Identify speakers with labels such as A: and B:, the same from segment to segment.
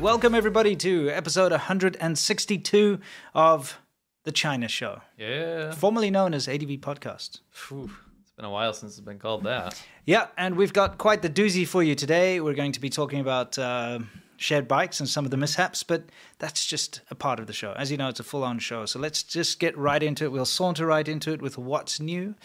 A: Welcome, everybody, to episode 162 of The China Show,
B: Yeah.
A: formerly known as ADV Podcast.
B: Phew. It's been a while since it's been called that.
A: Yeah, and we've got quite the doozy for you today. We're going to be talking about uh, shared bikes and some of the mishaps, but that's just a part of the show. As you know, it's a full on show. So let's just get right into it. We'll saunter right into it with what's new.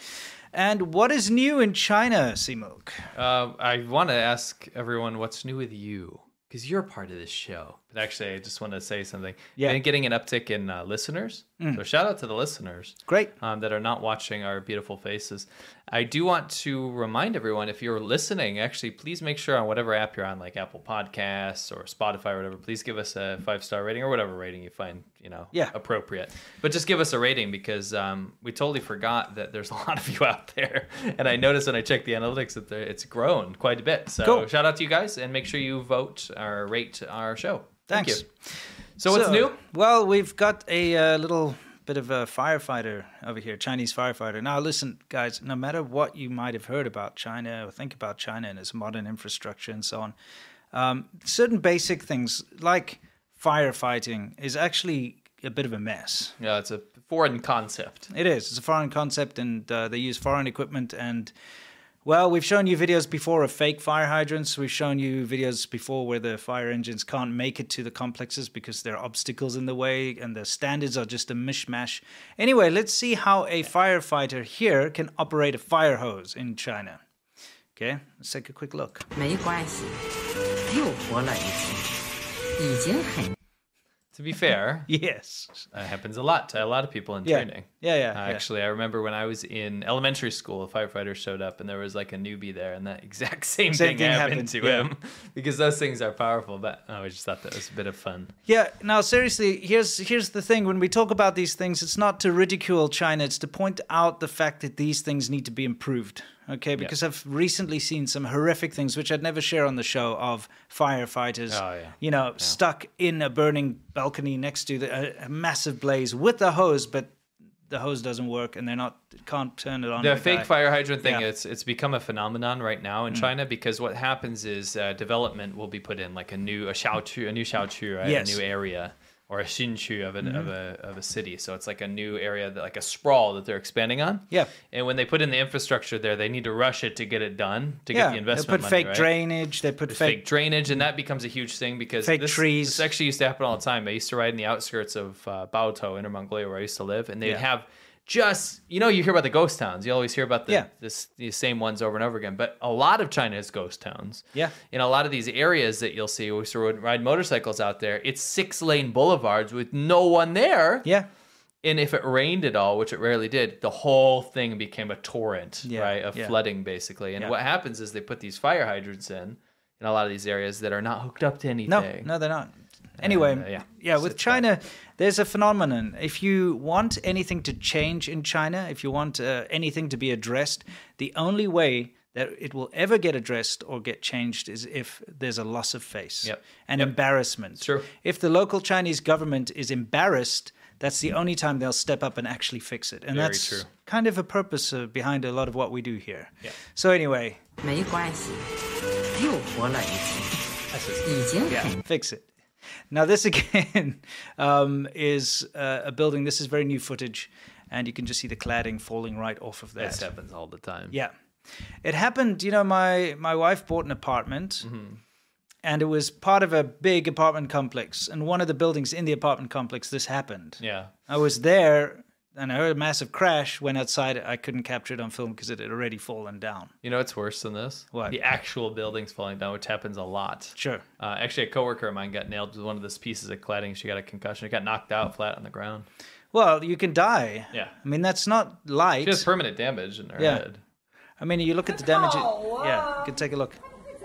A: And what is new in China, Seamilk?
B: Uh, I want to ask everyone what's new with you because you're part of this show. But actually, I just want to say something.
A: Yeah.
B: Been getting an uptick in uh, listeners. So shout out to the listeners.
A: Great.
B: um, that are not watching our beautiful faces. I do want to remind everyone if you're listening, actually, please make sure on whatever app you're on, like Apple Podcasts or Spotify or whatever, please give us a five star rating or whatever rating you find you know
A: Yeah.
B: appropriate. But just give us a rating because um, we totally forgot that there's a lot of you out there, and I noticed when I checked the analytics that there- it's grown quite a bit. So
A: Cool.
B: shout out to you guys, and make sure you vote or rate our show. Thank
A: Thanks.
B: you. So what's new?
A: Well, we've got a uh, little bit of a firefighter over here, Chinese firefighter. Now, listen, guys, no matter what you might have heard about China or think about China and its modern infrastructure and so on, um, certain basic things like firefighting is actually a bit of a mess.
B: Yeah, it's a foreign concept.
A: It is. It's a foreign concept, and uh, they use foreign equipment. And well, we've shown you videos before of fake fire hydrants. We've shown you videos before where the fire engines can't make it to the complexes because there are obstacles in the way, and the standards are just a mishmash. Anyway, let's see how a firefighter here can operate a fire hose in China. Okay, let's take a quick look.
C: 没关系，又活了一天，已经很
B: To be fair,
A: Yes.
B: That happens a lot to a lot of people in
A: Yeah.
B: training.
A: Yeah, yeah,
B: Uh,
A: yeah.
B: Actually, I remember when I was in elementary school, a firefighter showed up and there was like a newbie there, and that exact same,
A: Same
B: thing,
A: thing happened,
B: happened, to
A: yeah.
B: him because those things are powerful. But I always just thought that was a bit of fun.
A: Yeah. Now, seriously, here's here's the thing. When we talk about these things, it's not to ridicule China. It's to point out the fact that these things need to be improved. Okay, because I've recently seen some horrific things which I'd never share on the show of firefighters.
B: Oh, yeah.
A: You know, stuck in a burning balcony next to the, a, a massive blaze with a hose, but the hose doesn't work, and they're not can't turn it on.
B: The
A: to guy.
B: fake fire hydrant thing,
A: Yeah. Mm.
B: it's it's become a phenomenon right now in China because what happens is uh, development will be put in like a new a xiaoqu, a new xiaoqu, right?
A: Yes. Mm-hmm.
B: a new area or a xinchu of an of a of a city. So it's like a new area that like a sprawl that they're expanding on.
A: Yeah.
B: And when they put in the infrastructure there, they need to rush it to get it done to
A: Yeah,
B: get the
A: they
B: investment
A: put
B: money,
A: fake
B: right?
A: drainage. They put
B: fake,
A: fake
B: drainage, and that becomes a huge thing because
A: Fake
B: this,
A: trees.
B: This actually used to happen all the time. I used to ride in the outskirts of uh, Baotou, Inner Mongolia, where I used to live, and they'd
A: Yeah.
B: have just you know you hear about the ghost towns. You always hear about the
A: Yeah.
B: this these same ones over and over again. But a lot of China is ghost towns.
A: Yeah.
B: in a lot of these areas that you'll see, we used to ride- ride motorcycles out there. It's six lane boulevards with no one there.
A: Yeah.
B: And if it rained at all, which it rarely did, the whole thing became a torrent,
A: Yeah,
B: right, of
A: yeah.
B: flooding basically. And
A: Yeah.
B: what happens is they put these fire hydrants in in a lot of these areas that are not hooked up to anything.
A: No, no, they're not. Anyway,
B: uh,
A: yeah,
B: yeah.
A: with
B: It's bad.
A: China, there's a phenomenon. If you want anything to change in China, if you want uh, anything to be addressed, the only way that it will ever get addressed or get changed is if there's a loss of face
B: Yep.
A: and embarrassment.
B: True.
A: If the local Chinese government is embarrassed, that's the only time they'll step up and actually fix it. And
B: Very
A: that's
B: true.
A: kind of a purpose uh, behind a lot of what we do here.
B: Yeah.
A: So, anyway,
C: 没关系，又活了一天，
B: That's just-
C: 已经很
A: fix it. Now, this again um, is uh, a building. This is very new footage, and you can just see the cladding falling right off of that.
B: this happens all the time.
A: Yeah, it happened. You know, my my wife bought an apartment,
B: Mm-hmm.
A: and it was part of a big apartment complex. And one of the buildings in the apartment complex, this happened.
B: Yeah.
A: I was there, and I heard a massive crash. Went outside. I couldn't capture it on film because it had already fallen down.
B: You know what's worse than this?
A: What?
B: The actual buildings falling down, which happens a lot.
A: Sure.
B: Uh, actually, a coworker of mine got nailed with one of those pieces of cladding. She got a concussion. She got knocked out flat on the ground.
A: Well, you can die.
B: Yeah.
A: I mean, that's not light.
B: She has permanent damage in her
A: Yeah.
B: head.
A: I mean, you look at the damage. It,
D: Oh,
A: yeah,
D: wow.
A: you can take a look.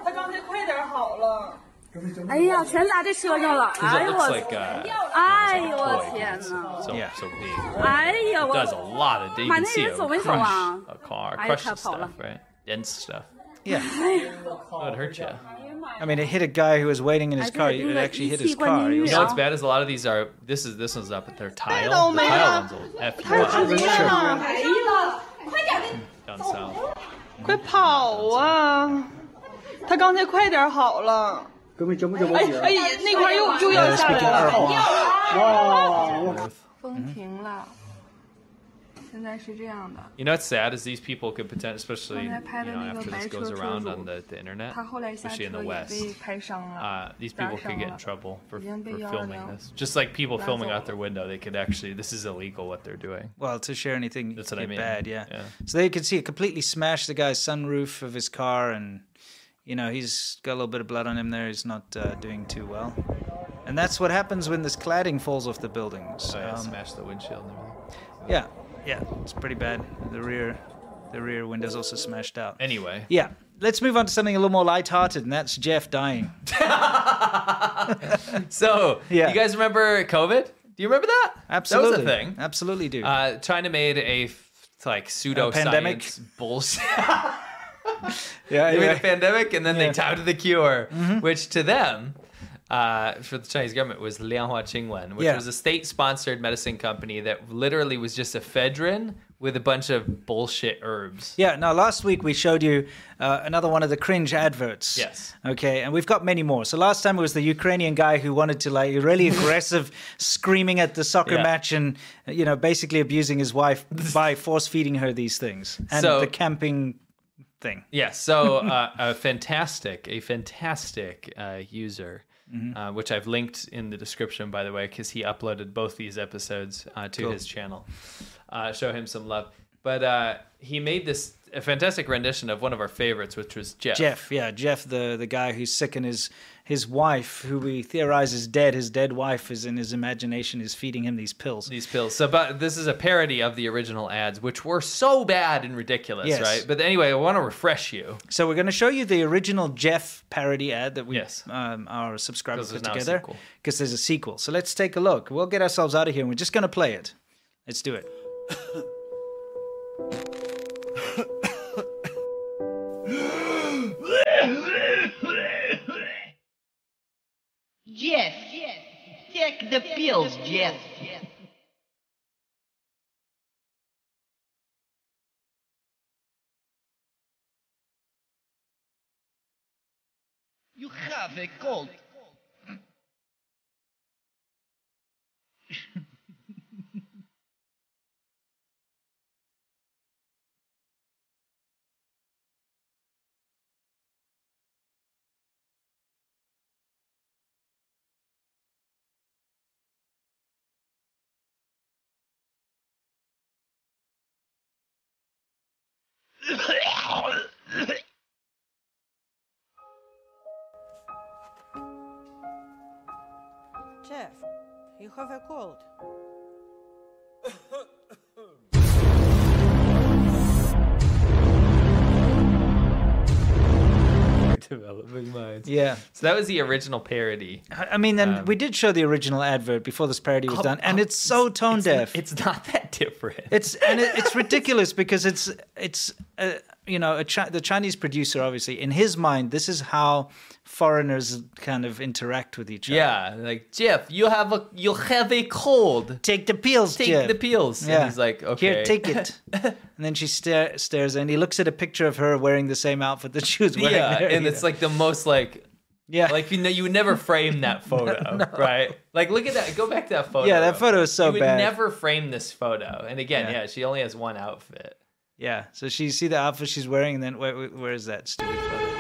D: 他刚才快点好了。
E: 哎呀，全砸这车上了！
B: 'Cause
E: 哎
B: It
E: 呦
B: looks
E: 我，
B: like uh,
E: 哎
B: toy.
E: 呦我天哪！
B: so
A: Yeah.
B: so big.
E: 哎呀
B: It
E: 我，
B: does a lot of. You
E: My
B: can
E: name
B: see
E: is
B: it
E: Zoe
B: crush
E: Sawang.
B: a car,
E: I
B: crush
E: have
B: stuff,
E: Paula.
B: right? Dense stuff.
A: Yeah.
B: That would hurt you.
A: I mean, it hit a guy who was waiting in his
E: I
A: car.
E: didn't
A: It
E: like
A: actually hit
E: EC
A: his car. It was-
B: You know
E: Yeah.
B: what's bad is a lot of these are. This is this one's up, but they're tile. The tile ones will f you up
D: 哎呀，快点给
B: down south.
D: 快跑啊！他刚才快点好了。
F: 准备准备准备几人？
G: 哎，那块儿又又要
A: Yeah,
G: 下
A: speaking
G: 来
A: 二
G: 了。
A: 话，
F: 哇，我
B: Earth.
H: 风停了，现在是这样的。
B: You know what's sad is these people could potentially, especially you know,
H: 刚才拍的那个
B: after this goes
H: 白车车主，
B: around on the, the internet,
H: 他后来下
B: especially in
H: 车
B: the
H: 也
B: West,
H: 被拍伤了，
B: uh, these people could get
H: 砸伤了。
B: in trouble for, for
H: 已经被
B: filming
H: 120
B: this. Just like people filming
H: 抓走了。
B: out their window, they could actually, this is illegal what they're doing.
A: Well, to share anything,
B: That's
A: you
B: what I
A: get
B: mean.
A: bad, yeah.
B: Yeah.
A: So there you can see it completely smashed the guy's sunroof of his car, and you know he's got a little bit of blood on him there. He's not uh, doing too well, and that's what happens when this cladding falls off the buildings.
B: So Oh, yeah,
A: Um,
B: smash the windshield and everything.
A: yeah, yeah, it's pretty bad. The rear, the rear window's also smashed out.
B: Anyway,
A: Yeah. Let's move on to something a little more lighthearted, and that's Jeff dying.
B: so
A: Yeah.
B: you guys remember COVID? Do you remember that?
A: Absolutely.
B: That was a thing.
A: Absolutely do.
B: Uh, China made a f- like pseudo
A: pandemic?
B: science bullshit.
A: yeah,
B: they made
A: yeah.
B: a pandemic and then
A: Yeah. Mm-hmm.
B: they touted the cure, which to them, uh, for the Chinese government, was Lianhua Qingwen, which
A: Yeah.
B: was a state sponsored medicine company that literally was just ephedrine with a bunch of bullshit herbs.
A: Yeah, now last week we showed you uh, another one of the cringe adverts.
B: Yes.
A: Okay, and we've got many more. So last time it was the Ukrainian guy who wanted to like really aggressive screaming at the soccer
B: Yeah.
A: match and you know basically abusing his wife by force feeding her these things and
B: So-
A: the camping thing.
B: Yeah, so uh, a fantastic, a fantastic uh, user,
A: Mm-hmm.
B: uh, which I've linked in the description, by the way, because he uploaded both these episodes uh, to his channel. Uh, show him some love. But uh, he made this a fantastic rendition of one of our favorites, which was Jeff.
A: Jeff, yeah, Jeff, the the guy who's sick and his his wife, who we theorize is dead. His dead wife is in his imagination is feeding him these pills.
B: these pills. So, but this is a parody of the original ads, which were so bad and ridiculous,
A: Yes.
B: right? But anyway, I want to refresh you
A: So we're going to show you the original Jeff parody ad that we
B: Yes.
A: um, our subscribers
B: 'Cause there's
A: put
B: now a
A: together
B: sequel.
A: because there's a sequel. So let's take a look. We'll get ourselves out of here and we're just going to play it. Let's do it.
I: Jeff, take the pills, Jeff. You have a cold.
J: Jeff, you have a cold.
B: developing minds.
A: Yeah.
B: So that was the original parody.
A: I I mean,
B: Um,
A: and we did show the original advert before this parody was done, and it's so tone deaf.
B: Oh, It's not that different.
A: It's and it, it's ridiculous because it's it's uh, you know a chi- the Chinese producer obviously in his mind this is how foreigners kind of interact with each other.
B: yeah, like Jeff, you have a you have a cold.
A: Take the pills.
B: Take
A: Jeff."
B: the pills. And he's like,
A: Here,
B: okay.
A: take it. and then she stare, stares and he looks at a picture of her wearing the same outfit that she was wearing.
B: Yeah,
A: there,
B: and
A: you
B: it's
A: know.
B: like the most like
A: yeah,
B: like you know you would never frame that photo, right? Like look at that. Go back to that photo.
A: Yeah, that photo is so
B: you would
A: bad.
B: Never frame this photo. And again,
A: Yeah.
B: yeah, she only has one outfit.
A: yeah. So she see the outfit she's wearing, and then where, where- where is that stupid photo?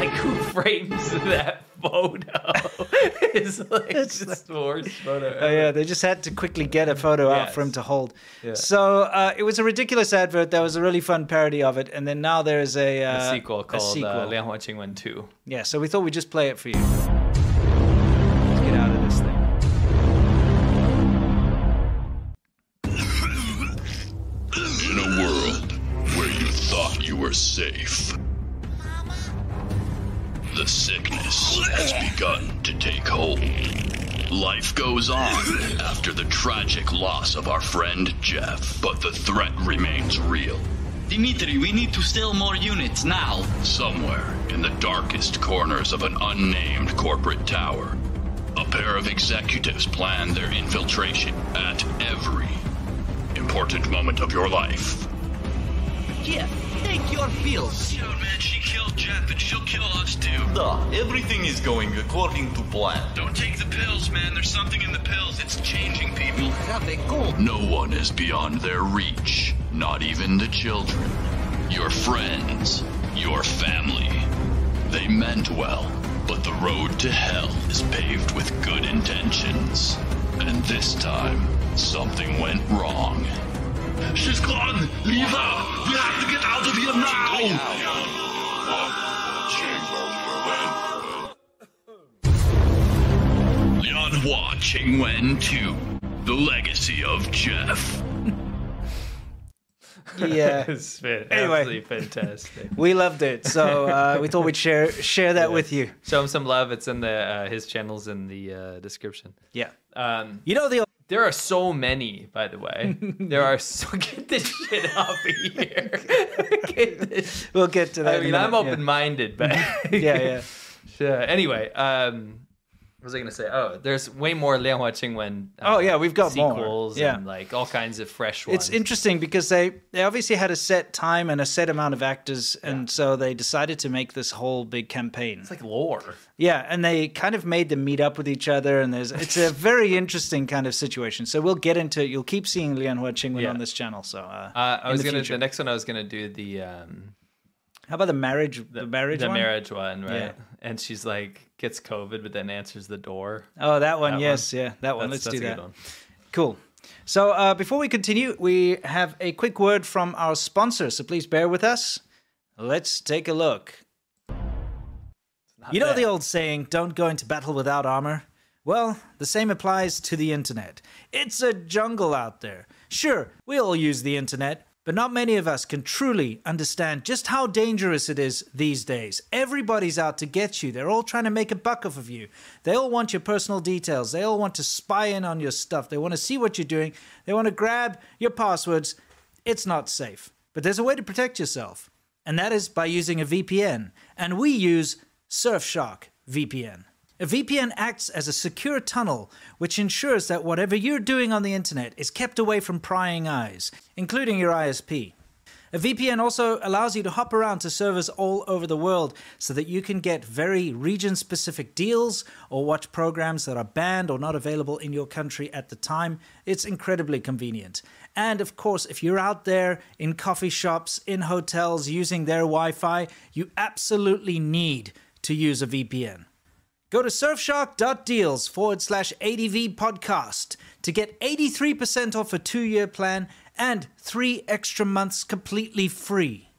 B: Like who frames that photo? it's like
A: It's
B: just
A: like-
B: the worst photo.
A: Oh
B: ever.
A: yeah, they just had to quickly get a photo out for him
B: Yes.
A: to hold.
B: Yeah.
A: So uh, it was a ridiculous advert. That was a really fun parody of it, and then now there is a,
B: A
A: uh,
B: sequel called
A: A sequel.
B: Uh, Lianhua Qingwen Two.
A: yeah. So we thought we'd just play it for you. Let's get out of this thing.
K: In a world where you thought you were safe, the sickness has begun to take hold. Life goes on after the tragic loss of our friend Jeff, but the threat remains real.
I: Dimitri, we need to sell more units now.
K: Somewhere in the darkest corners of an unnamed corporate tower, a pair of executives plan their infiltration at every important moment of your life.
I: Jeff, take your pills.
K: man, she kill Jeff and she'll kill us too.
G: Duh, everything is going according to plan.
K: Don't take the pills, man. There's something in the pills. It's changing people.
I: No
K: one is beyond their reach, not even the children. Your friends, your family. They meant well, but the road to hell is paved with good intentions. And this time, something went wrong.
I: She's gone! Leave her! We have to get out of here now!
K: Leon Hua Ching Wen 2, The Legacy of Jeff.
A: Yeah.
B: it's fan-
A: Anyway.
B: absolutely fantastic.
A: We loved it, so uh, we thought we'd share share that with you.
B: Show him some love. It's in the uh, his channels in the uh, description.
A: Yeah.
B: Um,
A: you know the
B: there are so many, by the way. there are so get this shit off of here. Get this-
A: We'll get to that.
B: I
A: in a
B: mean, I'm
A: minute, uh, yeah.
B: open minded, but
A: Yeah, yeah.
B: Sure. Anyway, um, what was I gonna say? Oh, there's way more Lian Hua Ching Wen.
A: Oh, yeah, we've got more.
B: uh, sequels
A: Yeah.
B: and like all kinds of fresh ones.
A: It's interesting because they, they obviously had a set time and a set amount of actors, and so they decided to make this whole big campaign. It's
B: like lore.
A: Yeah, and they kind of made them meet up with each other, and there's it's a very interesting kind of situation. So we'll get into it. You'll keep seeing Lian Hua Qingwen
B: Yeah.
A: on this channel. So uh,
B: Uh, I
A: in
B: was
A: the
B: gonna
A: future.
B: the next one. I was gonna do the um,
A: How about the marriage? The, marriage.
B: the
A: one?
B: marriage one, right?
A: Yeah.
B: And she's like gets COVID, but then answers the door.
A: Oh, that one. yes, yeah, that one.
B: That's-
A: Oh, Let's do
B: that's a
A: that.
B: good one.
A: Cool. So uh, before we continue, we have a quick word from our sponsor. So please bear with us. Let's take a look. You know the old saying, don't go into battle without armor? Well, the same applies to the internet. It's a jungle out there. Sure, we all use the internet, but not many of us can truly understand just how dangerous it is these days. Everybody's out to get you. They're all trying to make a buck off of you. They all want your personal details. They all want to spy in on your stuff. They want to see what you're doing. They want to grab your passwords. It's not safe. But there's a way to protect yourself and that is by using a VPN. And we use Surfshark VPN. A VPN acts as a secure tunnel which ensures that whatever you're doing on the internet is kept away from prying eyes, including your ISP. A VPN also allows you to hop around to servers all over the world so that you can get very region specific deals or watch programs that are banned or not available in your country at the time. It's incredibly convenient. And of course, if you're out there in coffee shops, in hotels, using their Wi Fi, you absolutely need to use a VPN. Go to surfshark.deals forward slash ADV podcast to get 83% off a two year plan and three extra months completely free.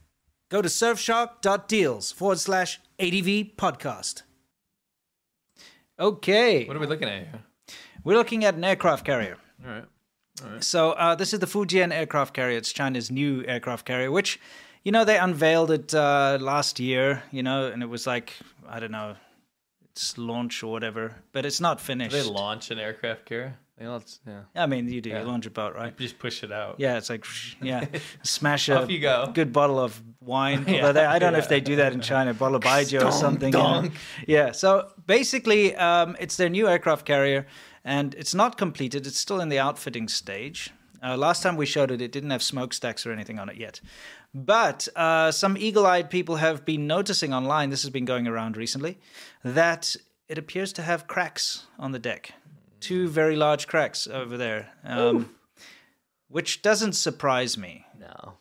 A: Go to surfshark.deals forward slash ADV podcast. Okay.
B: What are we looking at here?
A: We're looking at an aircraft carrier.
B: All right.
A: So uh, this is the Fujian aircraft carrier. It's China's new aircraft carrier, which, you know, they unveiled it uh, last year. You know, and it was like I don't know, its launch or whatever, but it's not
B: Do
A: finished.
B: they launch an aircraft carrier? They launch, yeah.
A: I mean, you do
B: Yeah.
A: you launch a boat, right?
B: Just push it out.
A: Yeah, it's like yeah, smash a
B: Off you go.
A: good bottle of wine.
B: Yeah.
A: Although they, I don't know if
B: Yeah.
A: they do that in China, bottle of baijiu or something. you know.
B: dong.
A: Yeah. So basically, um, it's their new aircraft carrier, and it's not completed. It's still in the outfitting stage. Uh, last time we showed it, it didn't have smokestacks or anything on it yet. But uh, some eagle-eyed people have been noticing online. This has been going around recently that it appears to have cracks on the deck. Two very large cracks over there. Um, which doesn't surprise me.
B: No.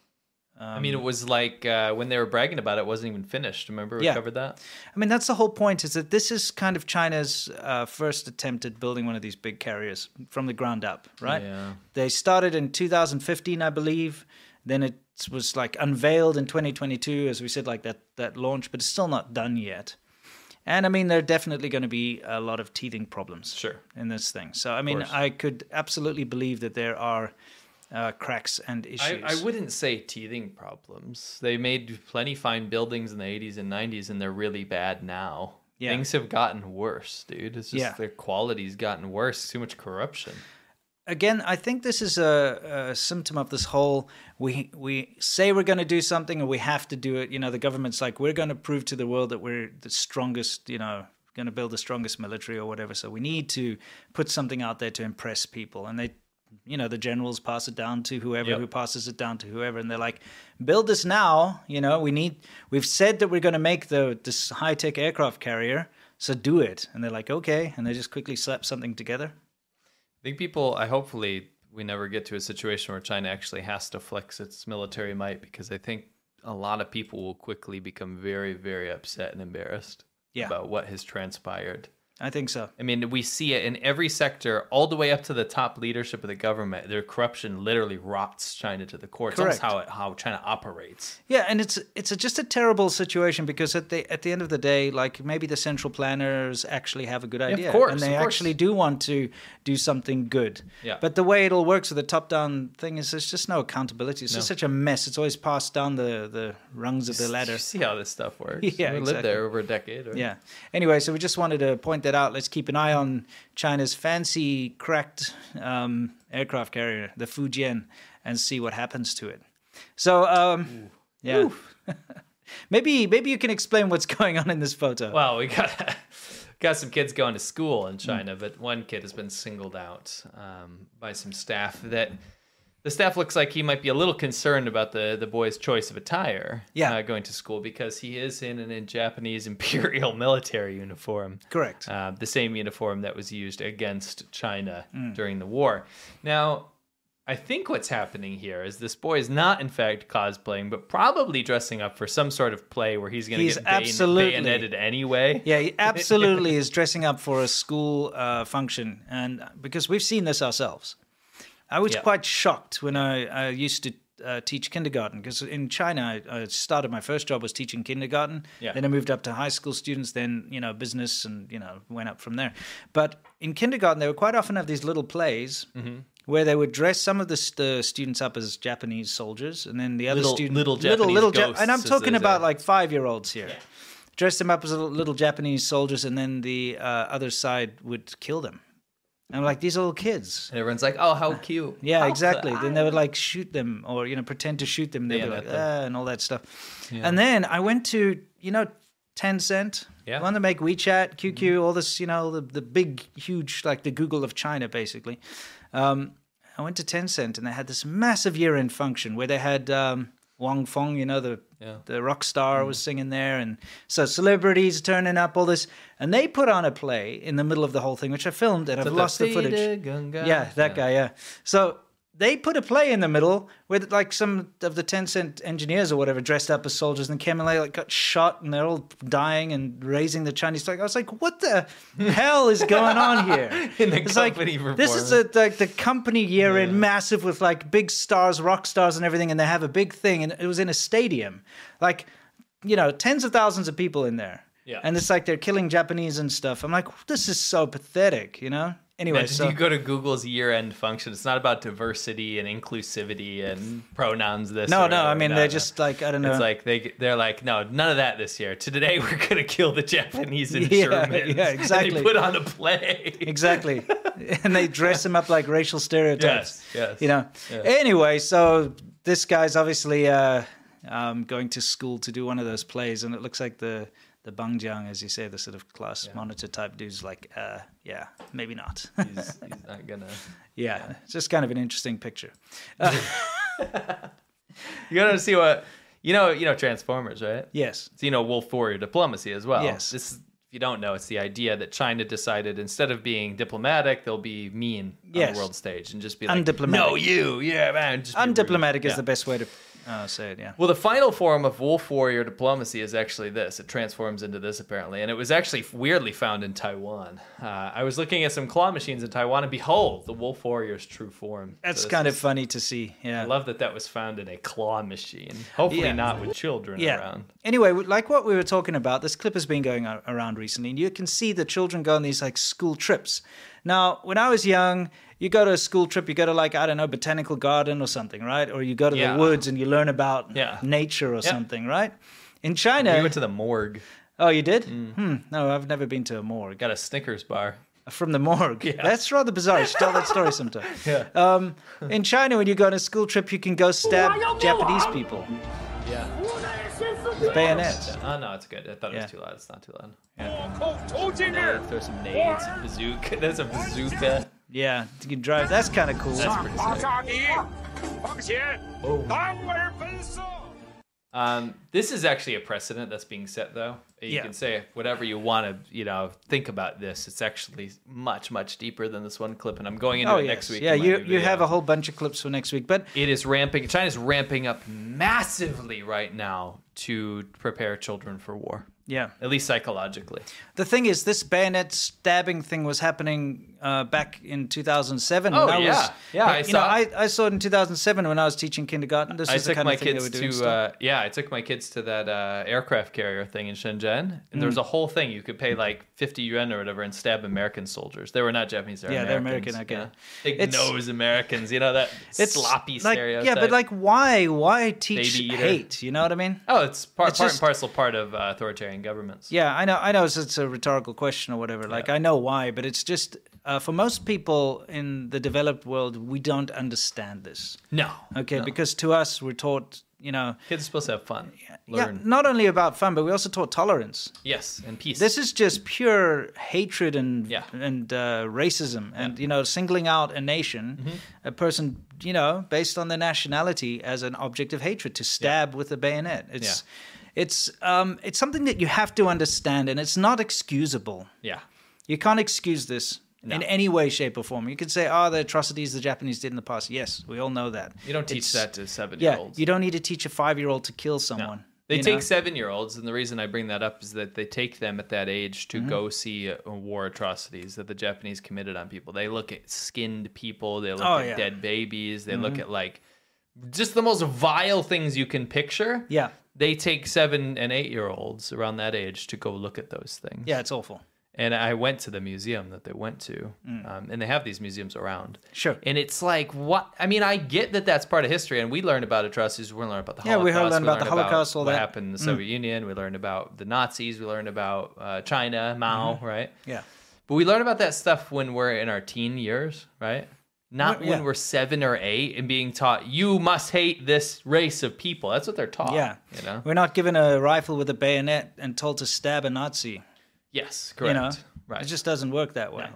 B: I mean, it was like uh, when they were bragging about it, it wasn't even finished. Remember we
A: Yeah.
B: covered that?
A: I mean, that's the whole point is that this is kind of China's uh, first attempt at building one of these big carriers from the ground up, right?
B: Yeah.
A: They started in 2015, I believe. Then it was like unveiled in 2022, as we said, like that, that launch, but it's still not done yet. And I mean, there are definitely going to be a lot of teething problems
B: Sure.
A: in this thing. So, I mean,
B: course.
A: I could absolutely believe that there are uh, cracks and
B: I,
A: issues.
B: I wouldn't say teething problems. They made plenty fine buildings in the 80s and 90s, and they're really bad now.
A: Yeah.
B: Things have gotten worse, dude. It's just
A: Yeah.
B: their quality's gotten worse. Too much corruption.
A: again, I think this is a, a symptom of this whole we we say we're going to do something and we have to do it. You know, the government's like we're going to prove to the world that we're the strongest. You know, going to build the strongest military or whatever. So we need to put something out there to impress people, and they you know the generals pass it down to whoever who passes it down to whoever and they're like build this now you know we need we've said that we're going to make the this high-tech aircraft carrier so do it and they're like okay and they just quickly slap something together
B: I think people, I hopefully we never get to a situation where China actually has to flex its military might because I think a lot of people will quickly become very, very upset and embarrassed
A: Yeah.
B: about what has transpired.
A: i think so
B: I mean, we see it in every sector, all the way up to the top leadership of the government. Their corruption literally rots China to the core. It's almost
A: Correct.
B: how it, how China operates.
A: Yeah, and it's it's a, just a terrible situation because at the at the end of the day, like maybe the central planners actually have a good
B: of
A: idea,
B: course,
A: and they
B: of course.
A: actually do want to do something good.
B: Yeah.
A: But the way it all works with the top down thing is there's just no accountability. It's just such a mess. It's always passed down the the rungs of the ladder.
B: You see how this stuff works.
A: Yeah,
B: we
A: exactly.
B: lived there over a decade. Right?
A: Yeah. Anyway, so we just wanted to point that out. Let's keep an eye on China's fancy cracked um, aircraft carrier, the Fujian, and see what happens to it. So, um, yeah. maybe maybe you can explain what's going on in this photo.
B: Well, we got got some kids going to school in China, but one kid has been singled out um, by some staff that the staff looks like he might be a little concerned about the the boy's choice of attire.
A: Yeah.
B: uh, going to school because he is in an in Japanese imperial military uniform.
A: Correct. Mm.
B: Uh, the same uniform that was used against China during the war. Now. I think what's happening here is this boy is not, in fact, cosplaying, but probably dressing up for some sort of play where he's going to
A: He's
B: get bayon-
A: absolutely-
B: bayoneted anyway.
A: Yeah, he absolutely is dressing up for a school uh, function, and because we've seen this ourselves, I was
B: Yeah.
A: quite shocked when I, I used to uh, teach kindergarten because in China I, I started my first job was teaching kindergarten.
B: Yeah.
A: Then I moved up to high school students, then you know business, and you know went up from there. But in kindergarten, they would quite often have these little plays.
B: Mm-hmm.
A: Where they would dress some of the, st- the students up as Japanese soldiers, and then the other
B: Little-
A: student
B: little Japanese ghosts
A: and I'm
B: is-
A: talking
B: is
A: about
B: a-
A: like five year olds here dressed them up as little, little Japanese soldiers, and then the uh, other side would kill them. And I'm like, these are little kids.
B: And everyone's like, oh, how cute.
A: Yeah,
B: How
A: exactly.
B: could I-
A: Then they would like shoot them or, you know, pretend to shoot them. They'd
B: Yeah,
A: be like,
B: that thing.
A: ah, and all that stuff. And then I went to, you know, Tencent.
B: Yeah. Mm-hmm.
A: The one that make WeChat, QQ, all this, you know, the, the big, huge, like the Google of China, basically. Um, I went to Tencent and they had this massive year end function where they had um, Wang Feng, you know, the,
B: Yeah. Mm-hmm.
A: the rock star was singing there. And so celebrities turning up, all this. And they put on a play in the middle of the whole thing, which I filmed and I've lost the footage.
B: Ganga.
A: Yeah, that guy. Yeah. So they put a play in the middle with like some of the Tencent engineers or whatever dressed up as soldiers, and came and they like got shot, and they're all dying and raising the Chinese flag. I was like, what the hell is going on here?
B: In the
A: it's like
B: company
A: this is the, like the company year in massive with like big stars, rock stars, and everything, and they have a big thing, and it was in a stadium, like you know, tens of thousands of people in there.
B: Yeah.
A: And it's like they're killing Japanese and stuff. I'm like, this is so pathetic, you know? Anyway,
B: Imagine
A: so
B: you go to Google's year-end function. It's not about diversity and inclusivity and pronouns. This
A: Mm. No,
B: or
A: no. I
B: whatever.
A: mean,
B: No,
A: they're
B: no.
A: just like I don't know.
B: It's like they they're like no none of that this year. Today we're gonna kill the Japanese and
A: Yeah,
B: Germans.
A: yeah,
B: And
A: exactly.
B: they put on a play.
A: exactly, and they dress them up like racial stereotypes.
B: Yes, yes,
A: You know.
B: yes.
A: Anyway, so this guy's obviously uh, um, going to school to do one of those plays, and it looks like the the bangjiang, as you say, the sort of class monitor type dude's like, uh, yeah, maybe not.
B: he's, he's not gonna.
A: yeah, it's just kind of an interesting picture.
B: You gotta see what you know. You know Transformers, right?
A: Yes.
B: So, you know, Wolf Warrior diplomacy as well.
A: Yes.
B: This, is- if you don't know, it's the idea that China decided instead of being diplomatic, they'll be mean on
A: Yes.
B: the world stage and just be like,
A: Undiplomatic.
B: no, you, yeah, man. Just be rude.
A: Undiplomatic is
B: Yeah.
A: the best way to uh, say it. Yeah.
B: Well, the final form of wolf warrior diplomacy is actually this. It transforms into this, apparently. And it was actually weirdly found in Taiwan. Uh, I was looking at some claw machines in Taiwan, and behold, the wolf warrior's true form.
A: That's
B: So this
A: kind of
B: was-
A: funny to see. Yeah.
B: I love that that was found in a claw machine. Hopefully,
A: Yeah.
B: not with children around.
A: Anyway, w- like what we were talking about, this clip has been going a- around recently, and you can see the children go on these like school trips. Now, when I was young, you go to a school trip, you go to like I don't know, botanical garden or something, right? Or you go to
B: Yeah.
A: the woods and you learn about
B: Yeah.
A: nature or something, right? In China,
B: We Mm. went to the morgue,
A: oh, you did? Hmm. No, I've never been to a morgue.
B: got a Snickers bar.
A: From the morgue. That's rather bizarre. You should tell that story sometime.
B: Yeah.
A: Um, in China, when you go on a school trip, you can go stab Japanese people with bayonets.
B: Oh no, it's good. I thought it
A: Yeah.
B: was too loud. It's not too loud. Yeah. throw some nades, bazooka. There's a bazooka.
A: Yeah, you can drive. That's kind of cool.
L: 上华沙迪，放血，当尔奔送。
B: Um, this is actually a precedent that's being set, though. You
A: Yeah.
B: can say whatever you want to, you know, think about this. It's actually much, much deeper than this one clip, and I'm going into
A: oh
B: it
A: yes.
B: next week.
A: Yeah,
B: in my
A: you
B: new
A: you
B: video.
A: have a whole bunch of clips for next week, but
B: It is ramping. China's ramping up massively right now to prepare children for war,
A: yeah.
B: at least psychologically.
A: The thing is, this bayonet stabbing thing was happening uh, back in 2007.
B: Oh,
A: I
B: yeah.
A: was,
B: Yeah, I
A: you know,
B: saw
A: I, I saw it in 2007 when I was teaching kindergarten. This
B: I
A: is the
B: took
A: kind
B: my
A: of thing
B: kids
A: they were doing.
B: to
A: still.
B: uh, yeah, I took my kids to that uh, aircraft carrier thing in Shenzhen, and there was
A: Mm.
B: a whole thing you could pay like fifty yuan or whatever and stab American soldiers. They were not Japanese. They were
A: Yeah, they're
B: Americans,
A: American, okay.
B: Yeah. Big
A: It's-
B: nose Americans. You know that sloppy
A: like,
B: stereotype.
A: Yeah, but like, why? Why teach
B: Baby eater.
A: hate? You know what I mean?
B: oh, it's part,
A: it's
B: part
A: just-
B: and parcel part of uh, authoritarian governments.
A: Yeah, I know. I know it's, it's a rhetorical question or whatever. Like, I know why, but it's just uh, for most people in the developed world, we don't understand this.
B: No,
A: Okay, because to us, we're taught, you know,
B: kids are supposed to have fun,
A: yeah,
B: learn.
A: not only about fun, but we also taught tolerance.
B: Yes, and peace.
A: This is just pure hatred and and uh, racism, and you know, singling out a nation,
B: Mm-hmm.
A: a person, you know, based on their nationality as an object of hatred to stab with a bayonet. It's it's um, it's something that you have to understand, and it's not excusable.
B: yeah.
A: You can't excuse this in any way, shape, or form. You could say, "Oh, the atrocities the Japanese did in the past." Yes, we all know that.
B: You don't teach
A: It's-
B: that to seven year
A: Yeah,
B: olds.
A: you don't need to teach a five-year-old to kill someone.
B: They
A: you
B: take
A: know?
B: seven year olds, and the reason I bring that up is that they take them at that age to
A: Mhm.
B: go see uh, war atrocities that the Japanese committed on people. They look at skinned people, they look
A: Oh,
B: at
A: yeah.
B: dead babies, they look
A: Mhm.
B: at like just the most vile things you can picture.
A: Yeah.
B: They take seven and eight year olds around that age to go look at those things.
A: Yeah, it's awful.
B: And I went to the museum that they went to, um, and they have these museums around.
A: Mm. Sure.
B: And it's like, what? I mean, I get that that's part of history, and we learn about atrocities. We learn about the
A: Yeah, we
B: Holocaust.
A: learn about the Holocaust, all
B: what
A: that.
B: happened in the
A: Mm.
B: Soviet Union. We learn about the Nazis. We learn about uh, China, Mao,
A: Mhm.
B: right?
A: Yeah.
B: But we learn about that stuff when we're in our teen years, right? Not
A: Well, yeah.
B: when we're seven or eight and being taught you must hate this race of people. That's what they're taught.
A: Yeah.
B: Ah, You know.
A: We're not given a rifle with a bayonet and told to stab a Nazi.
B: Yes.
A: you
B: Correct.
A: know?
B: Right.
A: It just doesn't work that way.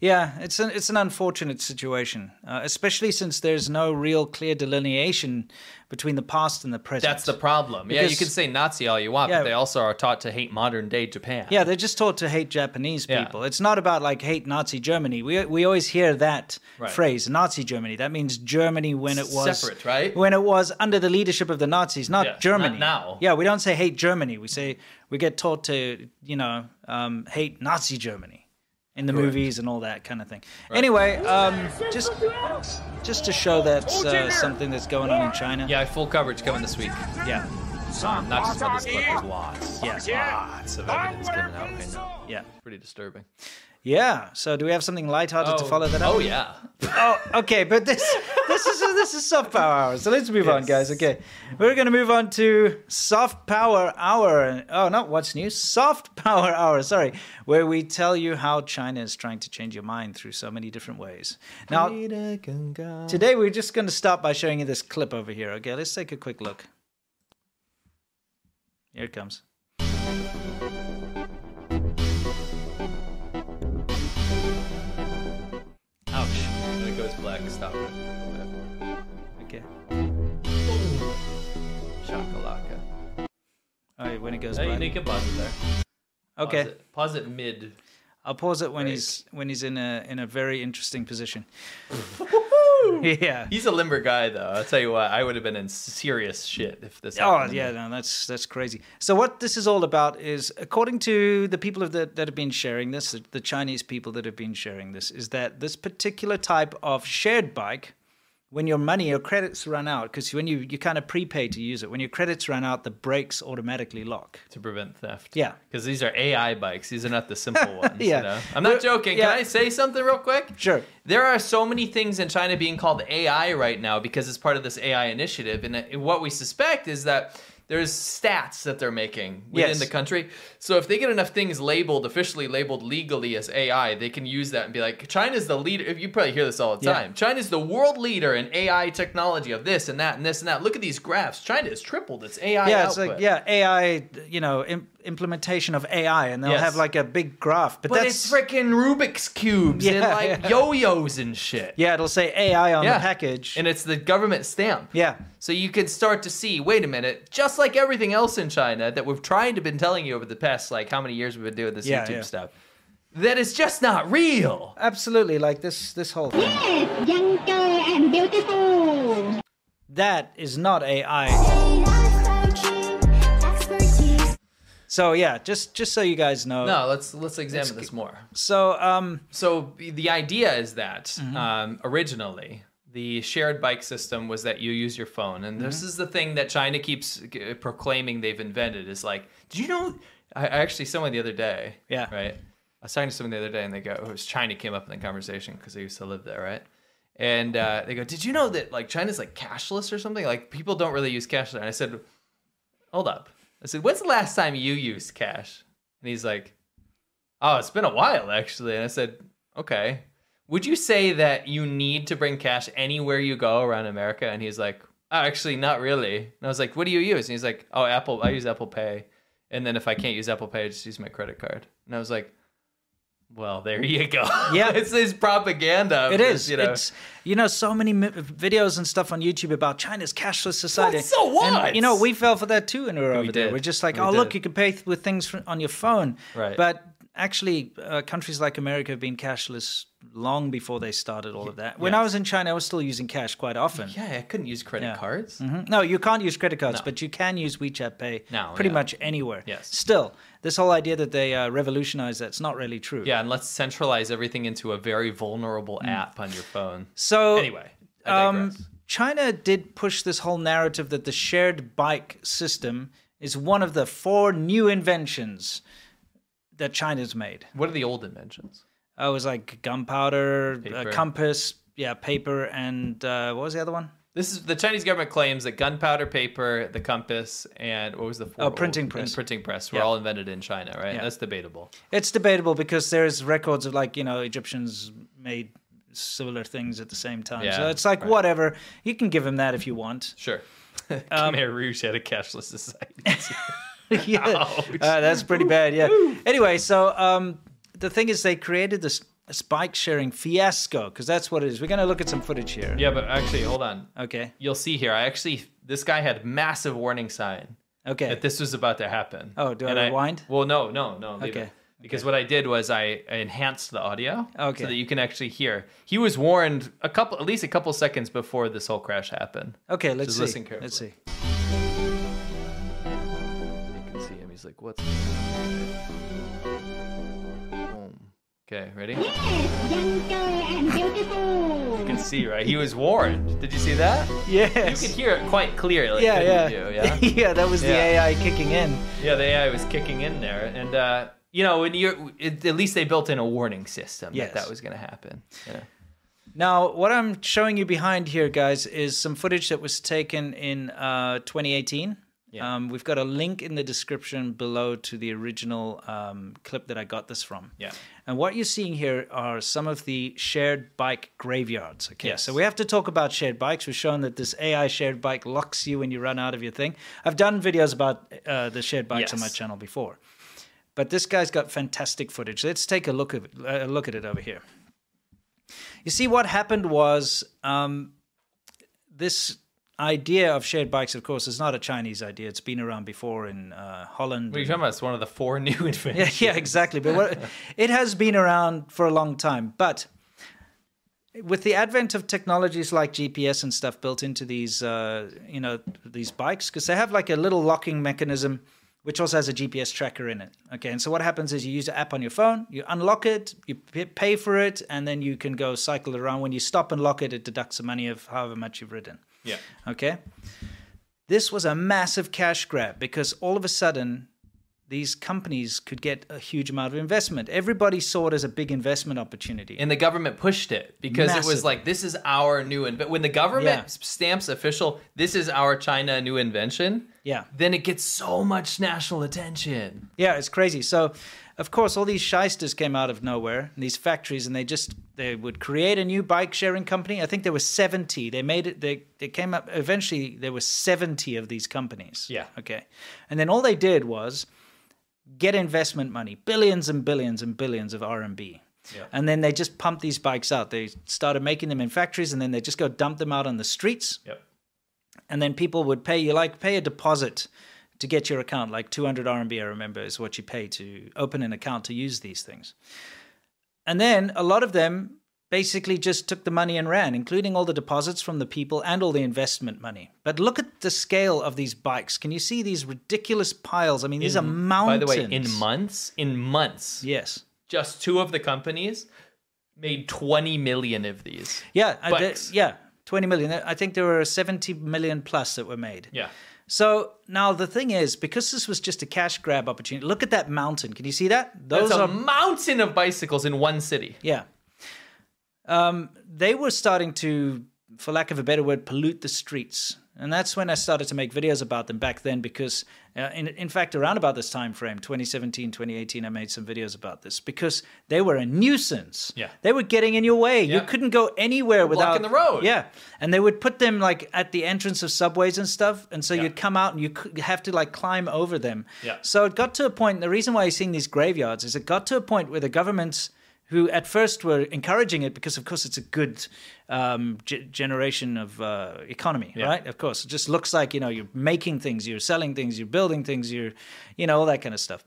A: Yeah, it's an it's an unfortunate situation, uh, especially since there's no real clear delineation between the past and the present.
B: That's the problem. yeah, you
A: Because-
B: can say Nazi all you want,
A: Yeah.
B: but they also are taught to hate modern day Japan.
A: Yeah, they're just taught to hate Japanese
B: Yeah.
A: people. It's not about like hate Nazi Germany. We we always hear that
B: Right.
A: phrase, Nazi Germany. That means Germany when it was
B: Separate, right?
A: When it was under the leadership of the Nazis, not
B: Yeah, not
A: Germany.
B: now.
A: Yeah, we don't say hate Germany. We say we get taught to you know um, hate Nazi Germany in the
B: Correct.
A: movies and all that kind of thing. Anyway, um, just just to show that's uh, something that's going on in China.
B: Yeah, full coverage coming this week.
A: Yeah.
B: Not just about this clip, there's lots.
A: Yeah.
B: Lots of evidence coming out right now.
A: Yeah.
B: Pretty disturbing.
A: Yeah. So do we have something lighthearted to
B: Oh,
A: follow that up?
B: oh, yeah.
A: oh, okay. But this this is this is soft power hour. So let's move on, guys. Okay, we're gonna move on to soft power hour. Oh, not what's new. Soft power hour. Sorry, where we tell you how China is trying to change your mind through so many different ways. Now, today we're just gonna start by showing you this clip over here. Okay, let's take a quick look. Here it comes.
B: Ouch. And it goes black. Stop it.
A: Okay.
B: Chakalaka.
A: All right, when it goes
B: Hey,
A: black.
B: Nick, pause it there.
A: Okay.
B: Pause it, pause it mid.
A: I'll pause it when he's when he's in a in a very interesting position. yeah.
B: He's a limber guy, though. I'll tell you what, I would have been in serious shit if this
A: Oh
B: happened. to me.
A: yeah, no, that's that's crazy. So what this is all about is, according to the people of the, that have been sharing this, the, the Chinese people that have been sharing this, is that this particular type of shared bike, when your money or credits run out, because when you you kind of prepay to use it, when your credits run out, the brakes automatically lock.
B: To prevent theft.
A: Yeah.
B: Because these are AI bikes. These are not the simple ones.
A: Yeah.
B: You know? I'm not joking.
A: yeah.
B: Can I say something real quick?
A: Sure.
B: There are so many things in China being called AI right now because it's part of this AI initiative. And uh, what we suspect is that there's stats that they're making within
A: Yes.
B: the country. So if they get enough things labeled, officially labeled legally as AI, they can use that and be like, China's the leader. If You probably hear this all the
A: Yeah.
B: time. China's the world leader in AI technology of this and that and this and that. Look at these graphs. China has tripled its AI
A: yeah,
B: output.
A: it's like yeah, AI. You know, im- implementation of AI, and they'll
B: Yes.
A: have like a big graph. But,
B: But
A: that's
B: it's freaking Rubik's cubes and
A: Yeah,
B: like
A: yeah.
B: yo-yos and shit.
A: yeah, it'll say AI on
B: Yeah.
A: the package.
B: And it's the government stamp.
A: yeah,
B: So you can start to see, wait a minute, just like everything else in China that we've tried to been telling you over the past like how many years we've been doing this
A: Yeah, Oh.
B: YouTube
A: yeah.
B: stuff, that it's just not real.
A: absolutely. Like this, this whole thing.
M: Yes, younger and beautiful.
A: that is not AI. So yeah, just just so you guys know.
B: No, let's let's examine this more.
A: So um
B: So the idea is that um, originally the shared bike system was that you use your phone, and this
A: Mhm.
B: is the thing that China keeps uh, proclaiming they've invented. Is like, did you know? I I actually someone the other day.
A: Yeah.
B: Right. I was talking to someone the other day, and they go, "It was China came up in the conversation because I used to live there, right?" And uh, they go, "Did you know that like China's like cashless or something? Like people don't really use cash." there." And I said, "Hold up." I said, "When's the last time you used cash?" And he's like, "Oh, it's been a while actually." And I said, "Okay." Would you say that you need to bring cash anywhere you go around America? And he's like, oh, actually, not really. And I was like, what do you use? And he's like, oh, Apple. I use Apple Pay. And then if I can't use Apple Pay, I just use my credit card. And I was like, well, there you go.
A: Yeah.
B: it's this propaganda. of
A: It
B: this,
A: is.
B: You know,
A: It's you know so many mi- videos and stuff on YouTube about China's cashless society.
B: Well, so what?
A: And, you know we fell for that too when we were
B: We
A: over there.
B: did.
A: We're just like,
B: We
A: oh look,
B: did.
A: you can pay th- with things fr- on your phone.
B: Right.
A: But actually, uh, countries like America have been cashless long before they started all of that. When I was in China, I was still using cash quite often.
B: yeah, I couldn't use credit cards.
A: Mhm. No, you can't use credit cards,
B: No.
A: but you can use WeChat Pay
B: No,
A: pretty
B: yeah.
A: much anywhere.
B: Yes.
A: Still, this whole idea that they uh, revolutionized that's not really true.
B: Yeah, and let's centralize everything into a very vulnerable app on your phone.
A: Mm. So
B: anyway, I
A: um, China did push this whole narrative that the shared bike system is one of the four new inventions that China's made.
B: what are the old inventions?
A: Uh, it was like gunpowder, uh,
B: Paper.
A: compass, yeah, paper, and uh, what was the other one?
B: This is the Chinese government claims that gunpowder, paper, the compass, and what was the four
A: Oh,
B: old-
A: printing
B: and
A: press.
B: printing press were all invented in China, right?
A: Yeah.
B: That's debatable.
A: It's debatable because there's records of like you know Egyptians made similar things at the same time. so
B: Yeah,
A: it's like
B: right.
A: whatever. You can give him that if you want.
B: Sure.
A: Um,
B: Khmer Rouge had a cashless society.
A: yeah, Uh, that's pretty bad. Yeah. Anyway, so um, the thing is, they created this spike sharing fiasco because that's what it is. We're gonna look at some footage here.
B: yeah, but actually, hold on.
A: Okay.
B: You'll see here. I actually, this guy had massive warning sign
A: Okay.
B: that this was about to happen.
A: Oh, do I
B: And
A: rewind?
B: well, no, no, no. leave
A: Okay.
B: it. Because what I did was I I enhanced the audio
A: Okay.
B: so that you can actually hear. He was warned a couple, at least a couple seconds before this whole crash happened.
A: Okay. Let's
B: Just
A: see.
B: listen carefully.
A: Let's see.
B: You can see him. He's like, "What's?" Boom. Okay, ready?
M: Yes, younger and beautiful.
B: You can see, right? He was warned. Did you see that?
A: Yes.
B: You could hear it quite clearly.
A: yeah. Yeah.
B: couldn't you? Yeah.
A: yeah. That was the
B: Yeah.
A: AI kicking in.
B: Yeah, the AI was kicking in there, and uh, you know, when you're, it, at least they built in a warning system
A: Yes.
B: that that was going to happen. Yeah.
A: Now, what I'm showing you behind here, guys, is some footage that was taken in uh, 2018.
B: Yeah.
A: Um, we've got a link in the description below to the original um, clip that I got this from.
B: Yeah.
A: And what you're seeing here are some of the shared bike graveyards. Okay.
B: Yes.
A: So we have to talk about shared bikes. We've shown that this AI shared bike locks you when you run out of your thing. I've done videos about uh, the shared bikes on my
B: Yes.
A: channel before, but this guy's got fantastic footage. Let's take a look at a look at it over here. You see, what happened was um, this idea of shared bikes, of course, is not a Chinese idea. It's been around before in uh, Holland.
B: What are you talking about? It's one of the four new
A: Yeah,
B: inventions.
A: yeah, exactly. But what, it has been around for a long time. But with the advent of technologies like GPS and stuff built into these, uh, you know, these bikes, because they have like a little locking mechanism, which also has a GPS tracker in it. Okay, and so what happens is you use the app on your phone, you unlock it, you p- pay for it, and then you can go cycle around. When you stop and lock it, it deducts the money of however much you've ridden.
B: Yeah.
A: Okay. This was a massive cash grab because all of a sudden, these companies could get a huge amount of investment. Everybody saw it as a big investment opportunity.
B: And the government pushed it because it was
A: Massive.
B: like, this is our new invention. When the government
A: Yeah.
B: stamps official, this is our China new invention,
A: Yeah.
B: Then it gets so much national attention.
A: Yeah, it's crazy. So, of course, all these shysters came out of nowhere, these factories, and they just they would create a new bike sharing company. I think there were seventy. They made it. They they came up. Eventually, there were seventy of these companies.
B: Yeah.
A: Okay. And then all they did was get investment money, billions and billions and billions of R and B.
B: Yeah.
A: And then they just pumped these bikes out. They started making them in factories, and then they just go dump them out on the streets
B: Yep.
A: and then people would pay you like pay a deposit to get your account like 200 rmb i remember is what you pay to open an account to use these things and then a lot of them basically just took the money and ran including all the deposits from the people and all the investment money but look at the scale of these bikes can you see these ridiculous piles i mean these are
B: By
A: mountains
B: the way, in months, in months,
A: yes
B: just two of the companies made 20 million of these.
A: yeah I-
B: Bikes.
A: yeah 20 million i think there were 70 million plus that were made
B: Yeah.
A: So now the thing is, because this was just a cash grab opportunity, look at that mountain. Can you see that?
B: That's a mountain of bicycles in one city.
A: yeah. Um, they were starting to, for lack of a better word, pollute the streets, and that's when I started to make videos about them back then. Because, uh, in in fact, around about this time frame, 2017, 2018, I made some videos about this because they were a nuisance.
B: Yeah.
A: They were getting in your way. You
B: Yeah.
A: couldn't go anywhere without
B: blocking the road.
A: Yeah, and they would put them like at the entrance of subways and stuff, and so
B: Yeah.
A: you'd come out and you could have to like climb over them.
B: Yeah.
A: So it got to a point. The reason why you're seeing these graveyards is it got to a point where the governments, who at first were encouraging it because of course it's a good um, ge- generation of uh, economy,
B: Yeah.
A: right? Of course, it just looks like you know you're making things, you're selling things, you're building things, you're, you know, all that kind of stuff.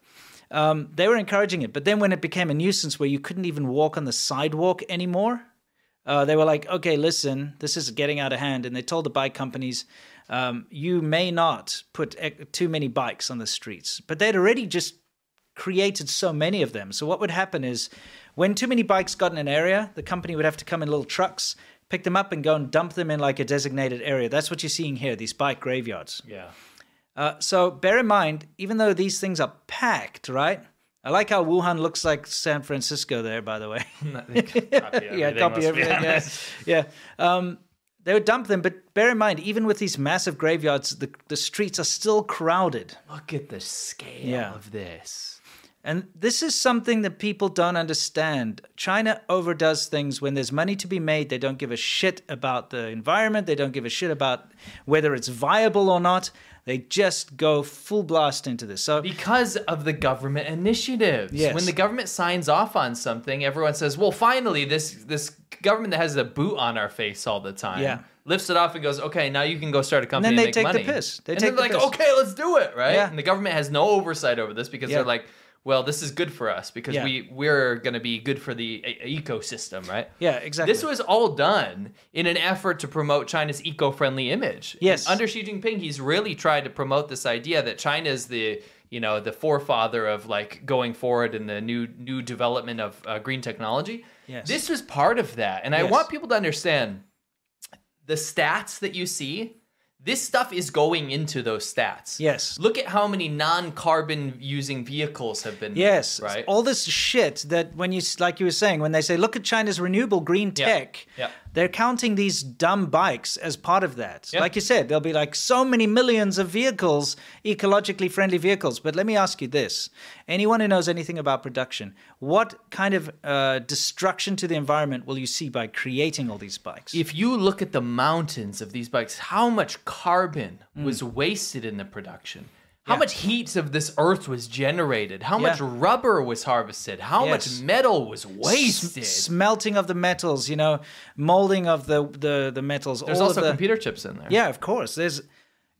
A: Um, they were encouraging it, but then when it became a nuisance where you couldn't even walk on the sidewalk anymore, uh, they were like, okay, listen, this is getting out of hand. And they told the bike companies, um, you may not put ec- too many bikes on the streets. But they'd already just created so many of them. So what would happen is when too many bikes got in an area, the company would have to come in little trucks, pick them up, and go and dump them in like a designated area. That's what you're seeing here, these bike graveyards.
B: Yeah.
A: Uh, so bear in mind, even though these things are packed, right? I like how Wuhan looks like San Francisco there, by the way. yeah, copy everything. Yeah, yeah. Um, they would dump them, but bear in mind, even with these massive graveyards, the, the streets are still crowded.
B: Look at the scale
A: Yeah.
B: of this.
A: And this is something that people don't understand. China overdoes things when there's money to be made. They don't give a shit about the environment. They don't give a shit about whether it's viable or not. They just go full blast into this. So,
B: Because of the government initiatives.
A: Yes.
B: When the government signs off on something, everyone says, "Well, finally, this this government that has a boot on our face all the time
A: Yeah.
B: lifts it off and goes, okay, now you can go start a company."
A: they
B: make
A: take the
B: money."
A: piss. They
B: and
A: take
B: they're
A: the
B: like,
A: piss.
B: "Okay, let's do it," right?
A: Yeah.
B: And the government has no oversight over this because
A: Yeah.
B: they're like, "Well, this is good for us because
A: Yeah.
B: we we're going to be good for the e- ecosystem, right?"
A: yeah, exactly.
B: This was all done in an effort to promote China's eco-friendly image.
A: Yes.
B: And under Xi Jinping, he's really tried to promote this idea that China is the you know the forefather of like going forward in the new new development of uh, green technology.
A: Yes.
B: This was part of that, and I
A: Yes.
B: want people to understand the stats that you see. This stuff is going into those stats.
A: Yes.
B: Look at how many non-carbon using vehicles have been. made,
A: Yes,
B: Right.
A: All this shit that when you like you were saying when they say look at China's renewable green
B: Yeah,
A: tech,
B: yeah.
A: they're counting these dumb bikes as part of that.
B: Yeah.
A: Like you said, there'll be like so many millions of vehicles, ecologically friendly vehicles. But let me ask you this: anyone who knows anything about production, what kind of uh, destruction to the environment will you see by creating all these bikes?
B: if you look at the mountains of these bikes, how much carbon was wasted in the production? How
A: Mm. Yeah.
B: much heat of this earth was generated? How much
A: Yeah.
B: rubber was harvested? How
A: Yes.
B: much metal was wasted?
A: S- smelting of the metals, you know, molding of the the, the metals.
B: There's
A: all of
B: also
A: the,
B: computer chips in there.
A: Yeah, of course. There's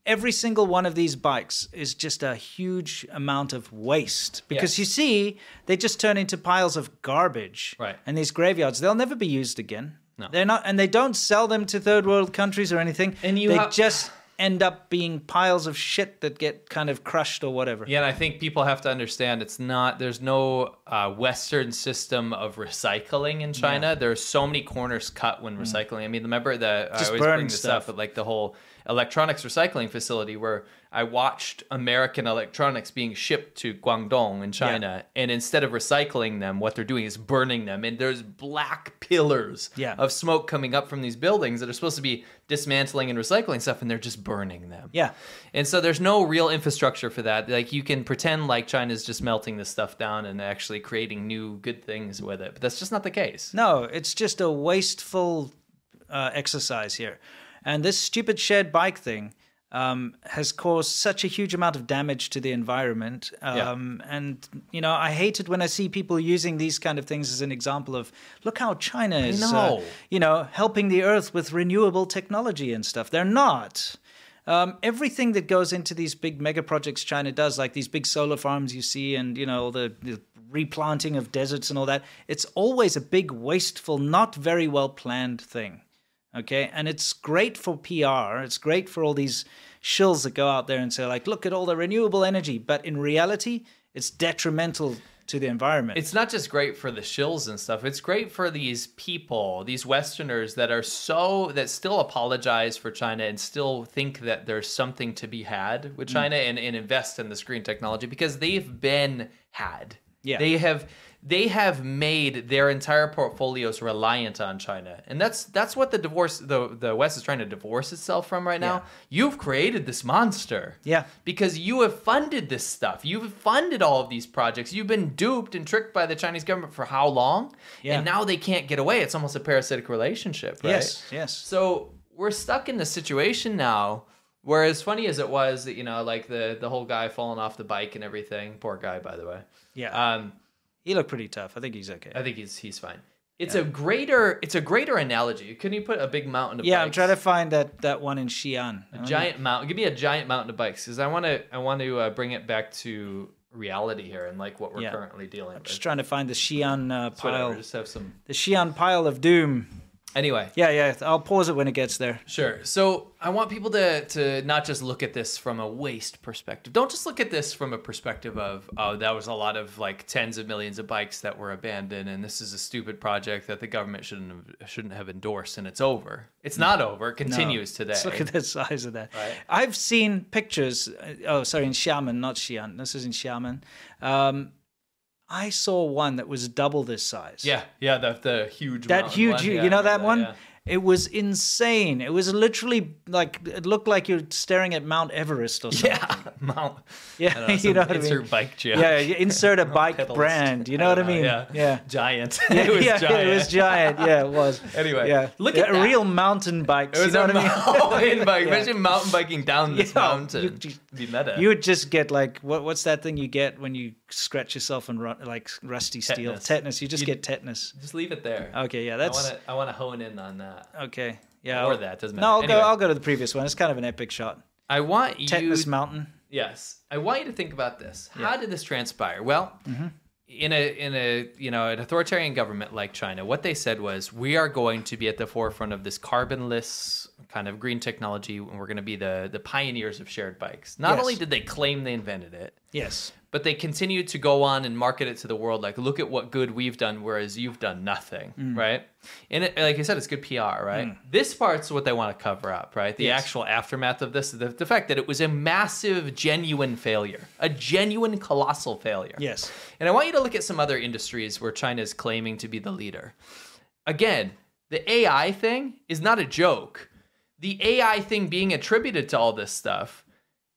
A: every single one of these bikes is just a huge amount of waste because
B: Yes.
A: you see they just turn into piles of garbage.
B: Right.
A: And these graveyards, they'll never be used again.
B: No.
A: They're not and they don't sell them to third world countries or anything.
B: And you
A: they
B: have-
A: just end up being piles of shit that get kind of crushed or whatever.
B: Yeah, and I think people have to understand it's not, there's no uh, Western system of recycling in China. There's so many corners cut when recycling. I mean, remember that I
A: Mm. Just
B: always
A: burn
B: bring this
A: stuff.
B: up, but like the whole electronics recycling facility where I watched American electronics being shipped to Guangdong in China, and instead of recycling them, what they're doing is burning them, and there's black pillars
A: Yeah.
B: of smoke coming up from these buildings that are supposed to be dismantling and recycling stuff, and they're just burning them.
A: Yeah.
B: And so there's no real infrastructure for that. Like you can pretend like China's just melting this stuff down and actually creating new good things with it, but that's just not the case.
A: No, it's just a wasteful uh, exercise here. And this stupid shared bike thing um, has caused such a huge amount of damage to the environment.
B: Yeah.
A: Um, And, you know, I hate it when I see people using these kind of things as an example of look how China is, uh,
B: know.
A: you know, helping the earth with renewable technology and stuff. They're not. Um, everything that goes into these big mega projects China does, like these big solar farms you see, and you know all the, the replanting of deserts and all that, it's always a big wasteful, not very well planned thing. Okay, and it's great for PR. It's great for all these shills that go out there and say like, "Look at all the renewable energy," but in reality, it's detrimental to the environment.
B: It's not just great for the shills and stuff. It's great for these people, these Westerners that are so that still apologize for China and still think that there's something to be had with
A: Mm.
B: China and, and invest in this green technology because they've been had.
A: Yeah.
B: They have they have made their entire portfolios reliant on China. And that's that's what the divorce the the West is trying to divorce itself from right now. You've created this monster.
A: Yeah.
B: Because you have funded this stuff. You've funded all of these projects. You've been duped and tricked by the Chinese government for how long?
A: Yeah.
B: And now they can't get away. It's almost a parasitic relationship, right?
A: Yes, yes.
B: So we're stuck in this situation now where as funny as it was that, you know, like the the whole guy falling off the bike and everything. Poor guy, by the way.
A: Yeah.
B: Um
A: he looked pretty tough. I think he's okay.
B: I think he's he's fine. It's
A: Yeah.
B: a greater it's a greater analogy. Couldn't you put a big mountain of
A: yeah, I'm
B: bikes?
A: trying to find that that one in Xi'an.
B: A giant mountain. Give me a giant mountain of bikes because I want to. I want to uh, bring it back to reality here and like what we're
A: Yeah.
B: currently dealing
A: Just
B: with.
A: trying to find the Xi'an uh,
B: It's whatever,
A: pile.
B: Just have some.
A: The Xi'an pile of doom.
B: Anyway.
A: Yeah, yeah. I'll pause it when it gets there.
B: Sure. So I want people to to not just look at this from a waste perspective. Don't just look at this from a perspective of oh that was a lot of like tens of millions of bikes that were abandoned and this is a stupid project that the government shouldn't have, shouldn't have endorsed and it's over. It's not over. It
A: Mm. No.
B: continues today.
A: Just look at the size of that. I've seen pictures. uh, Oh, sorry, in Xiamen, not Xi'an. This is in Xiamen. Um, I saw one that was double this size.
B: Yeah, yeah, the the huge
A: that
B: mountain
A: huge,
B: one.
A: you-
B: Yeah,
A: you
B: I
A: know that
B: remember
A: one?
B: yeah.
A: It was insane. It was literally like it looked like you're staring at Mount Everest or something.
B: Yeah, Mount.
A: Yeah,
B: I don't know,
A: you
B: some
A: know what I mean.
B: insert bike joke.
A: Yeah, you insert a bike
B: pedals.
A: brand. You know
B: Oh, I
A: what I
B: don't know,
A: mean?
B: yeah.
A: yeah.
B: Giant.
A: Yeah,
B: it was
A: yeah,
B: giant.
A: It was giant. Yeah, it was.
B: Anyway,
A: yeah,
B: look
A: Yeah,
B: at that.
A: real mountain bikes.
B: It was
A: you know
B: a
A: what I mean?
B: mountain bike.
A: Yeah.
B: Imagine mountain biking down this mountain. Be meta.
A: You would just get like what? What's that thing you get when you scratch yourself and run, like rusty steel
B: Tetanus.
A: tetanus? You just
B: You-
A: get tetanus.
B: just leave it there.
A: Okay, yeah, that's-
B: I want to. I want to hone in on that.
A: Okay, yeah.
B: Or that doesn't matter.
A: No, I'll
B: Anyway.
A: go. I'll go to the previous one. It's kind of an epic shot.
B: I want you.
A: Tetanus mountain.
B: Yes, I want you to think about this. How did this transpire? Well, in a in a you know an authoritarian government like China, what they said was we are going to be at the forefront of this carbonless kind of green technology, and we're going to be the the pioneers of shared bikes. Not
A: Yes.
B: only did they claim they invented it,
A: Yes.
B: but they continue to go on and market it to the world like look at what good we've done whereas you've done nothing
A: Mm.
B: right and it, like you said it's good pr right
A: Mm.
B: this part's what they want to cover up right the
A: Yes.
B: actual aftermath of this the, the fact that it was a massive genuine failure a genuine colossal failure
A: Yes.
B: and i want you to look at some other industries where china is claiming to be the leader again the ai thing is not a joke the ai thing being attributed to all this stuff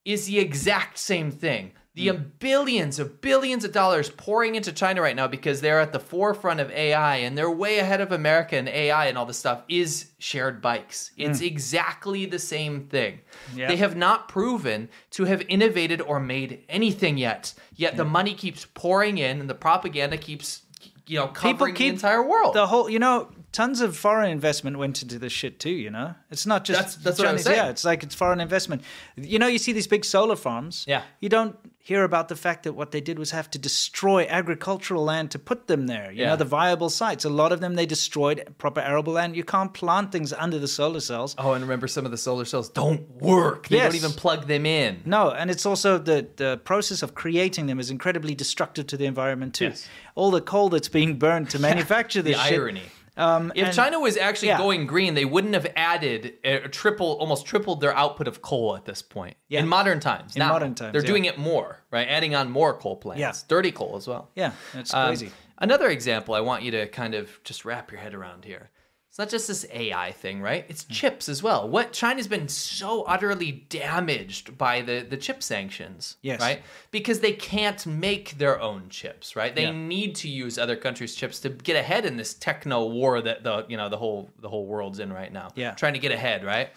B: is the exact same thing. The
A: Hmm.
B: billions of billions of dollars pouring into China right now because they're at the forefront of AI and they're way ahead of America and AI and all this stuff is shared bikes. It's exactly the same thing.
A: Hmm. Yeah.
B: They have not proven to have innovated or made anything yet. Yet
A: Hmm.
B: the money keeps pouring in and the propaganda keeps you know covering the entire world.
A: The whole, you know, tons of foreign investment went into this shit too. You know, it's not just
B: That's- that's what I was saying.
A: Yeah, it's like it's foreign investment. You know, you see these big solar farms.
B: Yeah.
A: you don't hear about the fact that what they did was have to destroy agricultural land to put them there. You
B: Yeah.
A: know, the viable sites. A lot of them they destroyed proper arable land. You can't plant things under the solar cells.
B: Oh, and remember some of the solar cells don't work. They
A: Yes.
B: don't even plug them in.
A: No, and it's also the, the process of creating them is incredibly destructive to the environment too. All the coal that's being burned to manufacture this
B: The
A: shit.
B: irony.
A: Um,
B: If
A: and-
B: China was actually
A: yeah.
B: going green, they wouldn't have added uh, triple, almost tripled their output of coal at this point.
A: Yeah.
B: In modern times,
A: In
B: now.
A: modern times,
B: they're
A: yeah.
B: doing it more, right? Adding on more coal plants,
A: Yeah.
B: dirty coal as well.
A: Yeah, that's
B: Um,
A: crazy.
B: another example I want you to kind of just wrap your head around here. It's not just this AI thing, right? It's
A: Hmm.
B: chips as well. What China's been so utterly damaged by the the chip sanctions,
A: Yes.
B: right? Because they can't make their own chips, right? They
A: Yeah.
B: need to use other countries' chips to get ahead in this techno war that the you know the whole the whole world's in right now.
A: Yeah.
B: trying to get ahead, right?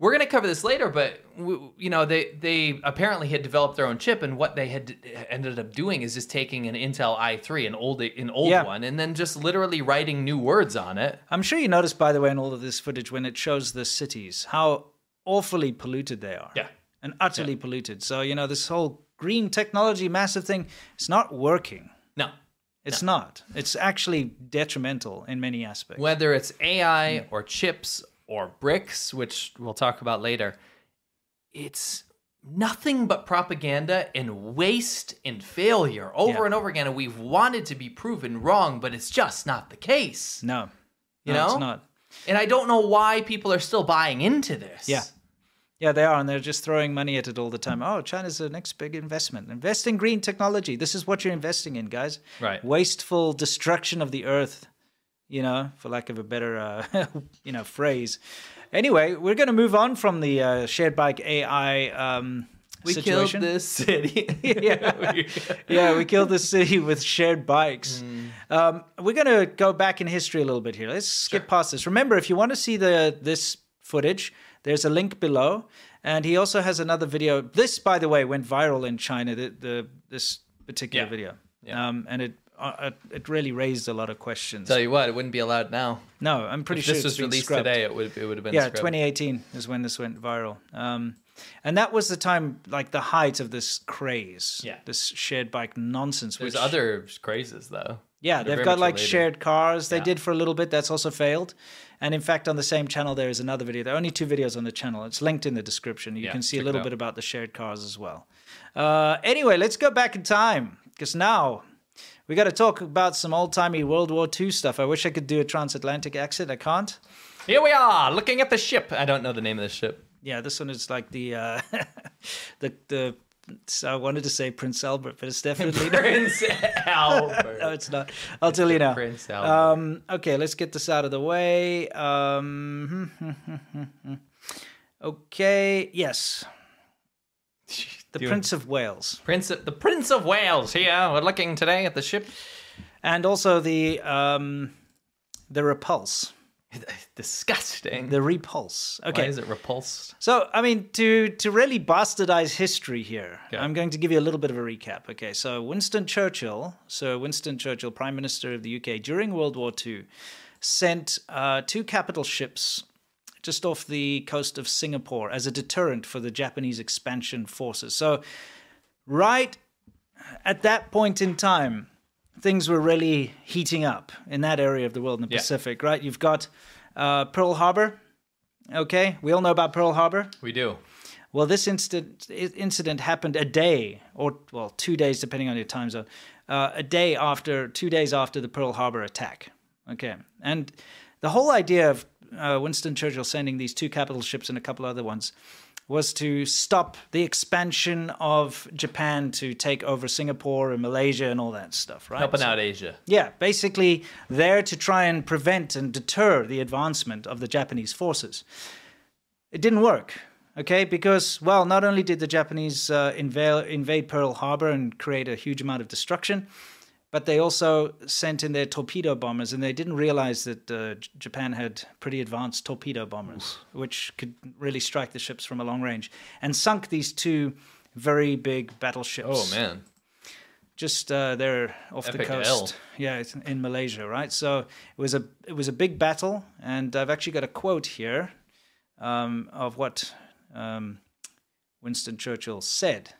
B: we're going to cover this later but w you know they they apparently had developed their own chip and what they had ended up doing is just taking an intel i3 an old an old
A: Yeah.
B: one and then just literally writing new words on it
A: I'm sure you noticed, by the way, in all of this footage when it shows the cities, how awfully polluted they are.
B: Yeah.
A: And utterly polluted. So, you know, this whole green technology massive thing, it's not working.
B: no
A: It's not. It's actually detrimental in many aspects.
B: whether it's ai
A: Hmm.
B: or chips or bricks which we'll talk about later it's nothing but propaganda and waste and failure over
A: Yeah.
B: and over again and we've wanted to be proven wrong but it's just not the case
A: No.
B: you
A: no,
B: know
A: it's not.
B: and i don't know why people are still buying into this
A: Yeah. Yeah, they are, and they're just throwing money at it all the time. Oh, China's the next big investment. Invest in green technology. This is what you're investing in, guys.
B: Right.
A: Wasteful destruction of the earth, you know, for lack of a better, uh, you know, phrase. Anyway, we're going to move on from the uh, shared bike AI um,
B: We
A: situation.
B: killed this city.
A: yeah. yeah, we killed the city with shared bikes.
B: Mm.
A: Um, we're going to go back in history a little bit here. Let's skip past this. Remember, if you want to see the this footage, there's a link below, and he also has another video. This, by the way, went viral in China. The, the this particular
B: Yeah.
A: video,
B: Yeah.
A: um, and it uh, it really raised a lot of questions.
B: Tell you what, it wouldn't be allowed now.
A: no, I'm pretty
B: if
A: sure
B: this
A: it's
B: was
A: been
B: released
A: scrubbed.
B: today, it would it would have been
A: Yeah,
B: scrubbed.
A: 2018 is when this went viral. Um, and that was the time, like the height of this craze.
B: Yeah.
A: This shared bike nonsense.
B: There's
A: which-
B: other crazes though.
A: Yeah,
B: They're
A: they've
B: very
A: got
B: much
A: like
B: related.
A: shared cars. They
B: Yeah.
A: did for a little bit. That's also failed. And in fact, on the same channel, there is another video. There are only two videos on the channel. It's linked in the description. You
B: Yeah,
A: can see a
B: check it
A: little
B: out.
A: bit about the shared cars as well. Uh, anyway, let's go back in time because now we got to talk about some old timey World War II stuff. I wish I could do a transatlantic accent. I can't.
B: Here we are, looking at the ship. I don't know the name of the ship.
A: Yeah, this one is like the uh, the the. So I wanted to say Prince Albert, but it's definitely not.
B: Prince Albert.
A: No, it's not. I'll tell you now.
B: Prince Albert.
A: Um, okay, let's get this out of the way. Um, okay, yes, the
B: Doing-
A: Prince of Wales,
B: Prince of, the Prince of Wales here. We're looking today at the ship.
A: and also the um, the Repulse,
B: Disgusting.
A: the Repulse.
B: Why
A: Okay,
B: is it repulsed?
A: So, I mean, to to really bastardize history here,
B: Okay.
A: I'm going to give you a little bit of a recap. Okay, so Winston Churchill, Sir Winston Churchill, Prime Minister of the UK during World War II, sent uh, two capital ships just off the coast of Singapore as a deterrent for the Japanese expansion forces. So, right at that point in time, things were really heating up in that area of the world in the
B: Yeah.
A: Pacific. Right, you've got uh, Pearl Harbor. Okay, we all know about Pearl Harbor.
B: We do.
A: Well, this incident incident happened a day, or well, two days, depending on your time zone, uh, a day after, two days after the Pearl Harbor attack. Okay, and the whole idea of uh, Winston Churchill sending these two capital ships and a couple other ones was to stop the expansion of Japan to take over Singapore and Malaysia and all that stuff, right?
B: Helping
A: So-
B: out Asia. Oh,
A: yeah, basically there to try and prevent and deter the advancement of the Japanese forces. It didn't work, okay? Because, well, not only did the Japanese uh, invade, invade Pearl Harbor and create a huge amount of destruction, but they also sent in their torpedo bombers, and they didn't realize that uh, J- Japan had pretty advanced torpedo bombers, which could really strike the ships from a long range, and sunk these two very big battleships
B: Oh man.
A: just uh, there off the
B: Epic
A: coast.
B: L.
A: Yeah, it's in Malaysia, right? So it was a it was a big battle, and I've actually got a quote here um, of what um, Winston Churchill said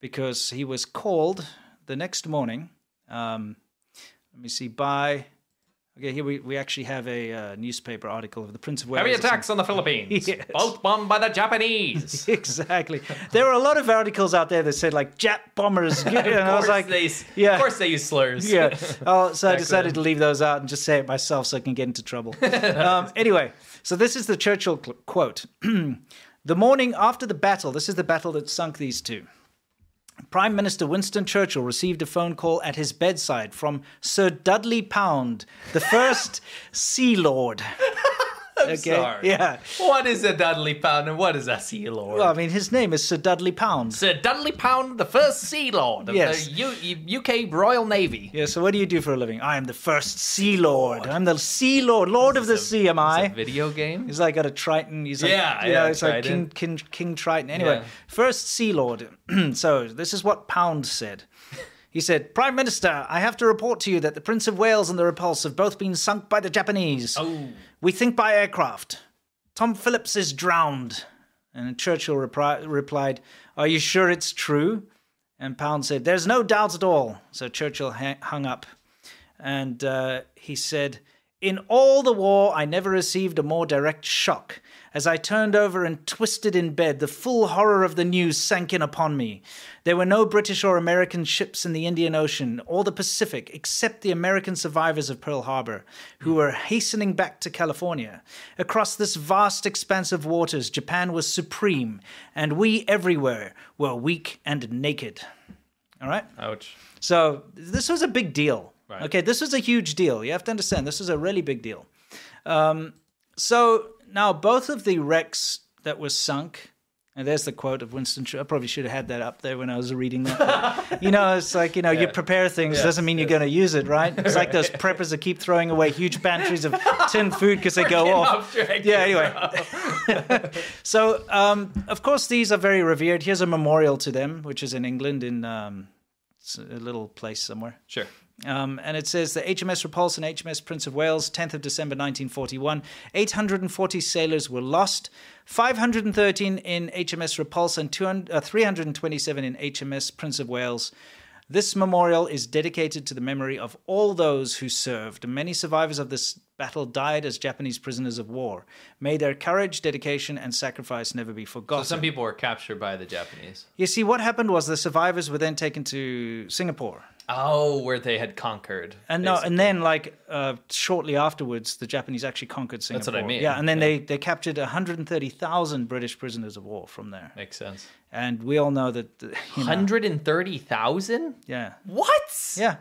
A: because he was called the next morning. Um, let me see by Okay, here we, we actually have a uh, newspaper article of the Prince of Wales.
B: Heavy attacks on the Philippines.
A: Yes.
B: Both bombed by the Japanese.
A: exactly. There were a lot of articles out there that said like Jap bombers. you know, and I was like,
B: they,
A: yeah.
B: of course they use slurs.
A: yeah. Oh, so I
B: Back
A: decided
B: then.
A: to leave those out and just say it myself so I can get into trouble. um, anyway, so this is the Churchill cl- quote. the morning after the battle, this is the battle that sunk these two. Prime Minister Winston Churchill received a phone call at his bedside from Sir Dudley Pound, the first Sea Lord. okay.
B: Sorry.
A: Yeah.
B: What is a Dudley Pound and what is a Sea Lord?
A: Well, I mean, his name is Sir Dudley Pound.
B: Sir Dudley Pound, the first Sea Lord of
A: Yes.
B: the U- U- UK Royal Navy.
A: Yeah, so what do you do for a living? I am the first Sea Lord. I'm the Sea Lord, Lord of the Sea, am I?
B: Video game?
A: He's like got a Triton. He's like,
B: Yeah,
A: you know,
B: yeah,
A: it's
B: Triton.
A: like King, King, King Triton. Anyway,
B: Yeah.
A: first Sea Lord. so this is what Pound said. He said, Prime Minister, I have to report to you that the Prince of Wales and the Repulse have both been sunk by the Japanese.
B: Oh.
A: We think by aircraft. Tom Phillips is drowned. And Churchill repri- replied, Are you sure it's true? And Pound said, There's no doubt at all. So Churchill ha- hung up. And uh, he said, In all the war, I never received a more direct shock. As I turned over and twisted in bed, the full horror of the news sank in upon me. There were no British or American ships in the Indian Ocean or the Pacific except the American survivors of Pearl Harbor, who were hastening back to California. Across this vast expanse of waters, Japan was supreme, and we everywhere were weak and naked. All right?
B: Ouch.
A: So this was a big deal.
B: Right.
A: Okay, this was a huge deal. You have to understand, this was a really big deal. Um, so now both of the wrecks that were sunk, and there's the quote of Winston. Churchill. I probably should have had that up there when I was reading that. you know, it's like you know, you prepare things
B: Yes,
A: doesn't mean you're going to use it, right? It's like those preppers that keep throwing away huge pantries of tin food because they go off.
B: Object.
A: Yeah. Anyway, so, um, of course, these are very revered. Here's a memorial to them, which is in England, in um, s- a little place somewhere.
B: Sure.
A: Um, and it says the HMS Repulse and HMS Prince of Wales, 10th of December 1941. 840 sailors were lost, 513 in HMS Repulse and 200, uh, 327 in HMS Prince of Wales. This memorial is dedicated to the memory of all those who served. Many survivors of this battle died as Japanese prisoners of war. May their courage, dedication, and sacrifice never be
B: So
A: forgotten.
B: some people were captured by the Japanese.
A: you see, what happened was the survivors were then taken to Singapore.
B: Oh, where they had conquered.
A: And no,
B: basically.
A: and then like uh, shortly afterwards, the Japanese actually conquered Singapore.
B: That's what I mean,
A: Yeah, and then
B: yeah.
A: they they captured 130,000 British prisoners of war from there.
B: Makes sense.
A: And we all know that. uh, You know,
B: 130,000?
A: yeah,
B: What?
A: yeah.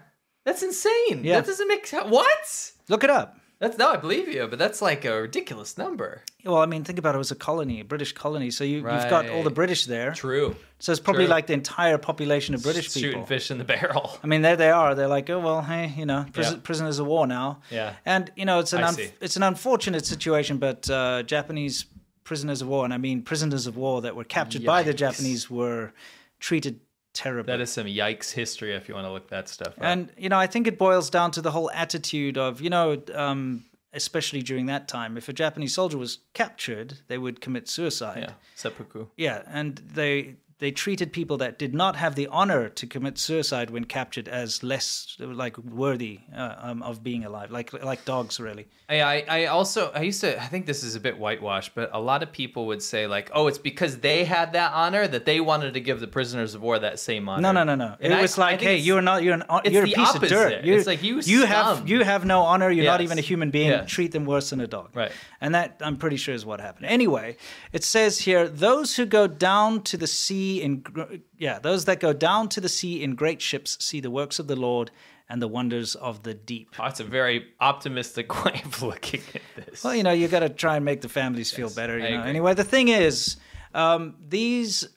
B: That's insane.
A: Yeah.
B: That doesn't make sense. What?
A: Look it up.
B: That's no, I believe you, but that's like a ridiculous number.
A: Well, I mean, think about it. It was a colony, a British colony. So you, you've got all the
B: Right.
A: British there.
B: True.
A: So it's probably
B: True.
A: like the entire population of British
B: Shooting
A: people.
B: fish in the barrel.
A: I mean, there they are. They're like, oh well, hey, you know, pris-
B: Yeah.
A: prisoners of war now.
B: Yeah.
A: And you know, it's an
B: I
A: un-
B: see.
A: it's an unfortunate situation, but uh, Japanese prisoners of war, and I mean prisoners of war that were captured by the
B: Yikes.
A: Japanese, were treated terribly.
B: That is some yikes history if you want to look that stuff up.
A: And you know, I think it boils down to the whole attitude of you know, um, especially during that time, if a Japanese soldier was captured, they would commit suicide.
B: yeah, seppuku.
A: Yeah, and they they treated people that did not have the honor to commit suicide when captured as less like worthy uh, um, of being alive, like like dogs really.
B: I, I I also I used to I think this is a bit whitewashed, but a lot of people would say like, oh, it's because they had that honor that they wanted to give the prisoners of war that same honor.
A: No, no, no, no.
B: And
A: it
B: I-
A: was
B: I
A: like,
B: think
A: hey,
B: it's-
A: you're not you're an hon-
B: it's
A: you're a
B: the
A: piece of
B: opposite.
A: dirt. You,
B: It's like, you
A: have
B: scum.
A: you have no honor. You're not
B: Yes.
A: even a human being.
B: Yes.
A: Treat them worse than a dog.
B: Right.
A: And that I'm pretty sure is what happened. Anyway, it says here those who go down to the sea in gr- yeah those that go down to the sea in great ships see the works of the Lord and the wonders of the deep.
B: Oh, it's a very optimistic way of looking at this.
A: Well, you know, you got to try and make the families feel better. You
B: I
A: know.
B: agree.
A: Anyway, the thing is, um, these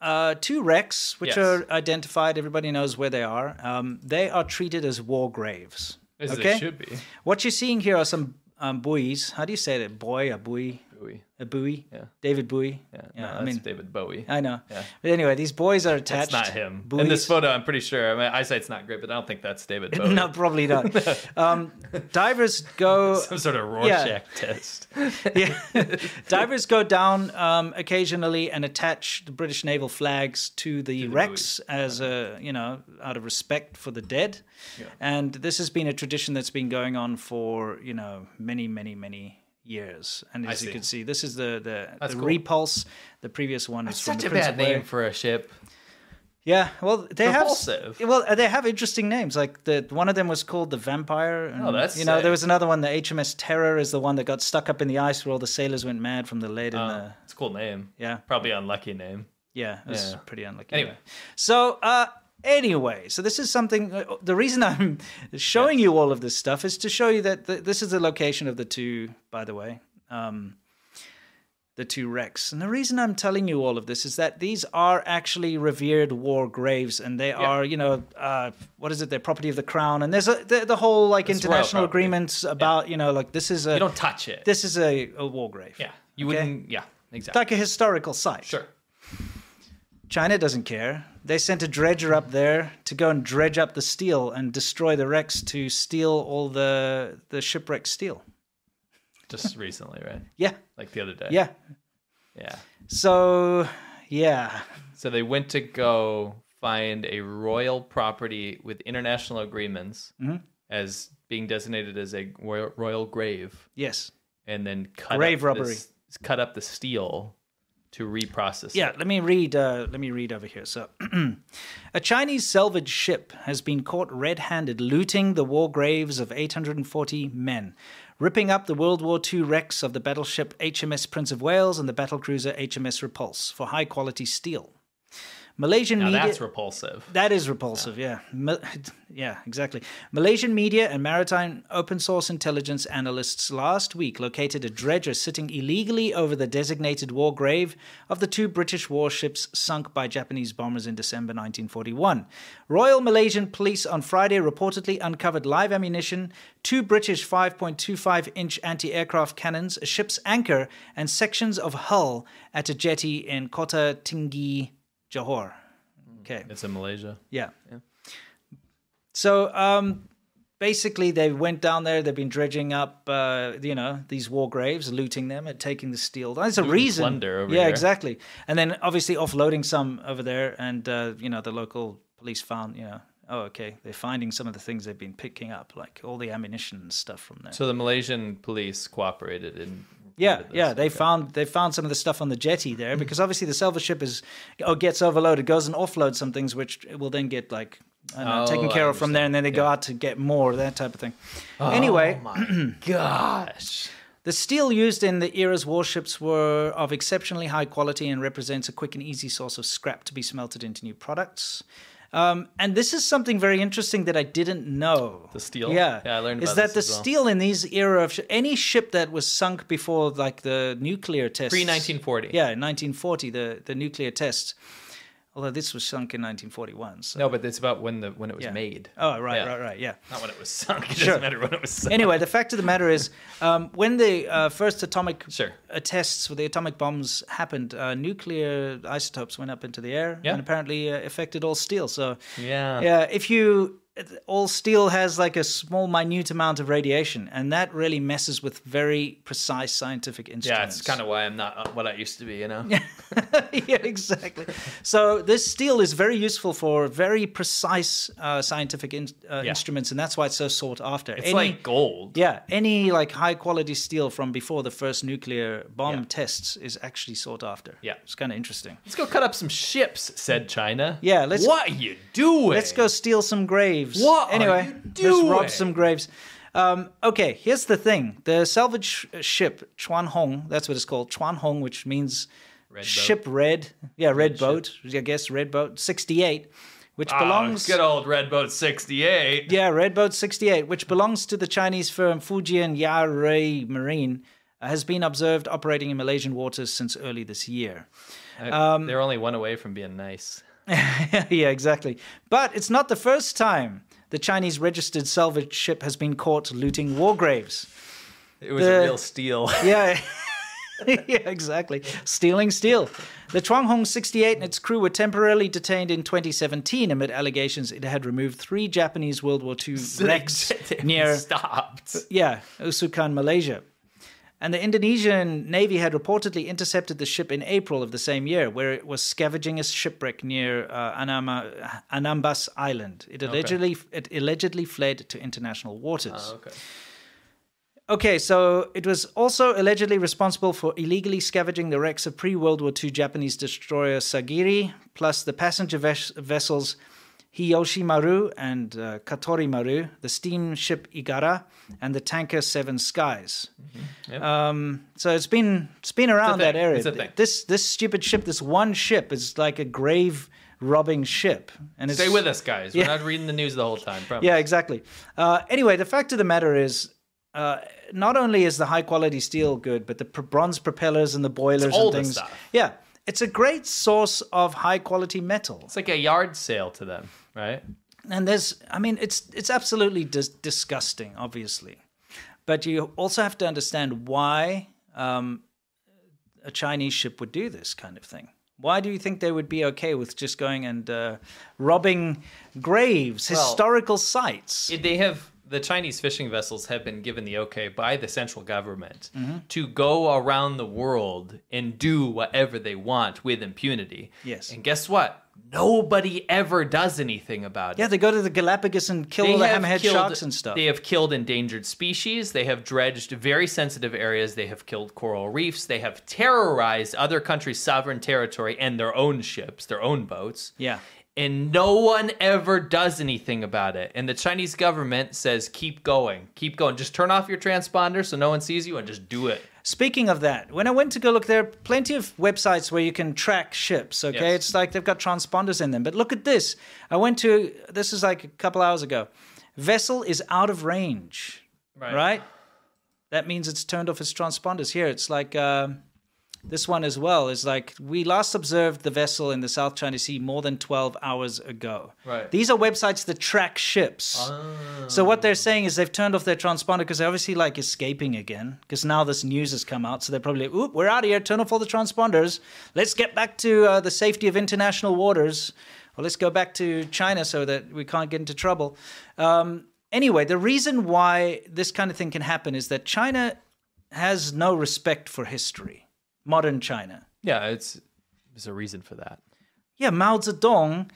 A: uh, two wrecks, which
B: Yes.
A: are identified, everybody knows where they are. Um, they are treated as war graves.
B: As they
A: okay,
B: should be.
A: What you're seeing here are some um, buoys. How do you say that? Buoy, a buoy,
B: Bowie.
A: A Bowie?
B: Yeah.
A: David Bowie?
B: Yeah, no, that's David Bowie.
A: I know.
B: Yeah.
A: But anyway, these boys are attached.
B: That's not him. In this
A: Bowies-
B: photo, I'm pretty sure. I mean, eyesight's not great, but I don't think that's David Bowie.
A: no, probably not. um, divers go
B: Some sort of Rorschach
A: Yeah.
B: test.
A: yeah. divers go down um, occasionally and attach the British naval flags to the, wrecks as a you know out of respect for the dead.
B: Yeah.
A: And this has been a tradition that's been going on for you know many many many years. And
B: I
A: as you
B: see.
A: can see, this is the the,
B: That's
A: the
B: cool.
A: repulse. The previous one is from
B: Such
A: the
B: a
A: Prince
B: bad
A: of Wales.
B: name for a ship.
A: Yeah, well, they
B: Repulsive.
A: have well, uh, they have interesting names. Like the one of them was called the Vampire. And,
B: Oh, that's
A: you know,
B: sick.
A: there was another one. The HMS Terror is the one that got stuck up in the ice where all the sailors went mad from the lead in the.
B: It's a cool name.
A: Yeah.
B: Probably unlucky name.
A: Yeah, it was
B: Yeah.
A: pretty unlucky.
B: Anyway.
A: so uh, anyway, so this is something. uh, The reason I'm showing you all of this stuff is to show you that th this is the location of the two. By the way. Um, the two wrecks. And the reason I'm telling you all of this is that these are actually revered war graves, and they are, you know, uh, what is it? They're property of the crown, and there's a the, the whole like
B: It's royal
A: international
B: property.
A: agreements about, you know, like this is a
B: You don't touch it.
A: this is a, a war grave.
B: yeah. You
A: Okay.
B: wouldn't. Yeah.
A: It's
B: Exactly.
A: like a historical site.
B: Sure.
A: China doesn't care. They sent a dredger up there to go and dredge up the steel and destroy the wrecks to steal all the the shipwreck steel.
B: Just recently, right?
A: Yeah.
B: Like the other day.
A: Yeah.
B: Yeah.
A: So, yeah.
B: So they went to go find a royal property with international agreements
A: Mhm.
B: as being designated as a royal, royal grave,
A: Yes.
B: and then cut
A: Grave
B: up
A: robbery.
B: This, cut up the steel to reprocess. it.
A: Yeah, let me read. Uh, let me read over here. So, a Chinese salvage ship has been caught red-handed looting the war graves of 840 men, ripping up the World War II wrecks of the battleship HMS Prince of Wales and the battlecruiser HMS Repulse for high-quality steel. Malaysian
B: Now
A: media.
B: that's repulsive.
A: That is repulsive, yeah. Ma- Yeah, exactly. Malaysian media and maritime open source intelligence analysts last week located a dredger sitting illegally over the designated war grave of the two British warships sunk by Japanese bombers in December 1941. Royal Malaysian Police on Friday reportedly uncovered live ammunition, two British 5.25 inch anti aircraft cannons, a ship's anchor, and sections of hull at a jetty in Kota Tinggi, Johor. Okay.
B: It's in Malaysia.
A: Yeah. So um, basically, they went down there. They've been dredging up, uh, you know, these war graves, looting them, and taking the steel. There's a
B: Loot and
A: reason.
B: plunder over
A: yeah,
B: here.
A: exactly. And then obviously offloading some over there, and uh, you know, the local police found, you know, oh, okay, they're finding some of the things they've been picking up, like all the ammunition and stuff from there.
B: So the Malaysian police cooperated in.
A: Yeah, yeah, they found they found some of the stuff on the jetty
B: Mm-hmm.
A: there because obviously the silver ship is or gets overloaded, goes and offloads some things which will then get like I don't know,
B: Oh,
A: taken
B: I
A: care of from there, and then they go out to get more that type of thing. anyway,
B: Oh, Gosh.
A: the steel used in the era's warships were of exceptionally high quality and represents a quick and easy source of scrap to be smelted into new products. Um, and this is something very interesting that I didn't know.
B: The steel?
A: yeah,
B: Yeah, I learned
A: is
B: about
A: that
B: this
A: the
B: as well.
A: steel in these era of sh- any ship that was sunk before like the nuclear test
B: Pre 1940.
A: yeah, in 1940, the, the nuclear test. Although this was sunk in 1941. So.
B: No, but it's about when the when it was
A: Yeah.
B: made.
A: Oh, right,
B: Yeah.
A: right, right. Yeah.
B: Not when it was sunk. It
A: Sure.
B: doesn't matter when it was sunk.
A: Anyway, the fact of the matter is, um, when the uh, first atomic
B: Sure.
A: uh, tests with the atomic bombs happened, uh, nuclear isotopes went up into the air
B: Yeah.
A: and apparently uh, affected all steel. So,
B: Yeah.
A: yeah, if you all steel has like a small, minute amount of radiation, and that really messes with very precise scientific
B: Yeah,
A: instruments.
B: it's kind of why I'm not uh, what I used to be, you know?
A: yeah, exactly. So this steel is very useful for very precise uh, scientific in, uh,
B: Yeah.
A: instruments, and that's why it's so sought after.
B: It's like gold.
A: yeah, any like high quality steel from before the first nuclear bomb tests is actually sought after.
B: Yeah.
A: it's kind of interesting.
B: Let's go cut up some ships, said China.
A: Yeah, let's-
B: What are you doing?
A: Let's go steal some graves.
B: What are
A: Anyway,
B: you
A: let's rob
B: doing?
A: some graves. Um, okay, here's the thing: the salvage sh- ship Chuan Hong, that's what it's called, Chuan Hong, which means
B: boat.
A: ship red. Yeah, red, boat. I guess red boat sixty-eight, which
B: Oh,
A: belongs.
B: good old Red Boat 68.
A: Yeah, Red Boat 68, which belongs to the Chinese firm Fujian Yarei Marine, uh, has been observed operating in Malaysian waters since early this year.
B: Um, They're only one away from being nice.
A: yeah, exactly. But it's not the first time the Chinese registered salvage ship has been caught looting war graves.
B: It was
A: The-
B: a real steal.
A: Yeah. yeah, exactly. Stealing steel. The Chuanghong 68 and its crew were temporarily detained in 2017 amid allegations it had removed three Japanese World War II wrecks near
B: stopped.
A: Yeah, Usukan, Malaysia. And the Indonesian Navy had reportedly intercepted the ship in April of the same year, where it was scavenging a shipwreck near uh, Anama, Anambas Island. It
B: Okay.
A: allegedly it allegedly fled to international waters.
B: Ah, okay.
A: Okay, so it was also allegedly responsible for illegally scavenging the wrecks of pre World War II Japanese destroyer Sagiri, plus the passenger ves- vessels Hiyoshi Maru and uh, Katori Maru, the steamship Igara, and the tanker Seven Skies.
B: Mm-hmm. Yep.
A: Um, so it's been it's been around that
B: thing.
A: area.
B: It's a thing.
A: This this stupid ship, this one ship, is like a grave robbing ship, and it's,
B: Stay with us, guys.
A: Yeah.
B: We're not reading the news the whole time. Promise.
A: Yeah, exactly. Uh, anyway, the fact of the matter is, uh, not only is the high quality steel good, but the pr- bronze propellers and the boilers
B: all
A: and
B: the
A: things.
B: stuff.
A: Yeah, it's a great source of high quality metal.
B: It's like a yard sale to them, right?
A: And there's, I mean, it's it's absolutely dis- disgusting, obviously, but you also have to understand why um, a Chinese ship would do this kind of thing. Why do you think they would be okay with just going and uh, robbing graves,
B: Well-
A: historical sites?
B: It- They have the Chinese fishing vessels have been given the okay by the central government
A: Mhm.
B: to go around the world and do whatever they want with impunity. Yes. And guess what? Nobody ever does anything about it.
A: Yeah, they go to the Galapagos and kill
B: They
A: all the
B: have
A: hammerhead
B: killed-
A: sharks and stuff.
B: They have killed endangered species. They have dredged very sensitive areas. They have killed coral reefs. They have terrorized other countries' sovereign territory and their own ships, their own boats.
A: Yeah.
B: And no one ever does anything about it. And the Chinese government says, keep going, keep going. Just turn off your transponder so no one sees you and just do it.
A: Speaking of that, when I went to go look, there are plenty of websites where you can track ships. Okay,
B: Yes.
A: it's like they've got transponders in them. But look at this. I went to this is like a couple hours ago. Vessel is out of range. Right. That means it's turned off its transponders. Here, it's like um this one as well. Is like we last observed the vessel in the South China Sea more than twelve hours ago.
B: Right.
A: These are websites that track ships. So what they're saying is they've turned off their transponder because they're obviously like escaping again because now this news has come out. So they're probably, oop, we're out of here. Turn off all the transponders. Let's get back to uh, the safety of international waters. Or let's go back to China so that we can't get into trouble. Um, anyway, the reason why this kind of thing can happen is that China has no respect for history. Modern China.
B: Yeah, it's there's a reason for that.
A: Yeah, Mao Zedong,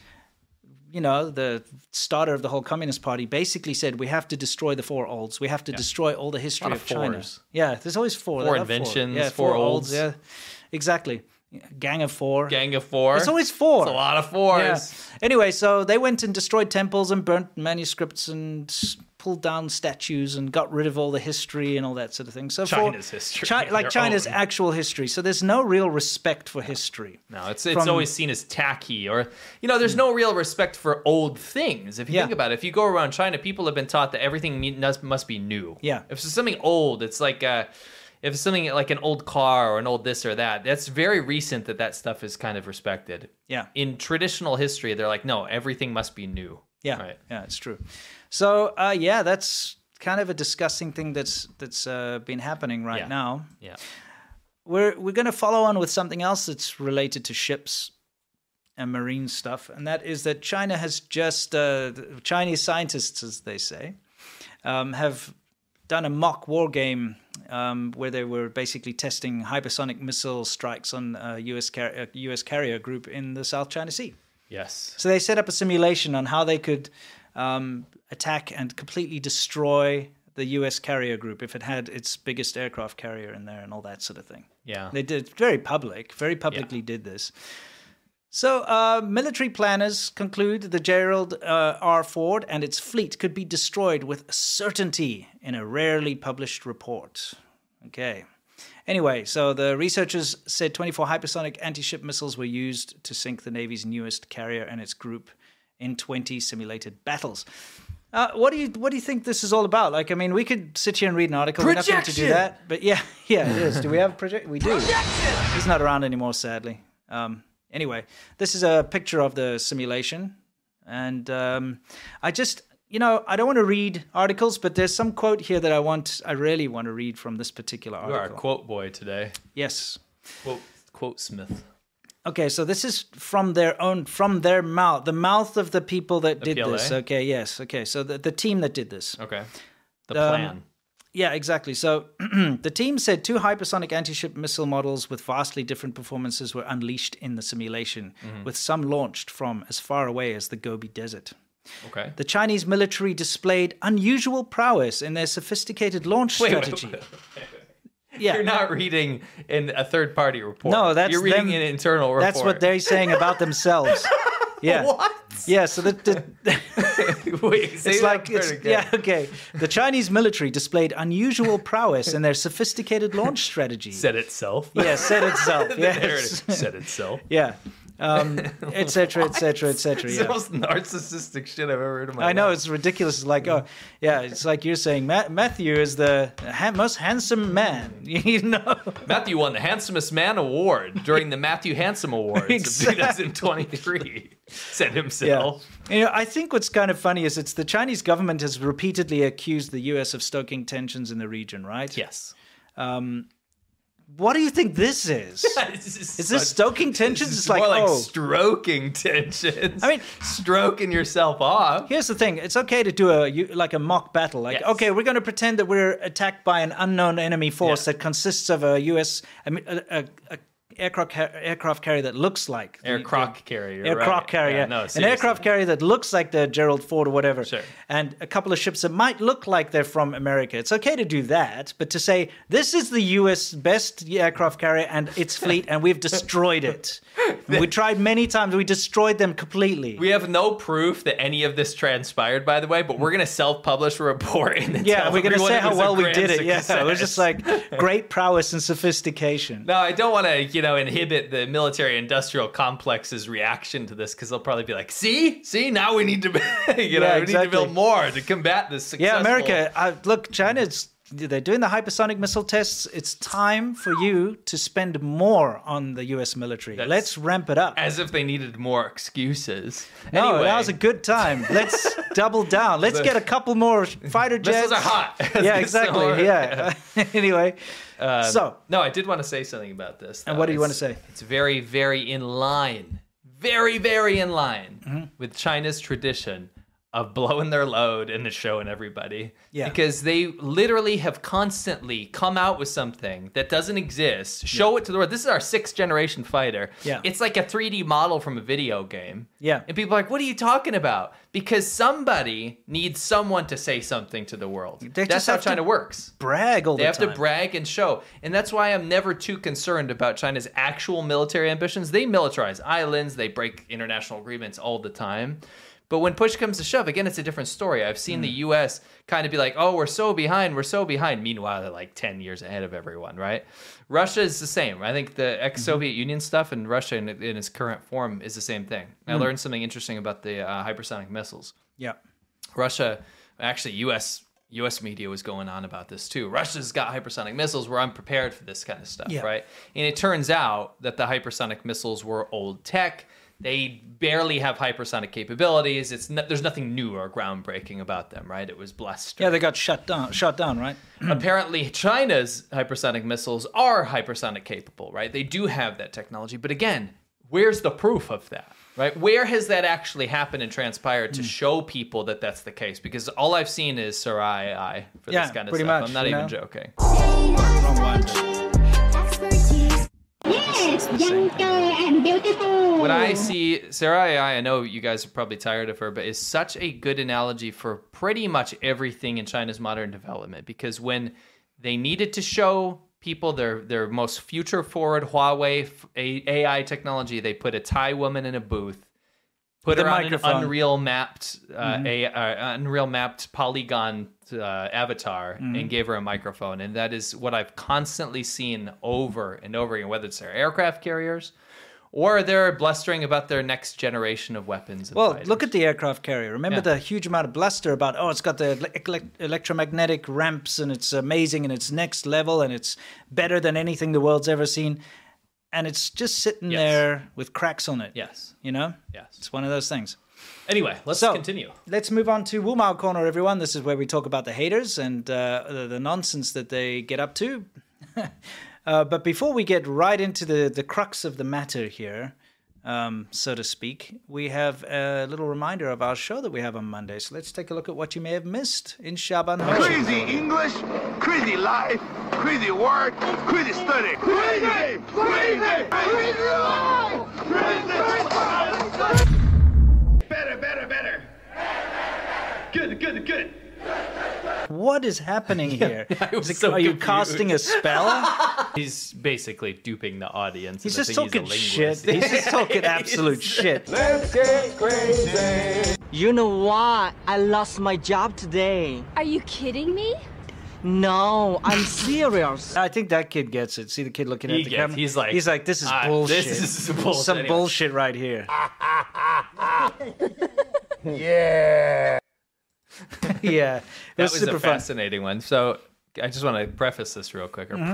A: you know, the starter of the whole Communist Party, basically said we have to destroy the four olds. We have to destroy all the history
B: Lot
A: of,
B: of
A: China.
B: fours.
A: Yeah, there's always four. They
B: Four
A: love
B: inventions,
A: Yeah,
B: four olds.
A: Yeah, exactly. Gang of four.
B: Gang of four.
A: It's always four.
B: It's a lot of fours.
A: Yeah. Anyway, so they went and destroyed temples and burnt manuscripts and s- pulled down statues and got rid of all the history and all that sort of thing. So for-
B: China's history,
A: Chi- like
B: their
A: China's
B: own.
A: actual history. So there's no real respect for history.
B: No, it's it's
A: From- Hmm.
B: always seen as tacky or you know, there's no real respect for old things. If you
A: Yeah.
B: think about it, if you go around China, people have been taught that everything me- must, must be new.
A: Yeah.
B: If it's something old, it's like uh if it's something like an old car or an old this or that, that's very recent that that stuff is kind of respected.
A: Yeah.
B: In traditional history, they're like, no, everything must be new.
A: Yeah,
B: Right.
A: yeah, it's true. So uh, yeah, that's kind of a disgusting thing that's that's uh, been happening right
B: Yeah.
A: now.
B: Yeah.
A: We're we're going to follow on with something else that's related to ships and marine stuff, and that is that China has just uh, the Chinese scientists, as they say, um, have done a mock war game um, where they were basically testing hypersonic missile strikes on uh, U.S. Car- uh, U.S. carrier group in the South China Sea.
B: Yes.
A: So they set up a simulation on how they could um, attack and completely destroy the U.S. carrier group if it had its biggest aircraft carrier in there and all that sort of thing.
B: Yeah.
A: They did very public, very publicly did this. So, uh, military planners conclude the Gerald uh, R. Ford and its fleet could be destroyed with certainty in a rarely published report. Okay. Anyway, so the researchers said 24 hypersonic anti ship missiles were used to sink the Navy's newest carrier and its group in 20 simulated battles. Uh, what do you what do you think this is all about? Like, I mean, we could sit here and read an article. We're not going to do
N: Projection!
A: that, but yeah, yeah, it is. Do we have project? We do. He's not around anymore, sadly. Um, anyway, this is a picture of the simulation, and um, I just you know, I don't want to read articles, but there's some quote here that I want, I really want to read from this particular
B: You
A: article.
B: are a quote boy today.
A: Yes.
B: Quote, quote Smith.
A: Okay, so this is from their own, from their mouth, the mouth of the people that did
B: PLA?
A: this. Okay, yes. Okay, so the, the team that did this.
B: Okay. The
A: Um,
B: plan.
A: Yeah, exactly. So the team said two hypersonic anti ship missile models with vastly different performances were unleashed in the simulation,
B: Mhm.
A: with some launched from as far away as the Gobi Desert.
B: Okay.
A: The Chinese military displayed unusual prowess in their sophisticated launch
B: Wait, wait,
A: strategy.
B: wait.
A: Yeah.
B: You're not reading in a third party report.
A: No, that's
B: You're reading
A: them-
B: an internal report.
A: That's what they're saying about themselves. Yeah.
B: What?
A: Yeah, so the, the,
B: Wait, say
A: it's
B: that
A: like
B: part
A: it's,
B: again.
A: yeah okay the chinese military displayed unusual prowess in their sophisticated launch strategy
B: Said itself.
A: Yeah, said itself,
B: there
A: yes.
B: it is. Said itself.
A: yeah um etc etc etc
B: It's the most narcissistic shit I've ever heard in my
A: I know it's ridiculous. It's like, oh, yeah, it's like you're saying Ma- Matthew is the ha- most handsome man. You know,
B: Matthew won the Handsomest Man Award during the Matthew Handsome Awards
A: Exactly.
B: of 2023. Said himself.
A: You know, I think what's kind of funny is it's the Chinese government has repeatedly accused the U.S. of stoking tensions in the region, right?
B: Yes.
A: Um, what do you think this is?
B: is
A: this stoking tensions? It's like,
B: more like
A: oh.
B: stroking tensions.
A: I mean,
B: stroking yourself off.
A: Here's the thing: it's okay to do a you- like a mock battle. Like, okay, we're going to pretend that we're attacked by an unknown enemy force that consists of a U.S. I mean, a, a, a aircraft ca- aircraft carrier that looks like the-
B: Air croc carrier.
A: aircraft
B: right.
A: carrier,
B: Yeah, no,
A: an
B: seriously.
A: aircraft carrier that looks like the Gerald Ford or whatever, and a couple of ships that might look like they're from America. It's okay to do that, but to say this is the U.S. best aircraft carrier and its fleet, and we've destroyed it. we tried many times. We destroyed them completely.
B: We have no proof that any of this transpired, by the way, but we're going to self publish a report. And then
A: yeah,
B: tell
A: we're gonna
B: everyone
A: say
B: it
A: how
B: was a
A: well we
B: grand
A: did it. Yeah, it was
B: success.
A: just like great prowess and sophistication.
B: No, I don't want to, you know, inhibit the military industrial complex's reaction to this because they'll probably be like, see, see, now we need to, you know, we need
A: exactly.
B: to build more to combat this successful.
A: Yeah, America. I, look, China's they're doing the hypersonic missile tests. It's time for you to spend more on the U.S. military. Let's ramp it up.
B: As if they needed more excuses.
A: No,
B: anyway,
A: that was a good time. Let's double down. Let's
B: The-
A: get a couple more fighter jets.
B: Missiles are hot.
A: yeah,
B: Missiles
A: exactly.
B: are-
A: yeah. anyway,
B: Um,
A: so
B: no, I did want to say something about this.
A: And
B: though.
A: what do you wanna
B: It's-
A: say?
B: It's very, very in line, very, very in line
A: Mm-hmm.
B: with China's tradition of blowing their load and the showing everybody.
A: Yeah.
B: Because they literally have constantly come out with something that doesn't exist, show it to the world. This is our sixth generation fighter.
A: Yeah.
B: It's like a 3D model from a video game.
A: yeah,
B: And people are like, what are you talking about? Because somebody needs someone to say something to the world. That's
A: just
B: how
A: have to
B: China works
A: brag all
B: they
A: the
B: have
A: time.
B: to brag and show and that's why i'm never too concerned about china's actual military ambitions they militarize islands they break international agreements all the time but when push comes to shove again it's a different story i've seen the
A: Hmm.
B: us kind of be like oh we're so behind we're so behind meanwhile they're like 10 years ahead of everyone right russia is the same i think
A: Hmm.
B: the ex-soviet union stuff and russia in, in its current form is the same thing i
A: Mm.
B: learned something interesting about the uh, hypersonic missiles
A: yeah.
B: Russia, actually, U.S. U.S. media was going on about this too. Russia's got hypersonic missiles. We're unprepared for this kind of stuff,
A: Yeah.
B: right? And it turns out that the hypersonic missiles were old tech. They barely have hypersonic capabilities. It's no, there's nothing new or groundbreaking about them, right? It was blessed
A: Yeah, they got shut down. Shut down, right?
B: apparently China's hypersonic missiles are hypersonic capable, right? They do have that technology. But again, where's the proof of that? Right? Where has that actually happened and transpired
A: Mm.
B: to show people that that's the case? Because all I've seen is Sarai I for
A: Yeah,
B: this kind of
A: pretty
B: stuff.
A: much,
B: I'm not
A: you
B: even
A: know?
B: joking.
M: Yes, younger and beautiful.
B: What I see, Sarai I, I know you guys are probably tired of her, but is such a good analogy for pretty much everything in China's modern development because when they needed to show people their their most future forward Huawei f- A- AI technology, they put a Thai woman in a booth, put
A: The
B: her on
A: microphone.
B: an Unreal mapped uh,
A: Mhm.
B: a, uh, Unreal mapped polygon uh, avatar
A: Mhm.
B: and gave her a microphone, and that is what I've constantly seen over and over again, whether it's their aircraft carriers or they're blustering about their next generation of weapons. and
A: Well,
B: fighters.
A: look at the aircraft carrier. Remember
B: Yeah.
A: the huge amount of bluster about, oh, it's got the ele- elec- electromagnetic ramps and it's amazing and it's next level and it's better than anything the world's ever seen. and it's just sitting there with cracks on it.
B: Yes.
A: You know?
B: Yes.
A: It's one of those things.
B: Anyway, let's
A: So-
B: continue.
A: Let's move on to Woomao Corner, everyone. This is where we talk about the haters and uh, the, the nonsense that they get up to. uh, but before we get right into the, the crux of the matter here, um, so to speak, we have a little reminder of our show that we have on Monday. So let's take a look at what you may have missed in Shaban. Hashim.
I: Crazy English, crazy life, crazy work, crazy study. Crazy! Crazy! Crazy life! Crazy! Better, better, better. Good, good, good.
A: What is happening here? Is it-
B: so
A: are you
B: confused.
A: casting a spell?
B: He's basically duping the audience.
A: He's
B: into
A: just
B: thinking
A: talking
B: he's a
A: shit.
B: linguist.
A: He's just talking absolute shit. Let's
N: get crazy. You know what? I lost my job today.
E: Are you kidding me?
N: No, I'm serious.
A: I think that kid gets it. See the kid looking
B: He
A: at the
B: gets-
A: camera.
B: he's like,
A: he's like, this is
B: "Ah, this
A: bullshit.
B: is bullshit
A: Some
B: anyway."
A: bullshit right here.
B: yeah.
A: yeah.
B: That
A: was
B: was
A: super
B: a
A: fun.
B: fascinating one. So I just want to preface this real quick or
A: Mhm.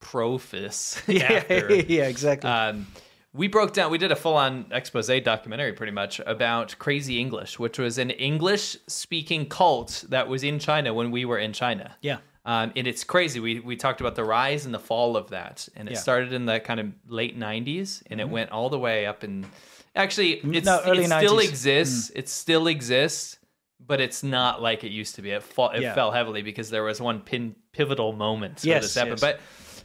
B: pro- profis.
A: Yeah,
B: after.
A: yeah, exactly.
B: Um, we broke down, we did a full on expose documentary pretty much about Crazy English, which was an English speaking cult that was in China when we were in China.
A: Yeah.
B: Um, and it's crazy. We, we talked about the rise and the fall of that. And it
A: Yeah.
B: started in the kind of late 90s and it
A: Mhm.
B: went all the way up in. Actually, it's,
A: no, early Mm.
B: it still
A: 90s.
B: exists. It still exists, but it's not like it used to be. It, fall, it
A: Yeah.
B: fell heavily because there was one pin, pivotal moment where
A: Yes,
B: this
A: yes.
B: happened. But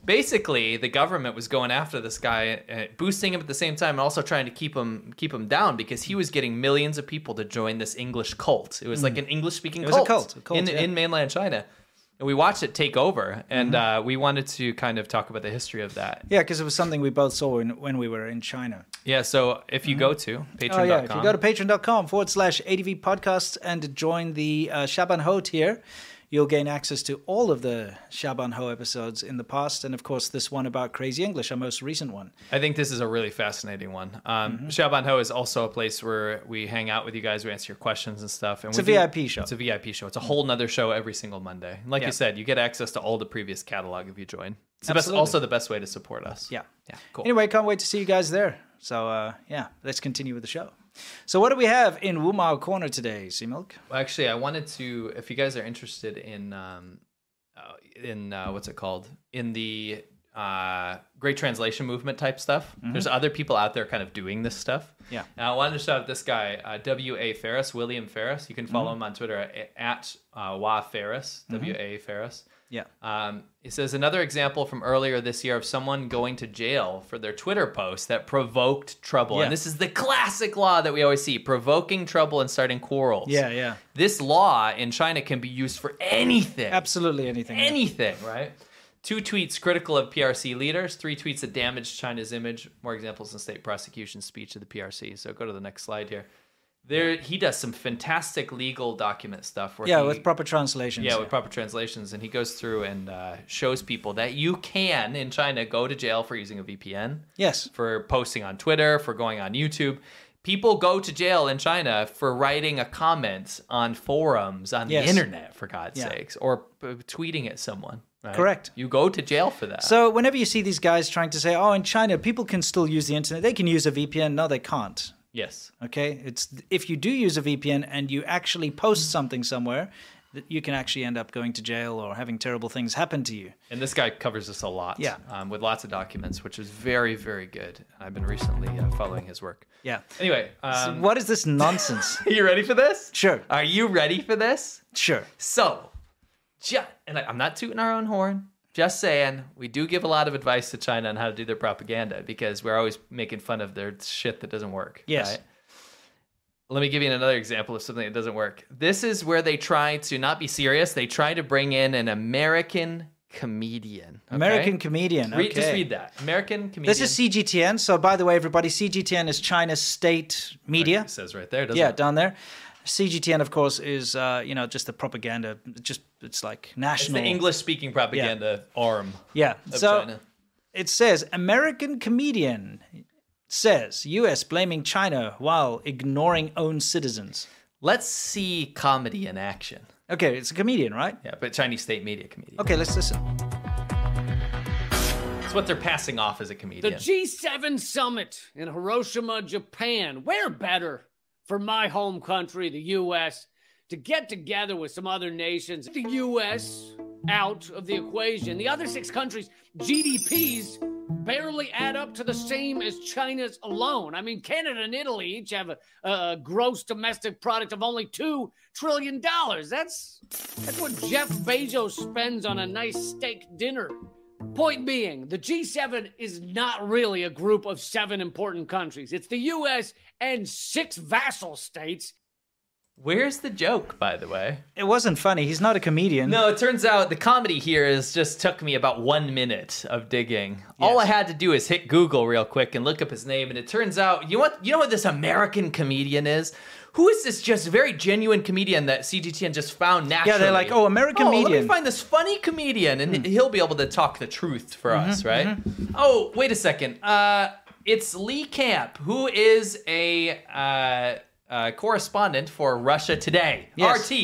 B: basically, the government was going after this guy, uh, boosting him at the same time, and also trying to keep him keep him down because he was getting millions of people to join this English cult. It was like
A: Mm.
B: an English speaking
A: It
B: cult,
A: was a cult, a cult,
B: in,
A: yeah.
B: in mainland China. And we watched it take over, and
A: Mm-hmm.
B: uh, we wanted to kind of talk about the history of that.
A: Yeah, because it was something we both saw in, when we were in China.
B: Yeah, so if you go to patreon.com.
A: Oh, yeah. If you go to patreon.com forward slash ADV podcasts and join the uh, Shaban Ho tier, you'll gain access to all of the Shaban Ho episodes in the past. And of course, this one about Crazy English, our most recent one.
B: I think this is a really fascinating one. Um,
A: Mm-hmm.
B: Shaban Ho is also a place where we hang out with you guys, we answer your questions and stuff. And
A: It's
B: we
A: a
B: do-
A: VIP show.
B: It's a VIP show. It's a whole nother show every single Monday. And like
A: Yeah.
B: you said, you get access to all the previous catalog if you join. It's the best,
A: Absolutely.
B: also the best way to support us.
A: Yeah.
B: Yeah. Cool.
A: Anyway, can't wait to see you guys there. So, uh, yeah, let's continue with the show. So, what do we have in Wumao Corner today, Sea Milk?
B: Well, Actually, I wanted to, if you guys are interested in, um, uh, in uh, what's it called? In the uh, Great Translation Movement type stuff.
A: Mhm.
B: There's other people out there kind of doing this stuff.
A: Yeah.
B: Now, I wanted to shout out this guy, uh, W.A. Ferris, William Ferris. You can follow
A: Mhm.
B: him on Twitter at, at uh, Wa Ferris,
A: Mhm.
B: W.A. Ferris.
A: Yeah.
B: Um, it says another example from earlier this year of someone going to jail for their Twitter post that provoked trouble.
A: Yeah.
B: And this is the classic law that we always see provoking trouble and starting quarrels.
A: Yeah, yeah.
B: This law in China can be used for anything.
A: Absolutely anything.
B: Anything, right? Two tweets critical of PRC leaders, three tweets that damaged China's image. More examples in state prosecution speech of the PRC. So go to the next slide here. There, he does some fantastic legal document stuff. Where
A: Yeah,
B: he-
A: with proper translations.
B: yeah, with proper translations. And he goes through and uh, shows people that you can, in China, go to jail for using a VPN.
A: Yes.
B: For posting on Twitter, for going on YouTube. People go to jail in China for writing a comment on forums on
A: Yes.
B: the internet, for God's
A: Yeah.
B: sakes, or p- tweeting at someone. right?
A: Correct.
B: You go to jail for that.
A: So whenever you see these guys trying to say, "Oh, in China people can still use the internet. They can use a VPN." No, they can't.
B: yes.
A: Okay? It's if you do use a VPN and you actually post something somewhere, that you can actually end up going to jail or having terrible things happen to you.
B: And this guy covers this a lot.
A: Yeah.
B: Um, with lots of documents, which is very, very good. I've been recently uh, following his work.
A: Yeah.
B: Anyway,
A: So
B: um,
A: what is this nonsense?
B: Are you ready for this?
A: Sure.
B: Are you ready for this?
A: Sure.
B: So, ju- and I, I'm not tooting our own horn. Just saying, we do give a lot of advice to China on how to do their propaganda because we're always making fun of their shit that doesn't work.
A: Yes.
B: Let me give you another example of something that doesn't work. This is where they try to not be serious. They try to bring in an American comedian. okay?
A: American comedian.
B: Read- just
A: okay.
B: read that. American comedian.
A: This is CGTN. So, by the way, everybody, CGTN is China's state media.
B: It says right there, doesn't
A: yeah,
B: it?
A: down there. CGTN, of course, is uh, you know just the propaganda. Just it's like
B: It's
A: national
B: the English speaking propaganda arm.
A: Yeah.
B: of
A: so
B: China.
A: it says American comedian says U.S. blaming China while ignoring own citizens.
B: Let's see comedy in action.
A: Okay, it's a comedian, right?
B: Yeah, but Chinese state media comedian.
A: Okay, let's listen.
B: what they're passing off as a comedian.
O: The G7 summit in Hiroshima, Japan. Where better for my home country, the U.S., to get together with some other nations? The U.S. out of the equation. The other six countries' GDPs barely add up to the same as China's alone. I mean, Canada and Italy each have a, a gross domestic product of only $2 trillion. That's, that's what Jeff Bezos spends on a nice steak dinner. Point being, the G7 is not really a group of seven important countries. It's the US and six vassal states.
B: Where's the joke, by the way?
A: It wasn't funny. He's not a comedian.
B: No, it turns out the comedy here is just took me about one minute of digging. All I had to do is hit Google real quick and look up his name, and it turns out you know what you know what this American comedian is? Who is this just very genuine comedian that CGTN just found naturally?
A: Yeah, they're like, oh, American
B: Oh, Let
A: comedian."
B: me find this funny comedian,
A: Hmm.
B: and he'll be able to talk the truth for
A: Mm-hmm,
B: us, right? Oh, wait a second. Uh, it's Lee Camp, who is a uh, uh, correspondent for Russia Today,
A: Yes.
B: RT,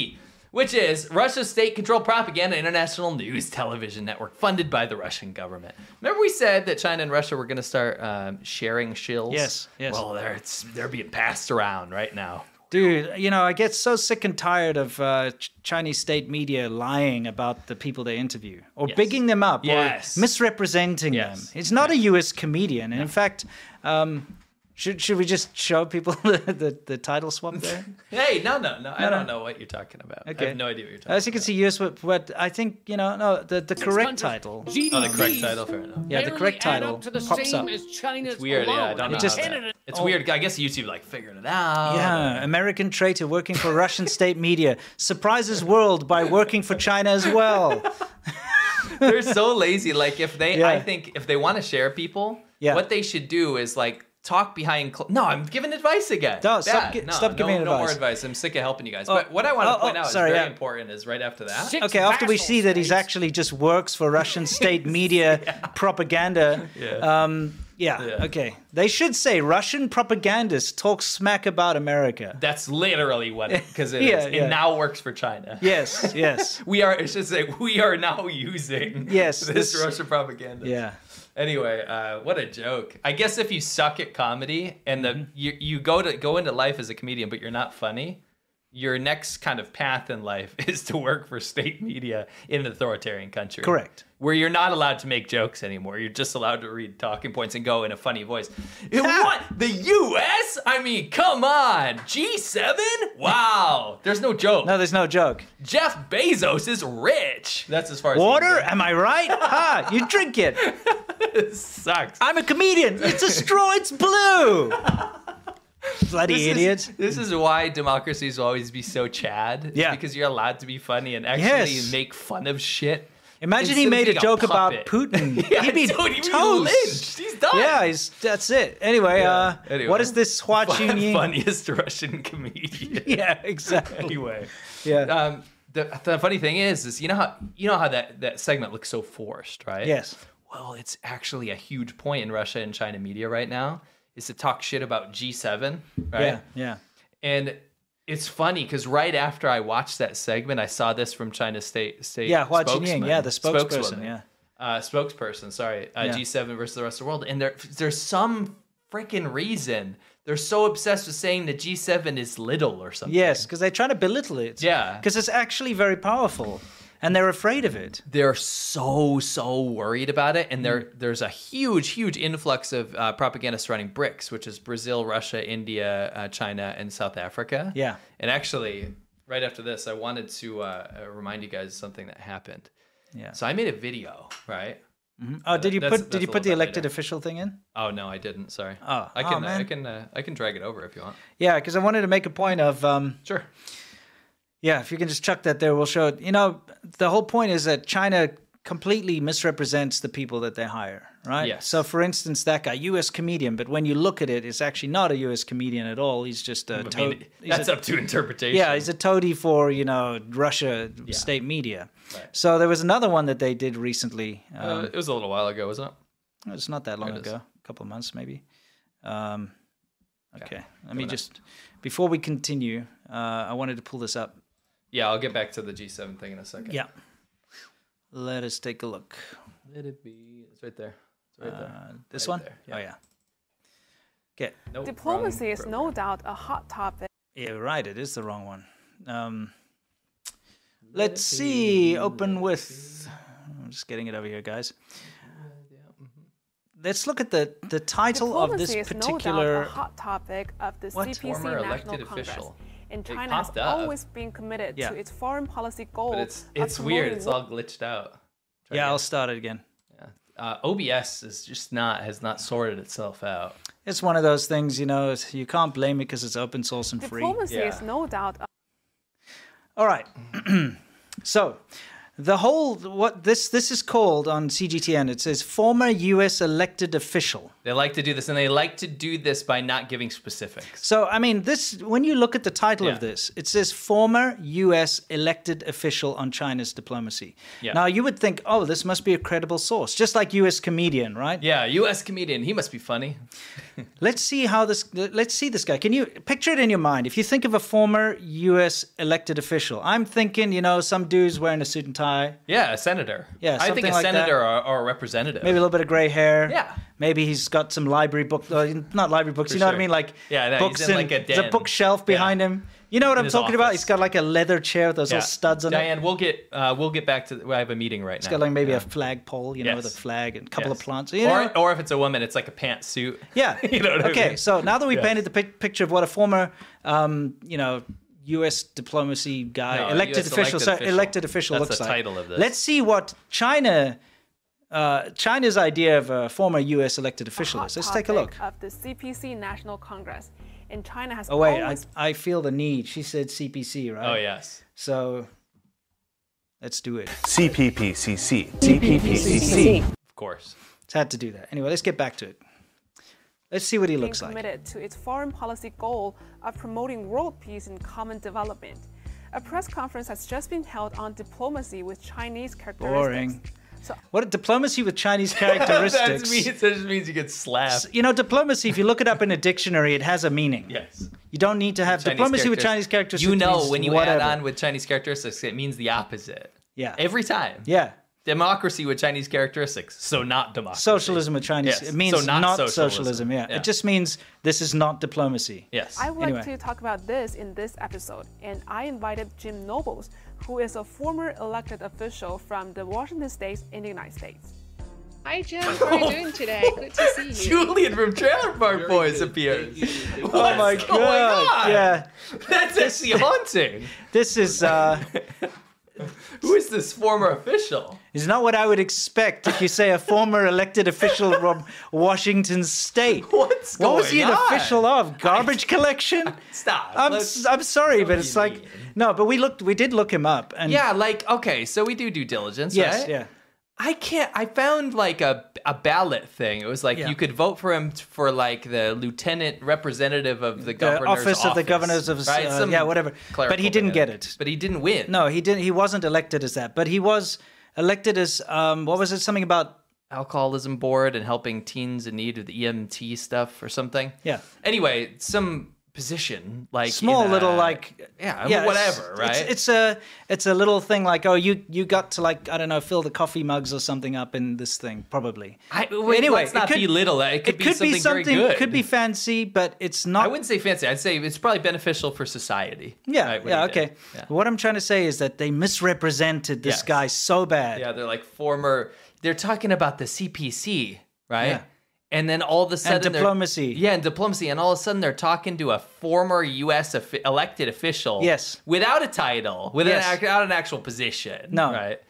B: which is Russia's state controlled propaganda international news television network funded by the Russian government. Remember, we said that China and Russia were going to start um, sharing shills?
A: Yes, yes.
B: Well, they're, it's, they're being passed around right now.
A: Dude, you know, I get so sick and tired of uh, Ch- Chinese state media lying about the people they interview or bigging them up
B: Yes.
A: or misrepresenting them. It's not a U.S. comedian. And in fact, um, should, should we just show people the, the, the title swap there?
B: Hey, no, no, no. I
A: No, no.
B: don't know what you're talking about. I
A: Okay. Uh,
B: have no idea what you're talking
A: As you can see, U.S., but, but I think, you know, no, the, the correct
O: countries.
A: title.
O: GDPs
B: Oh, the correct title, fair enough.
A: Yeah, the
O: E barely
A: correct
O: add
A: title
O: up to the
A: pops
O: same
A: up.
O: as China's
B: about. Weird,
O: alone.
B: yeah. I don't know.
A: Just-
B: how that- it's weird. I guess YouTube like figured it out.
A: Yeah, American traitor working for Russian state media surprises world by working for China as well.
B: they're so lazy. Like if they, I
A: Yeah.
B: think if they want to share people,
A: Yeah.
B: what they should do is like talk behind. Cl- no, I'm giving advice again.
A: No, stop
B: Bad.
A: gi-
B: no,
A: stop
B: no,
A: giving
B: No more
A: advice.
B: advice. I'm sick of helping you guys.
A: Oh,
B: but what I want to
A: oh, oh,
B: point out
A: sorry,
B: is very
A: yeah.
B: important. Is right after that.
A: okay, after we see that he's actually just works for Russian state media propaganda.
B: Yeah.
A: Um, yeah,
B: Yeah.
A: okay. They should say Russian propagandists talk smack about America.
B: That's literally what because it is.
A: Yeah, yeah.
B: It now works for China.
A: Yes, yes.
B: we are. It's just like we are now using
A: Yes,
B: this,
A: this-
B: Russian propaganda.
A: Yeah.
B: Anyway, uh, what a joke! I guess if you suck at comedy and the you you go to go into life as a comedian, but you're not funny, your next kind of path in life is to work for state media in an authoritarian country.
A: Correct.
B: Where you're not allowed to make jokes anymore. You're just allowed to read talking points and go in a funny voice. It- what? The U.S.? I mean, come on. G7? Wow. There's no joke.
A: No, there's no joke.
B: Jeff Bezos is rich. That's as far as he
A: Water?
B: can go.
A: Am I right? Ha! You drink it.
B: sucks.
A: I'm a comedian. It's a straw. It's blue. Bloody
B: This is-
A: idiot.
B: this is why democracies will always be so Chad. It's
A: Yeah.
B: Because you're allowed to be funny and actually
A: Yes.
B: make fun of shit.
A: Imagine
B: instead
A: he
B: of
A: made a
B: being
A: joke about
B: puppet.
A: Putin.
B: Yeah,
A: He'd be
B: dude, he'd be
A: toast.
B: lynched. He's done.
A: Yeah, he's, that's it. Anyway, uh,
B: anyway.
A: what is this Hua
B: Fun-
A: Chunying?
B: funniest Russian comedian.
A: Yeah, exactly.
B: anyway,
A: Yeah.
B: Um, the, the funny thing is, is you know how you know how that that segment looks so forced, right?
A: Yes.
B: Well, it's actually a huge point in Russia and China media right now is to talk shit about G7, right?
A: Yeah, yeah.
B: And it's funny because right after I watched that segment, I saw this from China's state state
A: Yeah, Hua
B: spokesman-
A: Chunying. Yeah, the spokesperson.
B: spokeswoman,
A: Yeah.
B: uh, spokesperson. Sorry, uh,
A: Yeah.
B: G7 versus the rest of the world, and there there's some freaking reason they're so obsessed with saying the G7 is little or something.
A: Yes, because they're trying to belittle it.
B: Yeah.
A: Because it's actually very powerful and they're afraid of it.
B: They're so so worried about it,
A: Hmm.
B: and there there's a huge huge influx of uh, propaganda surrounding BRICS, which is Brazil, Russia, India, uh, China, and South Africa.
A: Yeah.
B: And actually, right after this, I wanted to uh, uh, remind you guys of something that happened.
A: Yeah.
B: So I made a video, right?
A: Mhm. Oh, did you
B: That's-
A: put did
B: that's
A: you
B: a
A: put the
B: little bit
A: elected official thing in?
B: Oh no, I didn't. Sorry.
A: Oh,
B: I
A: oh,
B: can I
A: man.
B: can uh, I can drag it over if you want.
A: Yeah, because I wanted to make a point of. Um,
B: sure.
A: Yeah, if you can just chuck that there, we'll show it. You know, the whole point is that China completely misrepresents the people that they hire, right?
B: Yes.
A: So, for instance, that guy, U.S. comedian, but when you look at it, it's actually not a U.S. comedian at all. He's just a.
B: I mean,
A: toad.
B: that's up to interpretation.
A: Yeah, he's a toady for you know Russia state media. So there was another one that they did recently.
B: Uh,
A: Um,
B: it was a little while ago, wasn't it?
A: it's not that long
B: Uh, it is.
A: ago, a couple of months maybe. Um, okay, let
B: Coming
A: me
B: up.
A: just before we continue, uh, I wanted to pull this up.
B: Yeah, I'll get back to the G7 thing in a second.
A: Yeah. Let us take a look.
B: Let it be. It's right there. Right there.
A: Uh, this one? Oh, yeah. Okay.
P: Diplomacy is no doubt a hot topic.
A: Yeah, right. It is the wrong one. Um, let's see. Open with. I'm just getting it over here, guys. Let's look at the the title of this
P: Diplomacy is no doubt a
A: particular.
P: hot topic of the
A: What?
P: CPC
A: Former
P: National
A: elected
P: Congress.
A: official.
P: And
B: It
P: China has
B: popped up.
P: always been committed
A: Yeah.
P: to its foreign policy goal.
B: But it's
P: of
B: it's weird.
P: promoting
B: It's all glitched out.
A: yeah, I'll start it again.
B: Uh, OBS is just not has not sorted itself out.
A: It's one of those things, you know. it's- You can't blame it because it's open source and free.
P: Diplomacy is no doubt a
A: All right. so, the whole what this this is called on CGTN. It says former U.S. elected official.
B: They like to do this, and they like to do this by not giving specifics.
A: So, I mean, this when you look at the title of this, it says former U.S. elected official on China's diplomacy.
B: Yeah.
A: Now, you would think, oh, this must be a credible source, just like U.S. comedian, right?
B: Yeah, U.S. comedian. He must be funny.
A: Let's see how this. Let's see this guy. Can you picture it in your mind? If you think of a former U.S. elected official, I'm thinking, you know, some dude's wearing a suit and tie,
B: Yeah, a senator.
A: Yeah,
B: I think
A: something
B: a
A: like that.
B: senator or, or a representative.
A: maybe a little bit of gray hair.
B: Yeah.
A: Maybe he's got some library book, uh, not library books.
B: For
A: you know what I
B: sure.
A: mean? Like
B: Yeah, no, he's
A: books
B: in, like, a
A: there's a
B: den.
A: bookshelf behind him. You know what
B: In
A: I'm
B: his
A: talking about?
B: office.
A: He's got like a leather chair with those
B: Yeah.
A: little studs on it.
B: Diane, we'll get uh, we'll get back to. The, I have a meeting right
A: It's
B: now.
A: got like maybe a flagpole, you know, with a
B: Yes.
A: flag and a couple of
B: Yes.
A: plants. You know?
B: Or, or if it's a woman, it's like a pantsuit.
A: Yeah.
B: You know what I
A: okay.
B: mean?
A: So now that we
B: Yeah.
A: painted the pic- picture of what a former, um, you know, U.S. diplomacy guy,
B: No,
A: elected
B: US
A: official,
B: elected
A: sorry,
B: official.
A: elected official
B: That's
A: looks
B: the
A: like.
B: title of this.
A: Let's see what China, uh, China's idea of a former U.S. elected official is. Let's take a look.
P: topic of the CPC National Congress. And China has
A: Oh wait, I,
P: always
A: I feel the need. She said CPC, right?
B: Oh, yes.
A: So let's do it.
Q: CPPCC.
A: CPPCC.
B: Of course.
A: It's had to do that. Anyway, let's get back to it. Let's see what he
P: been
A: looks like.
P: committed to its foreign policy goal of promoting world peace and common development. A press conference has just been held on diplomacy with Chinese characteristics.
A: Boring. What diplomacy with Chinese characteristics?
B: that, means, that just means you get slapped.
A: you know, diplomacy. If you look it up in a dictionary, it has a meaning.
B: Yes.
A: You don't need to have
B: Chinese
A: diplomacy with
B: characters-
A: Chinese characteristics.
B: You know,
A: means
B: when you
A: whatever.
B: add on with Chinese characteristics, it means the opposite.
A: Yeah.
B: Every time.
A: Yeah.
B: Democracy with Chinese characteristics, so not democracy.
A: Socialism with Chinese.
B: Yes.
A: It means
B: So not
A: not, socialism.
B: socialism.
A: Yeah.
B: Yeah.
A: It just means this is not diplomacy.
B: Yes.
P: I would
A: anyway.
P: like to talk about this in this episode, and I invited Jim Nobles, who is a former elected official from the Washington State in the United States.
R: Hi, Jim. How are you doing today? Good to see you.
B: Julian from Trailer Park Boys appears.
A: Oh my
B: What's going
A: god!
B: on?
A: Yeah,
B: That's actually haunting.
A: this is uh,
B: Who is this former official?
A: is not what I would expect if you say a former elected official from Washington State.
B: What's
A: what was
B: going
A: he an
B: on?
A: official of? Garbage collection?
B: Stop.
A: I'm s-
B: Let's-
A: I'm sorry, but it's like no, but we looked, we did look him up, and
B: yeah, like okay, so we do due diligence,
A: yes,
B: right?
A: yeah.
B: I can't. I found like a a ballot thing. It was like
A: Yeah.
B: you could vote for him t- for like the lieutenant representative of the
A: The
B: governor's
A: office of the governors of
B: right?
A: uh,
B: Some
A: yeah whatever, but he
B: clerical
A: didn't
B: man.
A: get it.
B: But he didn't win.
A: No, he didn't. He wasn't elected as that, but he was elected as um, what was it? Something about
B: Alcoholism board and helping teens in need with the EMT stuff or something.
A: yeah.
B: Anyway, some position like
A: small
B: in a-
A: little like
B: yeah,
A: it's-
B: whatever, right?
A: It's, it's a it's a little thing like oh you you got to like I don't know fill the coffee mugs or something up in this thing probably.
B: I, wait,
A: anyway,
B: let's not
A: it could-
B: belittle that. It could, be, something very good.
A: could be fancy, but it's not.
B: I wouldn't say fancy. I'd say it's probably beneficial for society.
A: yeah,
B: right, what
A: yeah,
B: he did.
A: okay. What I'm trying to say is that they misrepresented this
B: Yes.
A: guy so bad.
B: Yeah, they're like former. They're talking about the CPC, right?
A: Yeah.
B: And then all of a sudden, they're-
A: diplomacy.
B: Yeah, and diplomacy, and all of a sudden they're talking to a former U.S. offi- elected official.
A: Yes.
B: Without a title, without
A: Yes.
B: an, act- without an actual position.
A: No.
B: Right.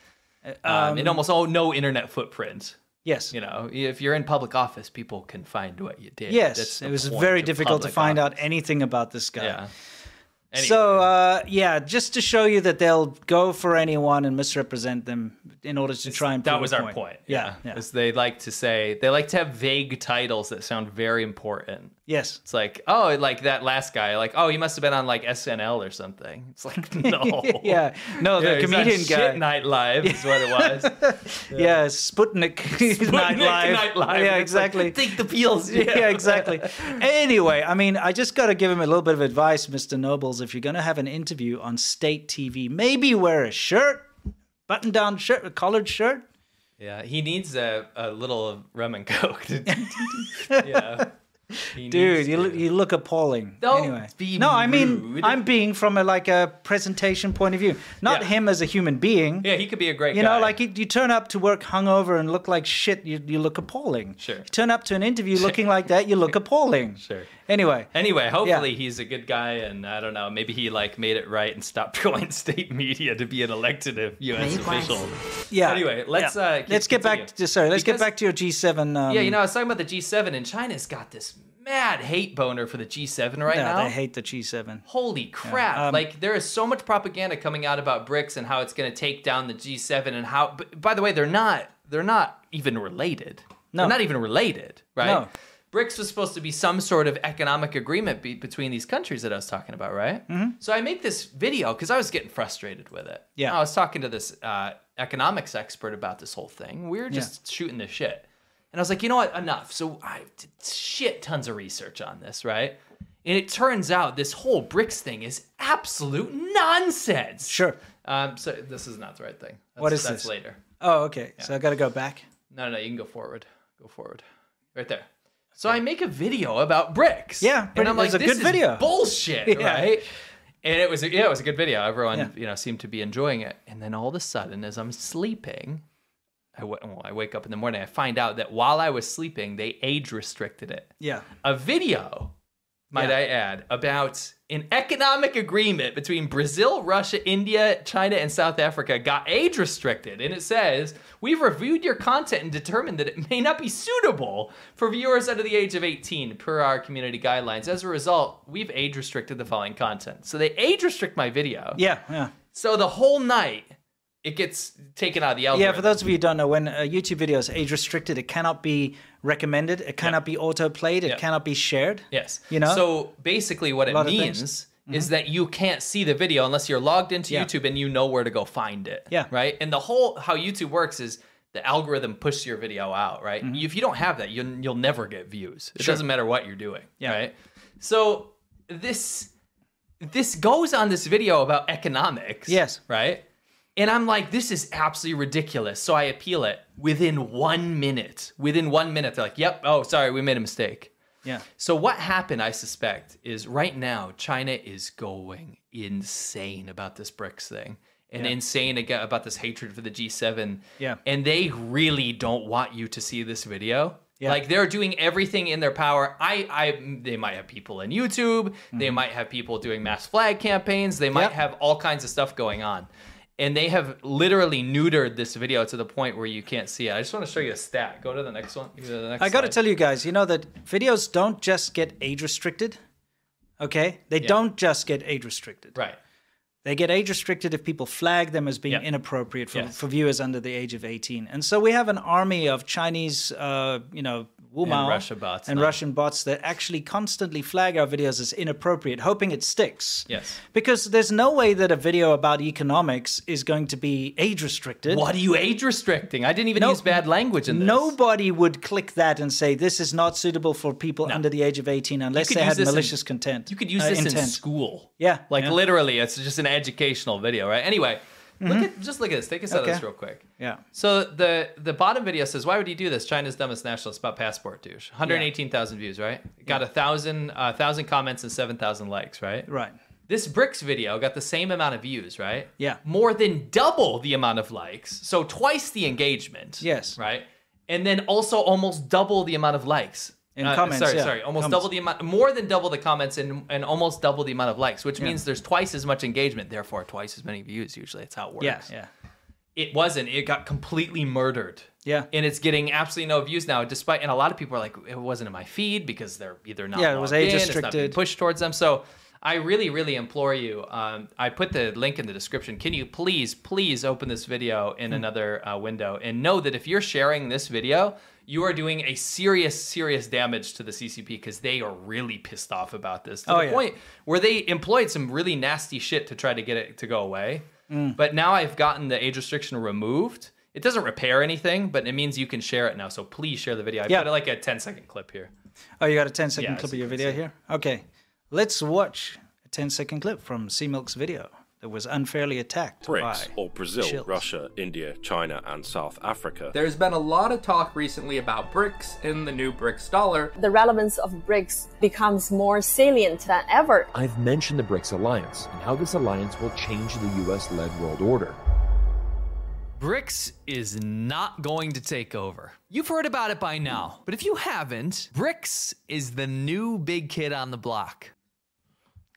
B: Um,
A: um,
B: and almost all no internet footprint.
A: Yes.
B: You know, if you're in public office, people can find what you did. That's
A: Yes,
B: the
A: it was
B: point
A: very
B: of
A: difficult to
B: public
A: find out anything about this guy.
B: Yeah.
A: So uh, yeah, just to show you that they'll go for anyone and misrepresent them in order to try and prove
B: that was
A: a
B: our point.
A: Yeah, yeah.
B: Is they like to say they like to have vague titles that sound very important.
A: Yes.
B: It's like, oh, like that last guy, like, oh, he must have been on like SNL or something. It's like, no.
A: yeah, no, the
B: Oh. Yeah, he's on
A: comedian guy.
B: Shit Night Live is what it was.
A: yeah, Sputnik, Night Live.
B: Night Live.
A: Yeah,
B: It's like,
A: exactly.
B: "Take the pills."
A: Yeah.
B: Yeah.
A: exactly. Anyway, I mean, I just got to give him a little bit of advice, Mr. Nobles. If you're going to have an interview on state TV, maybe wear a shirt, button-down shirt, a collared shirt.
B: Yeah, he needs a, a little rum and coke. To, yeah. He
A: Dude,
B: needs
A: you, look- you look appalling.
B: Don't
A: anyway.
B: be
A: no, I mean,
B: rude.
A: I'm being from a like a presentation point of view, not
B: Yeah.
A: him as a human being.
B: Yeah, he could be a great
A: you
B: guy.
A: know, like you, you turn up to work hungover and look like shit, you, you look appalling.
B: Sure.
A: You turn up to an interview looking like that, you look appalling.
B: Sure.
A: Anyway,
B: Anyway,
A: Yeah.
B: hopefully he's a good guy, and I don't know, maybe he like made it right and stopped going state media to be an elected if U.S. official.
A: yeah.
B: Anyway, let's
A: Yeah.
B: uh, keep
A: let's get back
B: continue.
A: to sorry. Let's
B: Because-
A: get back to your G7. Um,
B: yeah, you know, I was talking about the G7, and China's got this mad hate boner for the G7 right
A: no,
B: now.
A: they hate the G7.
B: Holy crap!
A: Um,
B: like there is so much propaganda coming out about BRICS and how it's going to take down the G7 and how. But, by the way, they're not. They're not even related.
A: No.
B: they're not even related, right?
A: No.
B: BRICS was supposed to be some sort of economic agreement be- between these countries that I was talking about, right?
A: Mhm.
B: So I make this video because I was getting frustrated with it.
A: Yeah.
B: I was talking to this uh, economics expert about this whole thing. We were just shooting the shit. And I was like, you know what? Enough. So I did shit tons of research on this, right? And it turns out this whole BRICS thing is absolute nonsense.
A: Sure.
B: Um, so this is not the right thing. That's,
A: What is
B: that's
A: this?
B: later?
A: Oh, okay. So I got to go back.
B: No, no, no, you can go forward. Go forward. Right there. So I make a video about bricks. Yeah,
A: pretty-
B: and I'm like,
A: it was a
B: this
A: good
B: is
A: video."
B: bullshit,
A: Yeah.
B: right? And it was, yeah, it was a good video. Everyone, you know, seemed to be enjoying it. And then all of a sudden, as I'm sleeping, I wa- well, I wake up in the morning. I find out that while I was sleeping, they age restricted it.
A: Yeah.
B: A video, might
A: Yeah.
B: I add, about an economic agreement between Brazil, Russia, India, China, and South Africa got age restricted. And it says, We've reviewed your content and determined that it may not be suitable for viewers under the age of 18 per our community guidelines. As a result, we've age restricted the following content. So they age restrict my video.
A: Yeah, yeah.
B: So the whole night, it gets taken out of the
A: Yeah,
B: algorithm.
A: for those of you who don't know, when a YouTube video is age restricted, it cannot be recommended, it cannot be auto played, it cannot be shared.
B: Yes.
A: You know?
B: So basically, what it
A: lot of
B: means
A: things. Mm-hmm.
B: is that you can't see the video unless you're logged into YouTube and you know where to go find it.
A: Yeah.
B: Right. And the whole how YouTube works is the algorithm pushes your video out. Right. If you don't have that, you'll you'll never get views. It
A: Mm-hmm. Sure.
B: doesn't matter what you're doing. Yeah. Right. So this this goes on this video about economics. Yes. Right. And I'm like, this is absolutely ridiculous. So I appeal it within one minute. Within one minute, they're like, yep, oh, sorry, we made a mistake.
A: Yeah.
B: So what happened, I suspect, is right now China is going insane about this BRICS thing and
A: Yeah.
B: insane aga about this hatred for the G7.
A: Yeah.
B: And they really don't want you to see this video.
A: Yeah.
B: Like they're doing everything in their power. I, I, they might have people in YouTube. They
A: Mm-hmm.
B: might have people doing mass flag campaigns. They might have all kinds of stuff going on, and they have literally neutered this video to the point where you can't see it. I just want to show you a stat. Go to the next one. Go to the next
A: I got to
B: slide.
A: tell you guys, you know that videos don't just get age restricted. Okay? They don't just get age restricted.
B: Right.
A: They get age restricted if people flag them as being inappropriate for,
B: Yes.
A: for viewers under the age of 18. And so we have an army of Chinese, uh, you know, Wumao
B: Russia bots
A: and
B: now.
A: Russian bots that actually constantly flag our videos as inappropriate, hoping it sticks.
B: Yes.
A: Because there's no way that a video about economics is going to be age restricted.
B: What are you age restricting? I didn't even use bad language in this.
A: Nobody would click that and say this is not suitable for people under the age of 18 unless
B: could
A: they
B: use
A: had
B: this in-
A: malicious content.
B: You could use
A: uh,
B: this in
A: intent.
B: school.
A: Yeah,
B: Like
A: yeah.
B: literally, it's just an educational video, right? Anyway, look at just look at this. Take us out of this
A: Mm-hmm. Okay.
B: real quick.
A: Yeah.
B: So the the bottom video says, "Why would you do this? China's dumbest nationalist about passport douche." One hundred eighteen thousand views, right? Got a thousand uh, thousand comments and seven thousand likes, right?
A: Right.
B: This bricks video got the same amount of views, right?
A: Yeah.
B: More than double the amount of likes, so twice the engagement.
A: Yes.
B: Right. And then also almost double the amount of likes Uh,
A: And comments,
B: Sorry,
A: yeah.
B: sorry, almost
A: Comments.
B: double the amount, more than double the comments, and and almost double the amount of likes, which
A: Yeah.
B: means there's twice as much engagement, therefore twice as many views. Usually, that's how it works.
A: Yeah, yeah.
B: It wasn't. It got completely murdered.
A: Yeah.
B: And it's getting absolutely no views now, despite and a lot of people are like, it wasn't in my feed because they're either not
A: Yeah, it was
B: logged in,
A: age
B: it's not being
A: restricted.
B: pushed towards them. So I really, really implore you. Um, I put the link in the description. Can you please, please open this video
A: Hmm.
B: in another uh, window and know that if you're sharing this video, you are doing a serious, serious damage to the CCP because they are really pissed off about this to
A: Oh,
B: the
A: yeah.
B: point where they employed some really nasty shit to try to get it to go away.
A: Mm.
B: But now I've gotten the age restriction removed. It doesn't repair anything, but it means you can share it now. So please share the video. I
A: Yeah.
B: put like a 10 second clip here.
A: Oh, you got a 10 second
B: Yeah,
A: clip
B: so
A: of your
B: you can
A: video
B: see.
A: here? Okay. Let's watch a 10 second clip from Sea Milk's video. that was unfairly attacked
S: BRICS,
A: by
S: or Brazil,
A: Chile.
S: Russia, India, China, and South Africa.
T: There's been a lot of talk recently about BRICS and the new BRICS dollar.
U: The relevance of BRICS becomes more salient than ever.
V: I've mentioned the BRICS alliance and how this alliance will change the US led world order.
B: BRICS is not going to take over. You've heard about it by now, but if you haven't, BRICS is the new big kid on the block.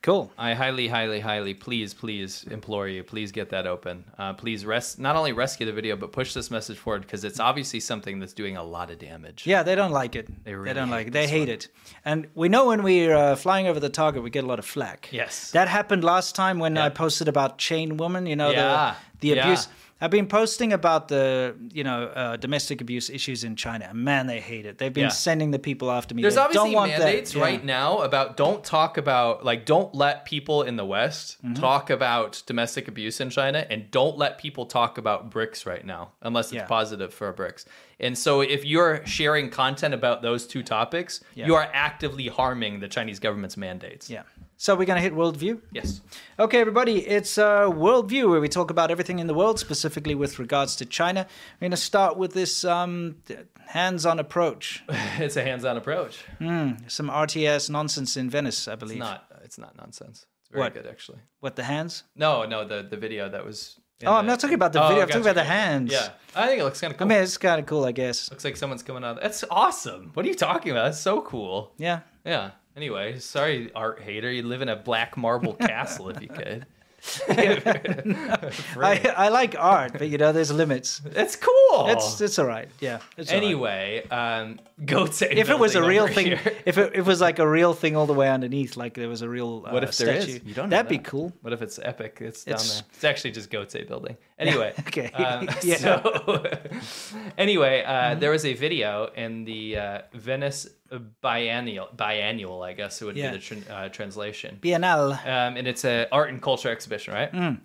A: Cool.
B: I highly, highly, highly, please, please implore you, please get that open. Uh, please res- not only rescue the video, but push this message forward because it's obviously something that's doing a lot of damage.
A: Yeah, they don't like it. They,
B: really
A: don't
B: hate
A: like it. They
B: this
A: hate
B: one.
A: it. And we know when we're uh, flying over the target, we get a lot of flack.
B: Yes.
A: That happened last time when I posted about Chain Woman, you know,
B: Yeah,
A: the, the
B: yeah.
A: abuse. I've been posting about the, you know, uh, domestic abuse issues in China. and Man, they hate it. They've been
B: Yeah.
A: sending the people after me.
B: There's
A: They
B: obviously
A: don't want that.
B: mandates
A: Yeah.
B: right now about don't talk about like don't let people in the West
A: Mhm.
B: talk about domestic abuse in China and don't let people talk about BRICS right now unless it's
A: Yeah.
B: positive for BRICS. And so if you're sharing content about those two topics,
A: Yeah.
B: you are actively harming the Chinese government's mandates.
A: Yeah. So we're going to hit worldview?
B: Yes.
A: Okay, everybody, it's uh, worldview where we talk about everything in the world, specifically with regards to China. We're going to start with this um, hands on approach.
B: it's a hands-on approach.
A: Mm, some RTS nonsense in Venice, I believe.
B: It's not it's not nonsense. It's very
A: What?
B: good actually.
A: What, the hands?
B: No, no, the the video that was in
A: Oh, I'm
B: the-
A: not talking about the
B: Oh,
A: video. I'm talking about
B: gotcha,
A: the
B: gotcha.
A: hands.
B: Yeah. I think it looks kind of cool.
A: I mean, it's kind of cool, I guess.
B: Looks like someone's coming out. That's awesome. What are you talking about? That's so cool.
A: Yeah.
B: Yeah. Anyway, sorry, art hater. You live in a black marble castle if you could.
A: I, I like art, but you know, there's limits.
B: It's cool.
A: It's it's all right. Yeah. It's all right.
B: Oh. anyway, um, go to
A: if it was a real thing, if it, it was like a real thing all the way underneath, like there was a real uh,
B: What if there
A: statue,
B: is? You don't know
A: that'd be
B: that.
A: cool.
B: What if it's epic? It's down
A: It's-
B: there. It's actually just Goatse building. Anyway.
A: Okay.
B: um,
A: Yeah.
B: So anyway, uh, there was a video in the uh, Venice biennial, biannual, I guess it would
A: Yeah.
B: be the tran uh, translation.
A: Biennale.
B: Um, and it's a art and culture exhibition, right?
A: Mm.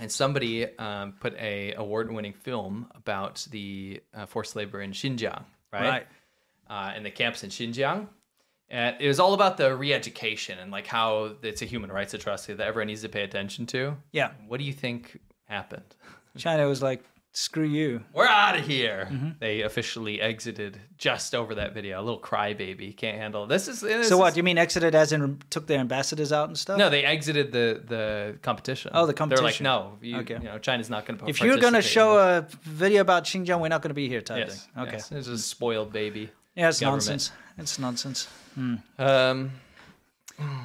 B: And somebody um, put a award-winning film about the uh, forced labor in Xinjiang, right? Uh, in the camps in Xinjiang. And it was all about the re-education and like how it's a human rights atrocity that everyone needs to pay attention to.
A: Yeah.
B: What do you think happened?
A: China was like, screw you.
B: We're out of here.
A: Mm-hmm.
B: They officially exited just over that video. A little crybaby can't handle this. Is this
A: so what?
B: is-
A: Do you mean exited as in took their ambassadors out and stuff?
B: No, they exited the the competition.
A: Oh, the
B: They're like,
A: competition.
B: no, you,
A: Okay.
B: you know, China's not going to.
A: if you're
B: going
A: gonna show a video about Xinjiang, we're not gonna be here, type
B: yes,
A: thing. Okay.
B: yes, it's a spoiled baby.
A: Yeah, it's
B: government.
A: nonsense. It's nonsense. Hmm.
B: Um,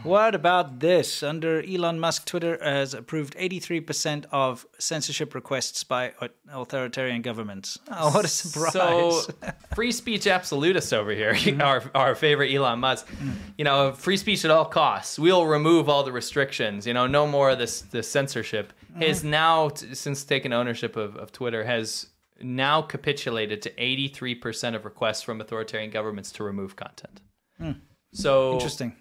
A: What about this? Under Elon Musk, Twitter has approved 83% of censorship requests by au- authoritarian governments. Oh, what a surprise. Mm-hmm.
B: So, free speech absolutists over here, our, our favorite Elon Musk.
A: Mm.
B: You know, free speech at all costs. We'll remove all the restrictions. You know, no more of this this censorship.
A: Mm-hmm.
B: Has now, t- since taking ownership of, of Twitter, has now capitulated to 83% of requests from authoritarian governments to remove content.
A: Hmm.
B: So
A: Interesting.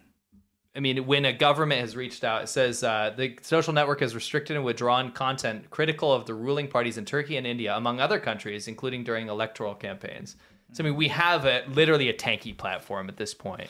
B: I mean, when a government has reached out, it says uh, the social network has restricted and withdrawn content critical of the ruling parties in Turkey and India, among other countries, including during electoral campaigns. So I mean, we have a literally a tanky platform at this point.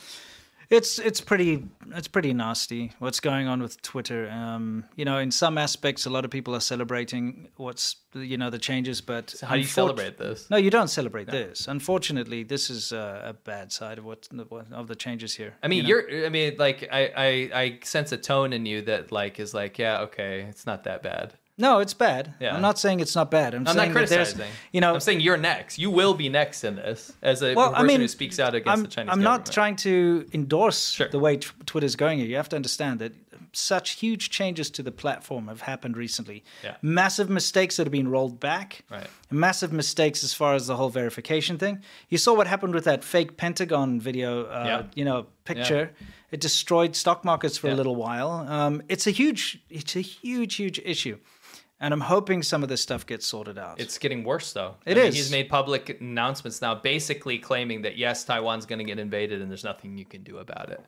A: It's it's pretty it's pretty nasty what's going on with Twitter. Um, you know, in some aspects, a lot of people are celebrating what's you know the changes, but
B: So how do you
A: unfor-
B: celebrate this?
A: No, you don't celebrate this. Unfortunately, this is uh, a bad side of what of the changes here.
B: I mean,
A: you know?
B: you are I mean, like I, I I sense a tone in you that like is like, yeah, okay, it's not that bad.
A: no, it's bad.
B: Yeah.
A: I'm not saying it's not bad. I'm,
B: I'm
A: saying
B: not
A: that there's-
B: criticizing.
A: You know,
B: I'm saying you're next. You will be next in this as a
A: Well, I
B: person who
A: mean,
B: speaks out against
A: I'm,
B: the Chinese
A: I'm
B: government.
A: not trying to endorse the way t- Twitter's going here. You have to understand that such huge changes to the platform have happened recently.
B: Yeah.
A: Massive mistakes that have been rolled back.
B: Right.
A: Massive mistakes as far as the whole verification thing. You saw what happened with that fake Pentagon video, uh,
B: Yeah.
A: you know, picture. It destroyed stock markets for a little while. Um, it's a huge, it's a huge, huge issue, and I'm hoping some of this stuff gets sorted out.
B: It's getting worse though.
A: It
B: It is.
A: is.
B: He's made public announcements now, basically claiming that yes, Taiwan's going to get invaded and there's nothing you can do about it.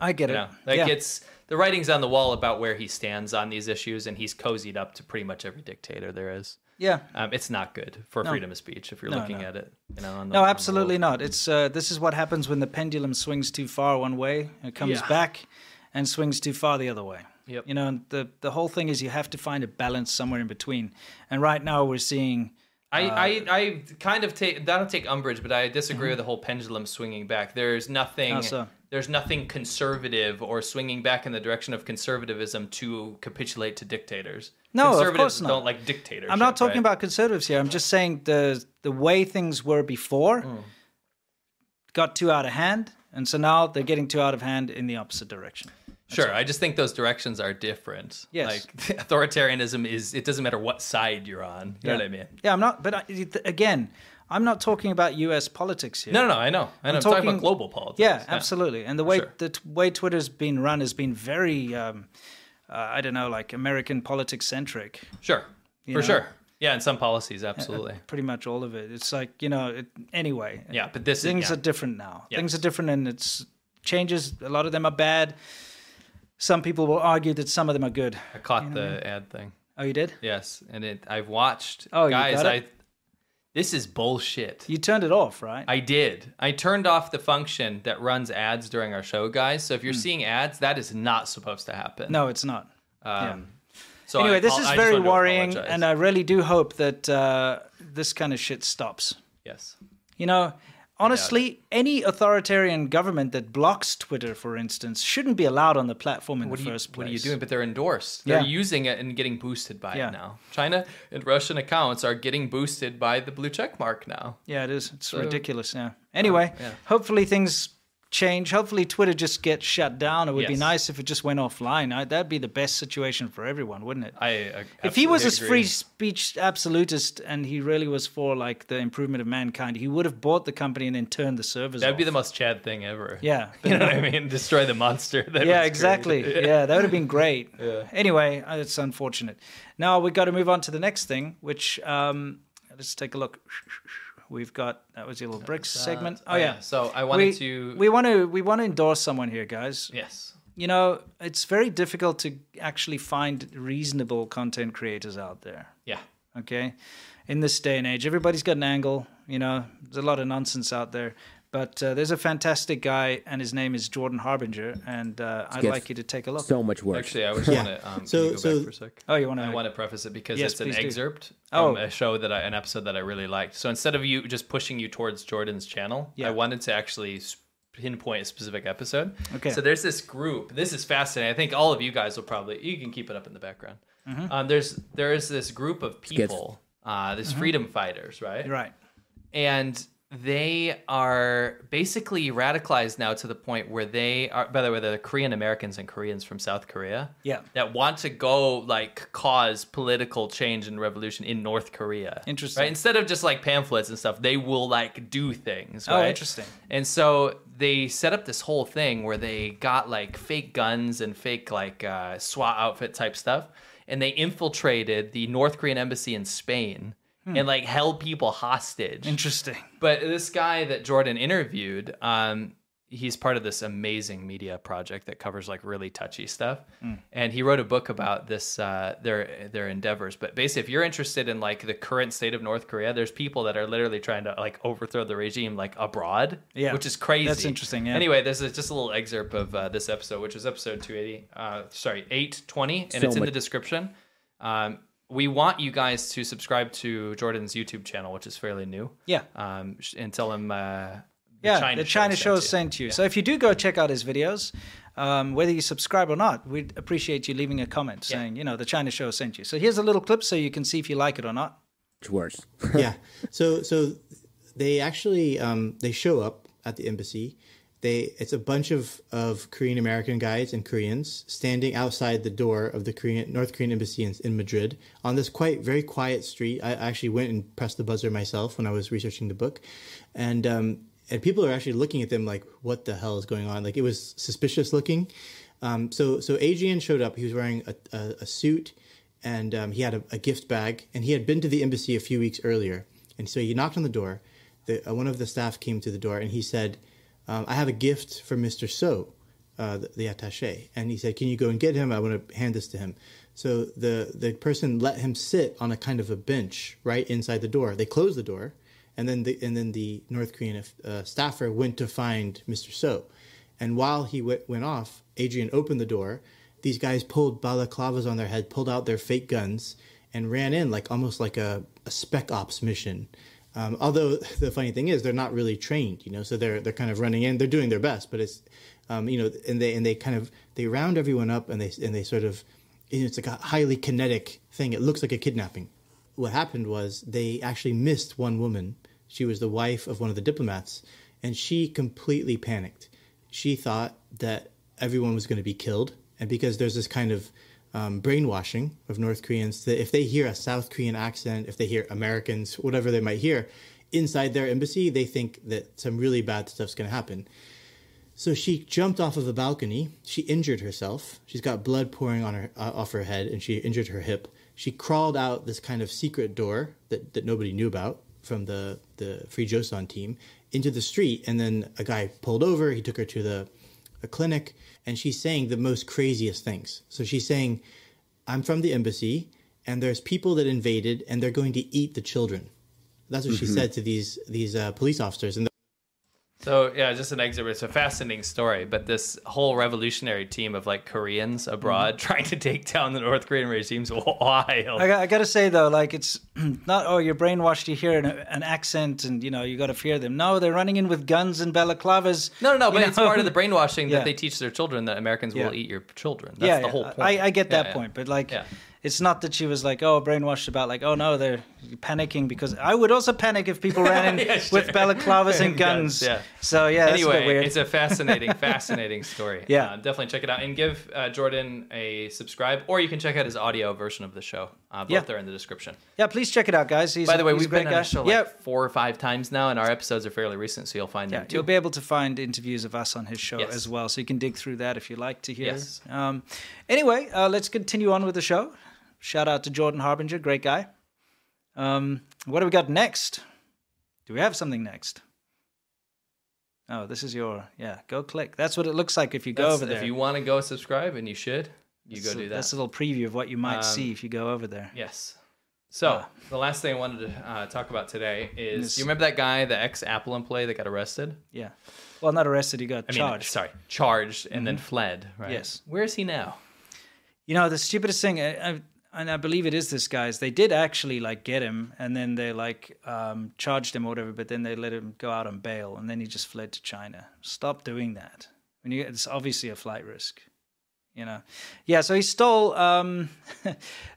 A: I get
B: You
A: it.
B: know, like
A: Yeah.
B: it's the writing's on the wall about where he stands on these issues, and he's cozied up to pretty much every dictator there is.
A: Yeah.
B: um, it's not good for
A: No.
B: freedom of speech if you're
A: No,
B: looking
A: no.
B: at it. You know, on the,
A: No,
B: on the
A: absolutely not. It's uh, this is what happens when the pendulum swings too far one way, it comes
B: Yeah.
A: back, and swings too far the other way.
B: Yep.
A: You know, and the the whole thing is you have to find a balance somewhere in between. And right now we're seeing
B: I,
A: uh,
B: I, I kind of take I don't take umbrage, but I disagree with the whole pendulum swinging back. There's nothing
A: How so?
B: there's nothing conservative or swinging back in the direction of conservatism to capitulate to dictators.
A: No, of
B: conservatives
A: course not.
B: don't like dictators.
A: I'm not talking about conservatives here. I'm just saying the the way things were before
B: Hmm.
A: got too out of hand, and so now they're getting too out of hand in the opposite direction.
B: Sure, I just think those directions are different.
A: Yes.
B: Like authoritarianism is it doesn't matter what side you're on. You know what I mean?
A: Yeah, I'm not. But I, it- again, I'm not talking about U.S. politics here.
B: No, no, no, I know. I know. I'm talking about global politics.
A: Yeah,
B: Yeah.
A: absolutely. And the way the t- way Twitter's been run has been very, um, uh, I don't know, like American politics centric.
B: Sure.
A: You
B: For
A: know?
B: sure. Yeah, and some policies, absolutely.
A: Pretty much all of it. It's like you know. It, anyway.
B: Yeah, but this is-
A: things
B: yeah.
A: are different now.
B: Yes.
A: Things are different, and it's changes. A lot of them are bad. Some people will argue that some of them are good.
B: I caught
A: You know
B: the
A: what I mean?
B: ad thing.
A: Oh, you did?
B: Yes, and it I've watched.
A: Oh, you
B: guys,
A: got
B: I
A: it?
B: this is bullshit.
A: You turned it off, right?
B: I did. I turned off the function that runs ads during our show, guys. So if you're seeing ads, that is not supposed to happen.
A: Hmm. No, it's not. Yeah.
B: Um, So I
A: anyway, this
B: apo-
A: is
B: I just
A: very
B: wanted to
A: worrying,
B: apologize.
A: and uh, I really do hope that uh, this kind of shit stops.
B: yes.
A: You know, honestly, any authoritarian government that blocks Twitter, for instance, shouldn't be allowed on the platform in
B: What
A: the
B: are, you,
A: first
B: what
A: place.
B: are you doing? But they're endorsed. They're
A: Yeah.
B: using it and getting boosted by
A: Yeah.
B: it now. China and Russian accounts are getting boosted by the blue check mark now.
A: Yeah, it is. It's
B: So- oh,
A: ridiculous. Yeah. Anyway,
B: yeah.
A: hopefully things change. Hopefully Twitter just gets shut down. It would be
B: Yes.
A: nice if it just went offline. I, that'd be the best situation for everyone, wouldn't it?
B: I uh,
A: if he was a
B: absolutely
A: free
B: agree.
A: speech absolutist and he really was for like the improvement of mankind, he would have bought the company and then turned the servers
B: That'd
A: off.
B: be the most Chad thing ever.
A: Yeah.
B: You know what I mean? Destroy the monster. That
A: yeah,
B: was
A: exactly.
B: created.
A: Yeah, that would have been great.
B: Yeah.
A: Anyway, uh, it's unfortunate. Now we've got to move on to the next thing, which um, let's take a look. We've got that was your little bricks segment.
B: that.
A: Oh
B: Oh,
A: yeah.
B: yeah. So I wanted
A: We-
B: to-
A: We want to. We want to endorse someone here, guys.
B: Yes.
A: You know, it's very difficult to actually find reasonable content creators out there.
B: Yeah.
A: Okay. In this day and age, everybody's got an angle. You know, there's a lot of nonsense out there. But uh, there's a fantastic guy, and his name is Jordan Harbinger, and uh, I'd
C: Gets
A: like you to take a look.
C: So much work.
B: Actually, I was
C: Yeah.
B: want to um, so, go
C: So- so-
B: back for a sec.
A: Oh, you wanna-
B: I want to preface it because
A: Yes,
B: it's an
A: please do.
B: excerpt
A: Oh.
B: from a show that I, an episode that I really liked. So instead of you just pushing you towards Jordan's channel,
A: Yeah.
B: I wanted to actually s- pinpoint a specific episode.
A: Okay.
B: So there's this group. This is fascinating. I think all of you guys will probably you can keep it up in the background.
A: Mhm.
B: Um, there's there is this group of
A: Gets-
B: people, uh, this
A: Mhm.
B: freedom fighters, right?
A: Right.
B: and they are basically radicalized now to the point where they are by the way they're korean americans and koreans from south korea
A: Yeah.
B: that want to go like cause political change and revolution in north korea
A: Interesting.
B: right instead of just like pamphlets and stuff they will like do things
A: Oh,
B: right?
A: interesting.
B: and so they set up this whole thing where they got like fake guns and fake like uh, SWAT outfit type stuff, and they infiltrated the North Korean embassy in Spain
A: Hmm.
B: and like held people hostage.
A: Interesting.
B: But this guy that Jordan interviewed, um, he's part of this amazing media project that covers like really touchy stuff,
A: Mm.
B: and he wrote a book about this uh, their their endeavors. But basically, if you're interested in like the current state of North Korea, there's people that are literally trying to like overthrow the regime like abroad,
A: Yeah.
B: which is crazy.
A: That's interesting, yeah.
B: Anyway, this is just a little excerpt of uh, this episode, which is episode 280, uh, sorry, 820, and
C: So
B: it's in
C: much-
B: the description. Um, we want you guys to subscribe to Jordan's YouTube channel, which is fairly new.
A: Yeah.
B: Um, sh- and tell him. Uh, the
A: yeah,
B: China
A: the China
B: show
A: show sent, you. So if you do go check out his videos, um, whether you subscribe or not, we'd appreciate you leaving a comment saying, you know, the China show sent you. So here's a little clip so you can see if you like it or not.
D: much worse. yeah. So so they actually um, they show up at the embassy. They it's a bunch of of Korean American guys and Koreans standing outside the door of the Korean North Korean embassy in, in Madrid on this quite very quiet street. I actually went and pressed the buzzer myself when I was researching the book, and um, and people are actually looking at them like, what the hell is going on? Like it was suspicious looking. Um, so so Adrian showed up. He was wearing a, a, a suit and um, he had a, a gift bag and he had been to the embassy a few weeks earlier and so he knocked on the door the, uh, one of the staff came to the door and he said um, i have a gift for mr so uh, the, the attaché and he said can you go and get him i want to hand this to him so the, the person let him sit on a kind of a bench right inside the door they closed the door and then the, and then the north korean uh, staffer went to find mr so and while he w- went off, Adrian opened the door these guys pulled balaclavas on their head, pulled out their fake guns, and ran in like almost like a, a spec ops mission. Um, although the funny thing is, they're not really trained, you know, so they're they're kind of running in. They're doing their best, but it's, um, you know, and they and they kind of they round everyone up and they and they sort of, you know, it's like a highly kinetic thing. It looks like a kidnapping. What happened was they actually missed one woman. She was the wife of one of the diplomats, and she completely panicked. She thought that everyone was going to be killed, and because there's this kind of um, brainwashing of North Koreans that if they hear a South Korean accent, if they hear Americans, whatever they might hear, inside their embassy, they think that some really bad stuff's going to happen. So she jumped off of a balcony. She injured herself. She's got blood pouring on her uh, off her head, and she injured her hip. She crawled out this kind of secret door that, that nobody knew about from the the Free Joseon team into the street, and then a guy pulled over. He took her to the a clinic and she's saying the most craziest things. So she's saying, I'm from the embassy and there's people that invaded and they're going to eat the children. That's what she
C: Mm-hmm.
B: Mhm.
D: said to these these uh, police officers. And
B: So yeah, just an exhibit. It's a fascinating story, but this whole revolutionary team of like Koreans abroad trying to take down the North Korean regime's wild.
A: Mm-hmm. I, got, I gotta say though, like it's not oh you're brainwashed. You hear an, an accent, and you know you gotta fear them. No, they're running in with guns and balaclavas.
B: No, no, no,
A: you
B: but it's
A: know?
B: part of the brainwashing
A: Yeah.
B: that they teach their children that Americans
A: Yeah.
B: will eat your children. That's
A: yeah,
B: the
A: yeah,
B: whole point.
A: I, I get
B: Yeah,
A: that
B: yeah.
A: point, but like, it's not that she was like, oh, brainwashed about like, oh no, they're panicking because I would also panic if people ran in
B: Yeah,
A: with
B: sure.
A: balaclavas and guns. So yeah, that's a bit
B: Anyway,
A: weird.
B: it's a fascinating, fascinating story.
A: Yeah.
B: Uh, definitely check it out and give uh, Jordan a subscribe, or you can check out his audio version of the show. Uh, both
A: Yeah.
B: are in the description.
A: yeah, please check it out, guys. He's
B: By the way,
A: he's a
B: we've
A: great
B: been on
A: guy.
B: the show like
A: yeah,
B: four or five times now, and our episodes are fairly recent, so you'll find
A: Yeah,
B: them too.
A: you'll be able to find interviews of us on his show
B: Yes.
A: as well, so you can dig through that if you like to hear.
B: Yes.
A: Um, anyway, uh, let's continue on with the show. Shout out to Jordan Harbinger, great guy. Um, what do we got next? Do we have something next? Oh, this is your yeah. Go click. That's what it looks like if you go
B: That's-
A: over there.
B: If you want to go subscribe, and you should, you go
A: That's a-
B: do that.
A: That's a little preview of what you might
B: Um,
A: see if you go over there.
B: Yes. So
A: Ah.
B: the last thing I wanted to uh, talk about today is
A: Yes.
B: you remember that guy, the ex Apple employee that got arrested?
A: Yeah. Well, not arrested. He got
B: I mean,
A: charged.
B: sorry, charged and then
A: Mhm.
B: fled. Right?
A: Yes.
B: Where is he now?
A: You know, the stupidest thing, I, I, and I believe it is this guy's, they did actually like get him and then they like um, charged him or whatever, but then they let him go out on bail and then he just fled to China. Stop doing that. When you, it's obviously a flight risk. You know, yeah. So he stole. Um,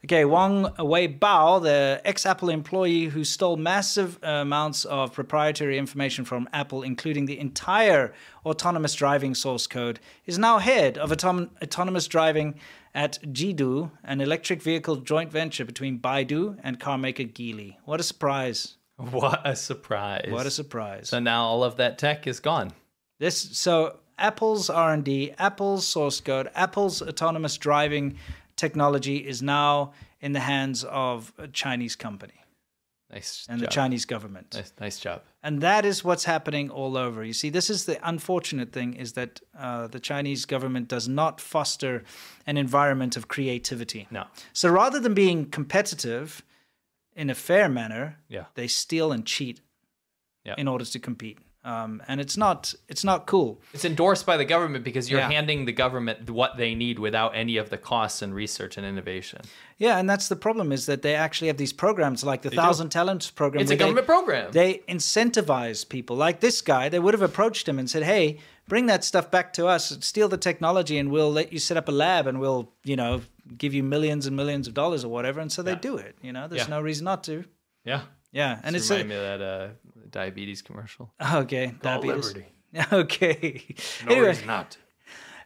A: okay, Wang Wei Bao, the ex-Apple employee who stole massive uh, amounts of proprietary information from Apple, including the entire autonomous driving source code, is now head of autom- autonomous driving at Jidu, an electric vehicle joint venture between Baidu and carmaker Geely. What a surprise!
B: What a surprise!
A: What a surprise!
B: So now all of that tech is gone.
A: This so Apple's R and D, Apple's source code, Apple's autonomous driving technology is now in the hands of a Chinese company
B: Nice.
A: and
B: job.
A: the Chinese government.
B: Nice, nice job.
A: And that is what's happening all over. You see, this is the unfortunate thing: is that uh, the Chinese government does not foster an environment of creativity.
B: No.
A: So rather than being competitive in a fair manner,
B: Yeah.
A: they steal and cheat
B: Yeah.
A: in order to compete. Um, and it's not it's not cool.
B: It's endorsed by the government because you're
A: Yeah.
B: handing the government what they need without any of the costs and research and innovation.
A: Yeah, and that's the problem is that they actually have these programs like the
B: They do.
A: Thousand Talents program.
B: It's a
A: where they-
B: government program.
A: They incentivize people like this guy. They would have approached him and said, "Hey, bring that stuff back to us. Steal the technology, and we'll let you set up a lab, and we'll, you know, give you millions and millions of dollars or whatever." And so they do it. You know, there's
B: Yeah.
A: no reason not to.
B: Yeah.
A: Yeah, and
B: This
A: it's a-
B: remind me of that uh, diabetes commercial.
A: Okay,
B: Call
A: diabetes.
B: Liberty.
A: Okay.
B: No reason not to.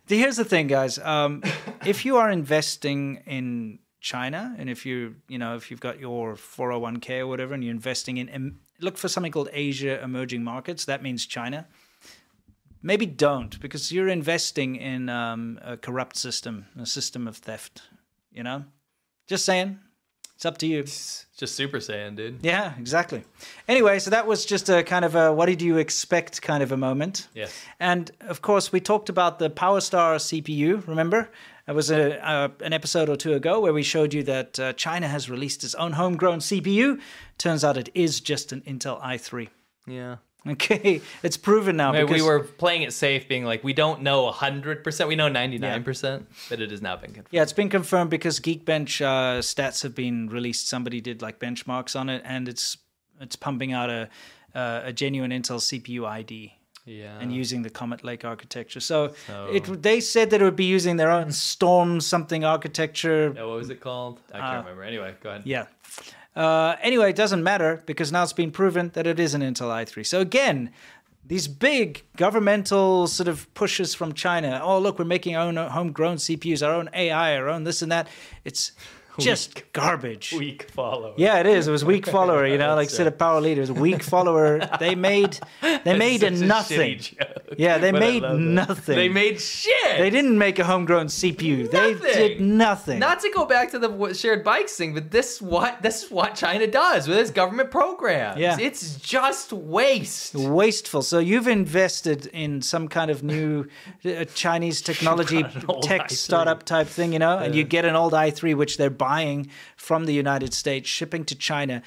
A: The- Here's the thing, guys. Um, if you are investing in China, and if you you know if you've got your 401k or whatever, and you're investing in em- look for something called Asia emerging markets. That means China. Maybe don't because you're investing in um, a corrupt system, a system of theft. You know, just saying. It's up to you.
B: Just Super Saiyan, dude.
A: Yeah, exactly. Anyway, so that was just a kind of a what did you expect kind of a moment.
B: Yes.
A: And of course, we talked about the PowerStar CPU, remember? It was a, uh, an episode or two ago where we showed you that uh, China has released its own homegrown CPU. Turns out it is just an Intel i3.
B: Yeah.
A: Okay, it's proven now.
B: Maybe
A: because
B: we were playing it safe, being like, we don't know 100%, we know 99%, but it has now been confirmed.
A: Yeah, it's been confirmed because Geekbench uh, stats have been released. Somebody did like benchmarks on it, and it's it's pumping out a uh, a genuine Intel CPU ID.
B: Yeah.
A: And using the Comet Lake architecture, so,
B: So-
A: it they said that it would be using their own Storm something architecture.
B: Yeah, what was it called? I can't remember. Anyway, go ahead.
A: Uh, Yeah. Uh, anyway, it doesn't matter because now it's been proven that it is an Intel i3. So again, these big governmental sort of pushes from China. Oh, look, we're making our own homegrown CPUs, our own AI, our own this and that. It's just garbage.
B: Weak follower.
A: Yeah, it is. It was weak follower. You know, like said, a power leader is weak follower. They made they made
B: Such a
A: nothing.
B: shitty joke,
A: yeah, they
B: but I
A: made
B: love it.
A: nothing.
B: They made shit.
A: They didn't make a homegrown CPU. They did nothing.
B: Not to go back to the w- shared bikes thing, but this what this is what China does with its government programs.
A: Yeah.
B: It's just waste.
A: Wasteful. So you've invested in some kind of new uh, Chinese technology
B: got an old
A: tech
B: i3.
A: startup type thing, you know, and you get an old i3 which they're buying from the United States, shipping to China,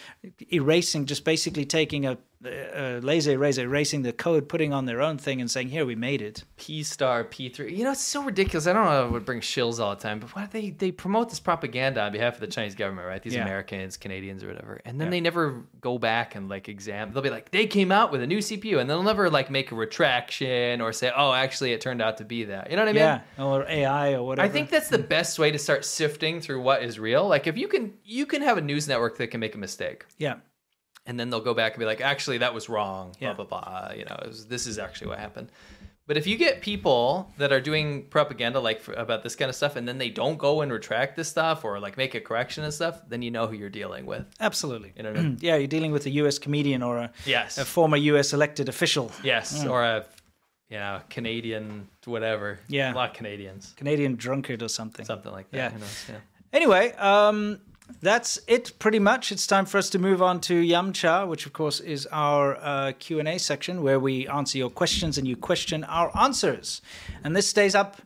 A: erasing, just basically taking a, a laser eraser, erasing the code, putting on their own thing, and saying, "Here, we made it."
B: P star P three. You know, it's so ridiculous. I don't know if it brings shills all the time, but why do they they promote this propaganda on behalf of the Chinese government, right? These
A: Yeah.
B: Americans, Canadians, or whatever, and then
A: Yeah.
B: they never go back and like examine. They'll be like, they came out with a new CPU, and they'll never like make a retraction or say, oh, actually, it turned out to be that. You know what I mean?
A: Yeah, or AI or whatever.
B: I think that's the best way to start sifting through what is real. Like if you can you can have a news network that can make a mistake
A: yeah.
B: and then they'll go back and be like, actually that was wrong,
A: Yeah.
B: blah blah blah, you know, it was- this is actually what happened. But if you get people that are doing propaganda like for, about this kind of stuff and then they don't go and retract this stuff or like make a correction and stuff, then you know who you're dealing with.
A: Absolutely.
B: You know what I mean?
A: yeah, you're dealing with a U.S. comedian or a,
B: Yes.
A: a former U.S. elected official.
B: Yes,
A: Mm.
B: or a you know, Canadian whatever.
A: Yeah.
B: A lot of Canadians.
A: Canadian drunkard or something.
B: Something like that.
A: Yeah.
B: who knows, yeah.
A: Anyway, um, that's it pretty much. It's time for us to move on to Yamcha, which of course is our uh, Q and A section where we answer your questions and you question our answers. And this stays up,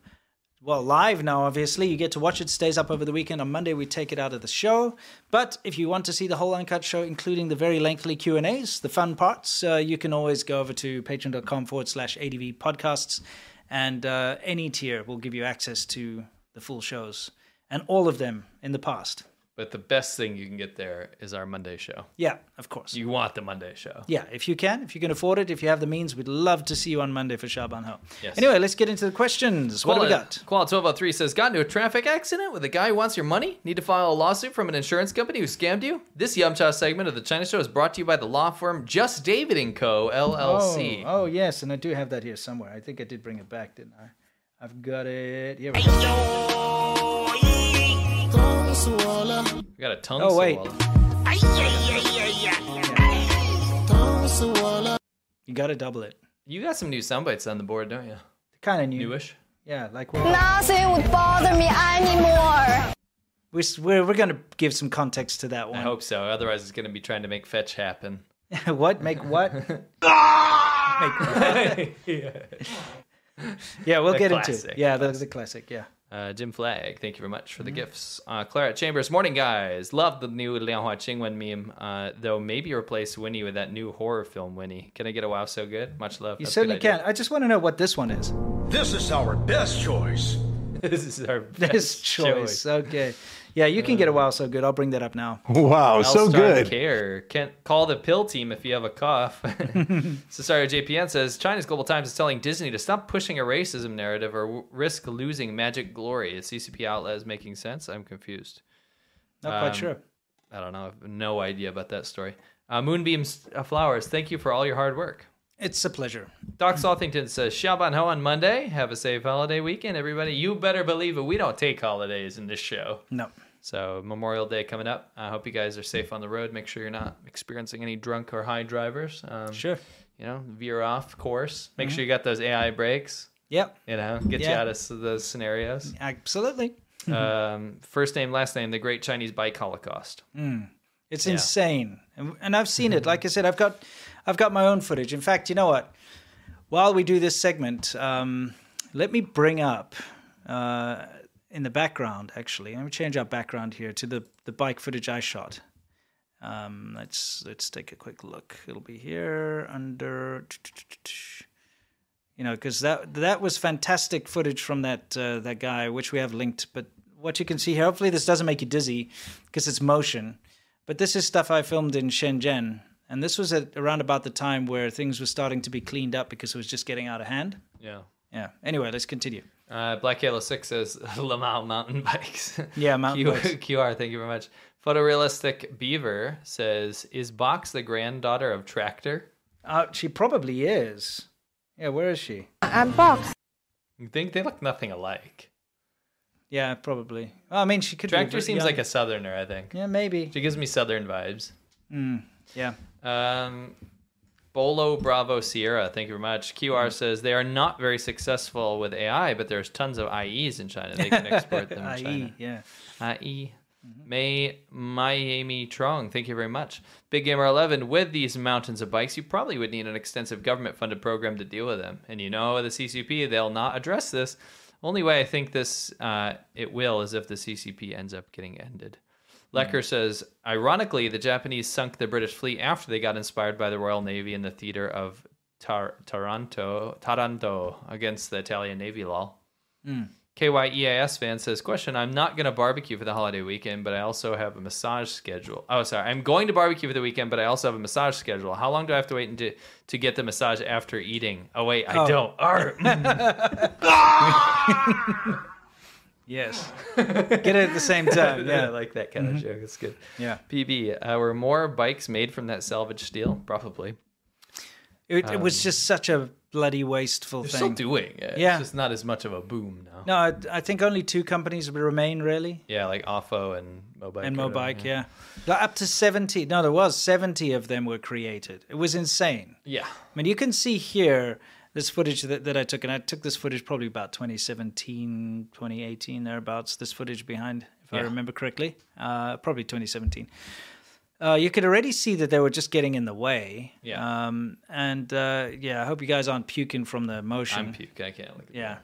A: well, live now. Obviously, you get to watch it. Stays up over the weekend. On Monday, we take it out of the show. But if you want to see the whole uncut show, including the very lengthy Q and As, the fun parts, uh, you can always go over to patreon.com forward slash adv podcasts, and uh, any tier will give you access to the full shows and all of them in the past.
B: But the best thing you can get there is our Monday show.
A: Yeah, of course.
B: You want the Monday show.
A: Yeah, if you can, if you can afford it, if you have the means, we'd love to see you on Monday for Shaban Ho.
B: Yes.
A: Anyway, let's get into the questions. What do we got?
B: Qual 1203 says, Got into a traffic accident with a guy who wants your money? Need to file a lawsuit from an insurance company who scammed you? This Yamcha segment of the China Show is brought to you by the law firm Just David & Co. LLC.
A: Oh, oh, yes, and I do have that here somewhere. I think I did bring it back, didn't I? I've got it. Here we go.
B: We got a tongue
A: Oh, wait.
B: swallow.
A: You got to double it.
B: You got some new sound bites on the board, don't you?
A: Kind of new.
B: Newish.
A: Yeah, like
M: Nothing would bother me anymore.
A: we're, we're, we're going to give some context to that
B: I
A: one.
B: hope so. Otherwise, it's going to be trying to make fetch happen.
A: what? Make what?
I: Ah!
A: Make Yeah, we'll
B: The
A: get into
B: classic.
A: it. Yeah, that's a classic. Yeah.
B: Uh, Jim Flagg, thank you very much for the gifts. Uh, Clara Chambers, morning guys. Love the new Liang Hua Qingwen meme, uh, though maybe replace Winnie with that new horror film, Winnie. Can I get a wow so good? Much love.
A: You
B: That's a good
A: certainly
B: idea.
A: can. I just want to know what this one is.
I: This is our best choice.
B: this is our best
A: This choice. Okay. Yeah, you can get a wow so good. I'll bring that up now.
C: Wow, so
B: Elstar
C: good.
B: Care. Can't call the pill team if you have a cough. Cesario JPN says China's Global Times is telling Disney to stop pushing a racism narrative or w- risk losing magic glory. Is CCP outlet is making sense? I'm confused.
A: Not quite
B: Um,
A: sure.
B: I don't know. I have no idea about that story. Uh, Moonbeams uh, Flowers, thank you for all your hard work.
A: It's a pleasure.
B: Doc Salthington says, Shaban Ho on Monday. Have a safe holiday weekend, everybody. You better believe it. We don't take holidays in this show.
A: No.
B: So, Memorial Day coming up. I hope you guys are safe on the road. Make sure you're not experiencing any drunk or high drivers. Um,
A: Sure.
B: You know, veer off course. Make sure you got those AI breaks.
A: Yep.
B: You know, get you
A: Yeah.
B: out of s- those scenarios.
A: Absolutely.
B: um, first name, last name, the Great Chinese Bike Holocaust.
A: Mm. It's
B: Yeah.
A: insane, and, and I've seen it. Like I said, I've got, I've got my own footage. In fact, you know what? While we do this segment, um, let me bring up uh, in the background. Actually, let me change our background here to the the bike footage I shot. Um, let's let's take a quick look. It'll be here under you know because that that was fantastic footage from that uh, that guy which we have linked but what you can see here hopefully this doesn't make you dizzy because it's motion but this is stuff i filmed in shenzhen and this was at around about the time where things were starting to be cleaned up because it was just getting out of hand
B: Yeah.
A: yeah anyway let's continue
B: Uh, Black Halo 6 says Lamal mountain bikes.
A: Yeah, mountain
B: Q-
A: bikes.
B: QR, thank you very much. Photorealistic Beaver says, Is Box the granddaughter of Tractor?
A: uh, she probably is yeah where is she
B: I'm Box. You think they look nothing alike?
A: yeah probably i mean she could be
B: Tractor
A: very
B: seems
A: young.
B: like a southerner, I think.
A: yeah maybe
B: She gives me southern vibes.
A: mm, yeah
B: Um, Bolo Bravo Sierra, thank you very much. QR says they are not very successful with AI, but there's tons of IEs in China. They can export them in China.
A: IE, yeah
B: IE. E. May Miami Trong, thank you very much. Big Gamer 11, with these mountains of bikes, you probably would need an extensive government funded program to deal with them. And you know, the CCP, they'll not address this. Only way I think this uh, it will is if the CCP ends up getting ended. Lecker says, ironically, the Japanese sunk the British fleet after they got inspired by the Royal Navy in the theater of Tar- Taranto, Taranto against the Italian Navy lol.
A: Mm.
B: KYEAS E fan says, Question I'm not going to barbecue for the holiday weekend, but I also have a massage schedule. Oh, sorry. I'm going to barbecue for the weekend, but I also have a massage schedule. How long do I have to wait into, to get the massage after eating? Oh, wait, I
A: Oh.
B: don't. Arr.
A: yes get it at the same time
B: I
A: yeah
B: like that kind
A: Mhm.
B: of joke. It's good.
A: Yeah.
B: PB, uh, were more bikes made from that salvage steel? Probably.
A: It, it was
B: Um,
A: just such a bloody wasteful
B: They're
A: thing.
B: still doing it.
A: Yeah.
B: It's just not as much of a boom now.
A: no, I, I think only two companies would remain really,
B: Yeah, like Offo and Mobike.
A: and
B: or whatever,
A: Mobike. Yeah, Like, up to seventy. No, there was seventy of them were created. It was insane.
B: Yeah.
A: I mean, you can see here this footage that, that I took, and I took this footage probably about 2017, 2018, thereabouts, this footage behind, if I
B: Yeah.
A: remember correctly, uh, probably 2017. Uh, you could already see that they were just getting in the way.
B: Yeah.
A: Um, and uh, yeah, I hope you guys aren't puking from the motion.
B: I'm puke. I can't look at
A: yeah.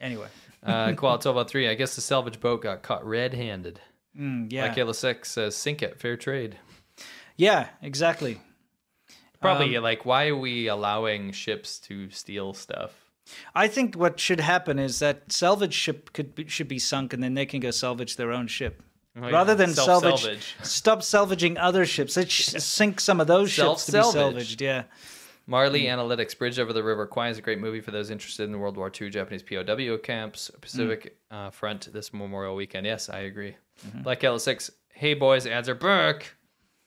A: Anyway.
B: uh, Qualitova 3, I guess the salvage boat got caught red handed.
A: Mm, yeah.
B: Like Halo 6 says, sink it, fair trade.
A: Yeah, exactly.
B: Probably
A: Um,
B: like, why are we allowing ships to steal stuff?
A: I think what should happen is that salvage ship could be, should be sunk, and then they can go salvage their own ship.
B: Oh, yeah.
A: Rather than salvage,
B: Self-salvage.
A: stop salvaging other ships. Let's sh- sink some of those ships to be
B: Self-salvage.
A: salvaged. Yeah,
B: Marley
A: Hmm.
B: Analytics, Bridge Over the River Kwai is a great movie for those interested in the World War II Japanese POW camps,
A: Hmm.
B: Pacific uh, Front this Memorial Weekend. Yes, I agree.
A: Mm-hmm.
B: Black Halo 6, hey boys, ads are back.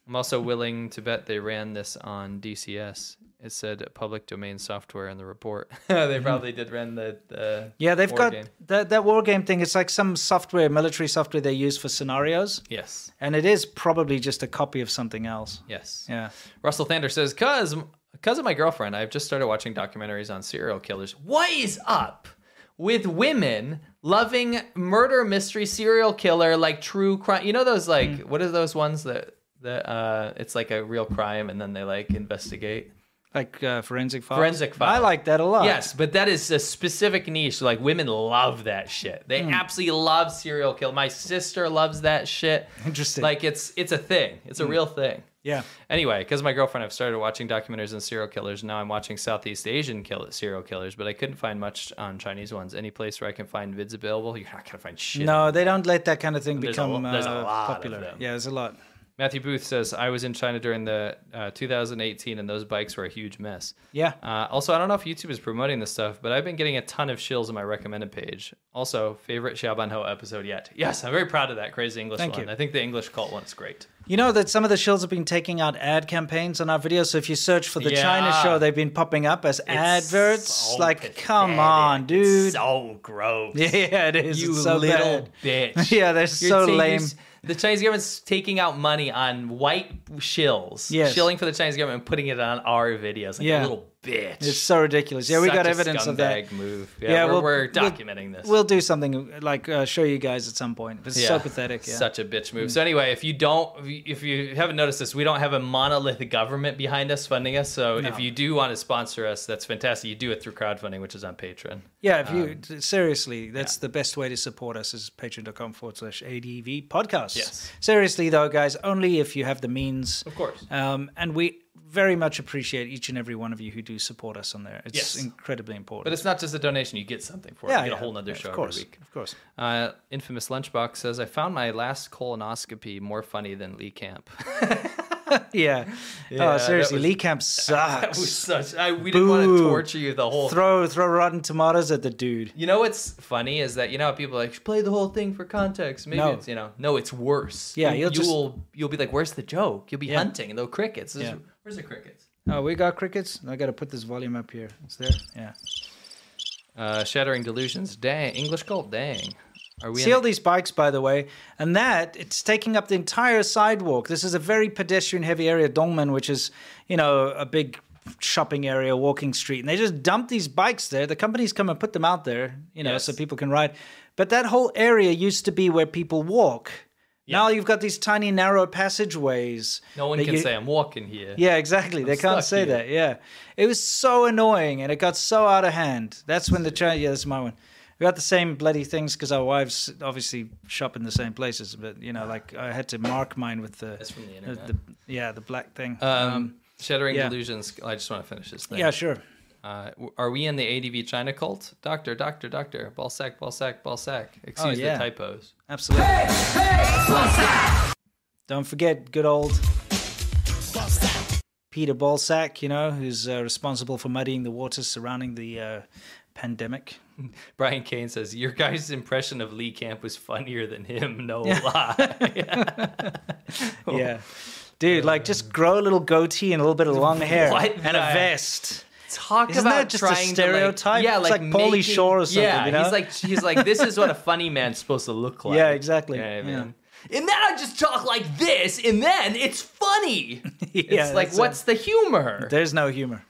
B: I'm also willing to bet they ran this on DCS. It said public domain software in the report. they probably did run the, the
A: Mm-hmm. yeah. They've
B: war
A: got
B: game.
A: that that war game thing. It's like some software, military software they use for scenarios,
B: Yes.
A: and it is probably just a copy of something else.
B: Yes.
A: Yeah.
B: Russell Thander says, "Cause, cause of my girlfriend, I've just started watching documentaries on serial killers. What is up with women loving murder mystery serial killer like true crime? You know those like what are those ones that that uh, it's like a real crime and then they like investigate."
A: Like uh, forensic files.
B: Forensic file.
A: I like that a lot.
B: Yes, but that is a specific niche. Like women love that shit. They absolutely love serial kill. My sister loves that shit.
A: Interesting.
B: Like it's it's a thing. It's a real thing.
A: Yeah.
B: Anyway, because my girlfriend, I've started watching documentaries on serial killers. Now I'm watching Southeast Asian kill- serial killers, but I couldn't find much on Chinese ones. Any place where I can find vids available, you're not gonna find shit.
A: No, they don't let that kind of thing
B: There's a
A: become
B: lo- there's a
A: uh,
B: lot of
A: popular.
B: them.
A: Yeah, there's a lot.
B: Matthew Booth says I was in China during the uh, 2018, and those bikes were a huge mess.
A: Yeah.
B: Uh, also, I don't know if YouTube is promoting this stuff, but I've been getting a ton of shills on my recommended page. Also, favorite Xiaoban Ho episode yet? Yes, I'm very proud of that crazy English
A: Thank
B: one.
A: you.
B: I think the English cult one's great.
A: You know that some of the shills have been taking out ad campaigns on our videos. So if you search for the China
B: Yeah.
A: show, they've been popping up as adverts.
B: so
A: like, come on, dude.
B: so gross.
A: Yeah, it is.
B: You
A: It's so
B: little
A: bad.
B: bitch.
A: Yeah, they're so
B: taking-
A: lame.
B: The Chinese government's taking out money on white shills,
A: Yes.
B: shilling for the Chinese government, and putting it on our videos. Like a
A: Yeah.
B: little bitch.
A: It's so ridiculous. Yeah, we
B: Such
A: got
B: a
A: evidence of that.
B: scumbag move. Yeah, we're- we're documenting this.
A: We'll do something like uh, show you guys at some point. It's so pathetic. Yeah. Mm.
B: Such a bitch move. So anyway, if you don't, if you haven't noticed this, we don't have a monolithic government behind us funding us. So
A: No.
B: if you do want to sponsor us, that's fantastic. You do it through crowdfunding, which is on Patreon.
A: yeah, if you
B: Um,
A: seriously, that's the best way to support us is patreon.com forward slash ADV podcast.
B: Yes.
A: Seriously though, guys, only if you have the means.
B: Of course.
A: Um, and we very much appreciate each and every one of you who do support us on there. It's
B: Yes.
A: incredibly important.
B: But it's not just a donation; you get something for it.
A: Yeah,
B: you get
A: yeah,
B: a whole nother
A: of
B: show
A: course,
B: every week.
A: of course.
B: Uh, infamous lunchbox says, "I found my last colonoscopy more funny than Lee Camp."
A: yeah.
B: Yeah,
A: Oh,
B: that
A: seriously,
B: was-
A: Lee Camp sucks.
B: That was such. I, we didn't want to
A: Boo.
B: torture you the whole.
A: throw throw rotten tomatoes at the dude.
B: you know what's funny is that you know how people are like play the whole thing for context. Maybe
A: No.
B: it's you know no, it's worse.
A: Yeah,
B: you,
A: you'll just-
B: you'll you'll be like, where's the joke? You'll be
A: Yeah.
B: hunting and they'll crickets. This is-
A: Yeah.
B: Where's the crickets?
A: Oh, we got crickets. I got to put this volume up here. It's there. Yeah.
B: Uh, Shattering delusions. Dang, English cult. Dang. Are we? in
A: See all
B: the-
A: these bikes, by the way, and that it's taking up the entire sidewalk. This is a very pedestrian-heavy area, Dongmen, which is you know a big shopping area, walking street, and they just dump these bikes there. The companies come and put them out there, you know, so people can ride. But that whole area used to be where people walk. Now you've got these tiny narrow passageways.
B: no one
A: that
B: can
A: you-
B: say I'm walking here.
A: Yeah, exactly.
B: I'm
A: they can't
B: stuck
A: say
B: here.
A: that. Yeah, it was so annoying, and it got so out of hand. That's when the China. Yeah, that's my one. We got the same bloody things because our wives obviously shop in the same places. But you know, like I had to mark mine with the. That's
B: from the
A: internet. yeah, the black thing.
B: Um, Shattering
A: yeah.
B: Delusions. I just want to finish this thing.
A: Yeah, sure.
B: Uh, w- are we in the ADV China cult? Doctor, doctor, doctor. Ball sack, ball sack, ball sack. Excuse
A: yeah.
B: the typos.
A: absolutely. Don't forget, good old Peter Balsack. You know, who's uh, responsible for muddying the waters surrounding the uh, pandemic.
B: Brian Kane says, Your guy's impression of Lee Camp was funnier than him. No lie.
A: yeah. Dude, like just grow a little goatee and a little bit of long hair
B: What
A: and
B: the-
A: a vest.
B: Talk
A: Isn't
B: about
A: that just a
B: trying To
A: stereotype?
B: like, yeah,
A: It's
B: like,
A: like Pauly
B: making-
A: Shore or something,
B: Yeah,
A: you know?
B: he's like, he's like, this is what a funny man's supposed to look like.
A: Yeah, exactly.
B: You know what I
A: Yeah.
B: mean? And then I just talk like this, and then it's funny. it's like,
A: that's
B: what's
A: it.
B: the humor?
A: There's no humor.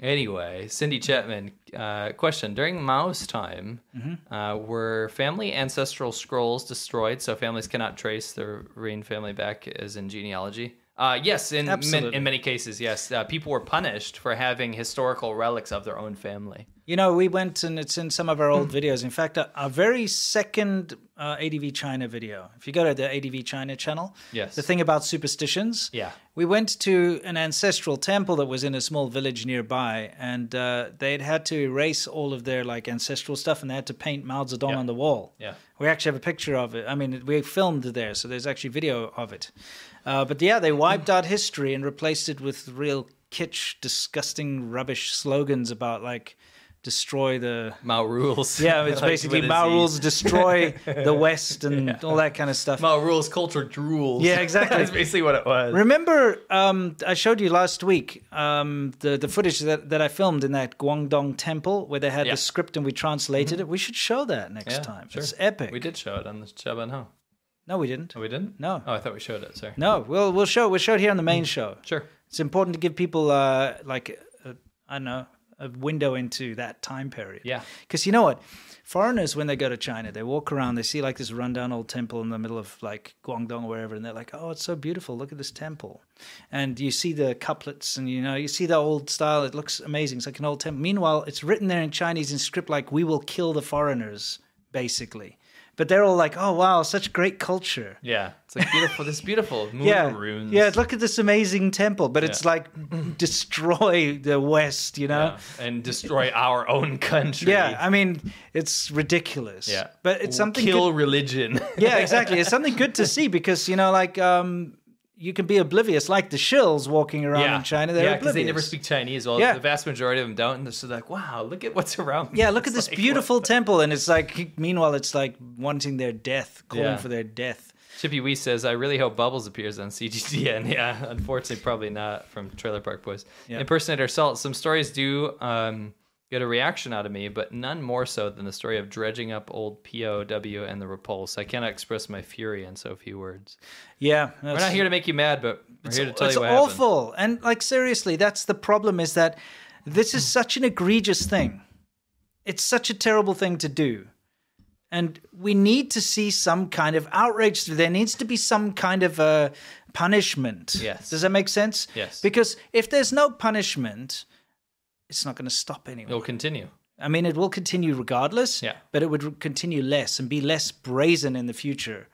B: Anyway, Cindy Chapman, uh, question. During Mao's time,
A: Mm-hmm.
B: uh, were family ancestral scrolls destroyed so families cannot trace the Rain family back as in genealogy? Uh, yes, in, man-
A: Absolutely.
B: in many cases, yes. Uh, people were punished for having historical relics of their own family.
A: You know, we went and it's in some of our old
B: Hmm.
A: videos. In fact, our, our very second uh, ADV China video. If you go to the ADV China channel,
B: Yes.
A: the thing about superstitions.
B: Yeah.
A: We went to an ancestral temple that was in a small village nearby, and uh, they'd had to erase all of their like ancestral stuff, and they had to paint Mao Zedong on the wall.
B: Yeah.
A: We actually have a picture of it. I mean, we filmed there, so there's actually video of it. Uh, but yeah, they wiped out history and replaced it with real kitsch, disgusting, rubbish slogans about like destroy the
B: Mao rules.
A: Yeah, it's
B: Like,
A: basically
B: with a
A: Mao
B: Z.
A: rules destroy the West and all that kind of stuff.
B: Mao rules, culture drools.
A: Yeah, exactly.
B: That's basically what it was.
A: Remember, um, I showed you last week um, the the footage that, that I filmed in that Guangdong temple where they had
B: Yeah.
A: the script and we translated it. We should show that next
B: Yeah,
A: time.
B: sure.
A: It's epic.
B: We did show it on the Chaban Ho.
A: No, we didn't.
B: Oh, we didn't?
A: No.
B: Oh, I thought we showed it, sorry.
A: No, we'll we'll show we'll show it here on the main show.
B: Mm. Sure.
A: It's important to give people uh, like I I don't know a window into that time period.
B: Yeah.
A: Because you know what, foreigners when they go to China, they walk around, they see like this rundown old temple in the middle of like Guangdong or wherever, and they're like, "Oh, it's so beautiful! Look at this temple," and you see the couplets, and you know you see the old style. It looks amazing. It's like an old temple. Meanwhile, it's written there in Chinese in script like, "We will kill the foreigners," basically. But they're all like, "Oh wow, such great culture."
B: Yeah, it's like beautiful. this beautiful moon
A: yeah,
B: runes.
A: yeah. Look at this amazing temple, but
B: Yeah.
A: it's like destroy the West, you know?
B: and destroy our own country.
A: Yeah, I mean, it's ridiculous.
B: Yeah.
A: but it's something.
B: kill
A: good-
B: religion.
A: yeah, exactly. It's something good to see because you know, like, um, you can be oblivious, like the shills walking around
B: yeah,
A: in China. They're
B: yeah,
A: oblivious.
B: they never speak Chinese. Well,
A: Yeah.
B: the vast majority of them don't. And they're just like, wow, look at what's around. me."
A: Yeah, look at
B: It's
A: this
B: like,
A: beautiful temple, and it's like. Meanwhile, it's like wanting their death, calling
B: Yeah.
A: for their death.
B: Chippy Wee says, I really hope Bubbles appears on CGTN. Yeah, unfortunately, probably not from Trailer Park Boys.
A: Yeah.
B: Impersonator Salt, some stories do um, get a reaction out of me, but none more so than the story of dredging up old POW and the Repulse. I cannot express my fury in so few words.
A: Yeah,
B: We're not here to make you mad, but we're here to tell
A: it's
B: you what happened.
A: awful and like seriously that's the problem is that This
B: Hmm.
A: is such an egregious thing. It's such a terrible thing to do. And we need to see some kind of outrage. There needs to be some kind of uh, punishment.
B: Yes.
A: Does that make sense?
B: Yes.
A: Because if there's no punishment, it's not going to stop anyone.
B: It'll continue.
A: I mean, it will continue regardless,
B: Yeah.
A: but it would continue less and be less brazen in the future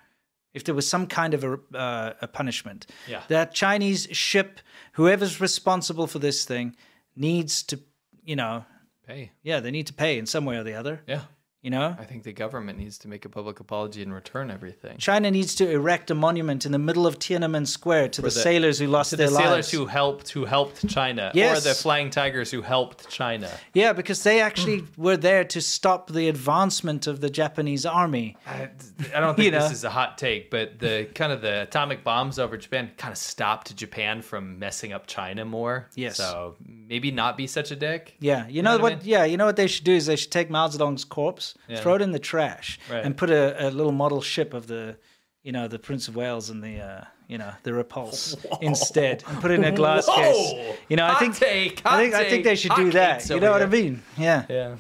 A: if there was some kind of a, uh, a punishment.
B: Yeah.
A: That Chinese ship, whoever's responsible for this thing, needs to, you know,
B: Pay.
A: yeah, they need to pay in some way or the other.
B: Yeah.
A: You know?
B: I think the government needs to make a public apology and return everything.
A: China needs to erect a monument in the middle of Tiananmen Square to
B: For
A: the, sailors who lost
B: to
A: their
B: the
A: lives.
B: sailors who helped who helped China,
A: Yes.
B: or the flying tigers who helped China.
A: yeah, because they actually were there to stop the advancement of the Japanese army.
B: I, I don't think
A: You know?
B: this is a hot take, but the kind of the atomic bombs over Japan kind of stopped Japan from messing up China more.
A: Yes.
B: So maybe not be such a dick.
A: Yeah, you know,
B: know
A: what?
B: what I
A: Yeah, you know what they should do is they should take Mao Zedong's corpse,
B: Yeah.
A: throw it in the trash,
B: Right.
A: and put a, a little model ship of the, you know, the Prince of Wales and the, uh, you know, the Repulse instead, and put it in a glass
B: Whoa!
A: case. You know, I
B: Hot
A: think
B: take,
A: I
B: hot
A: think I think
B: take,
A: they should
B: hot
A: do that.
B: takes
A: You
B: over
A: know what I
B: here.
A: mean? Yeah,
B: Yeah.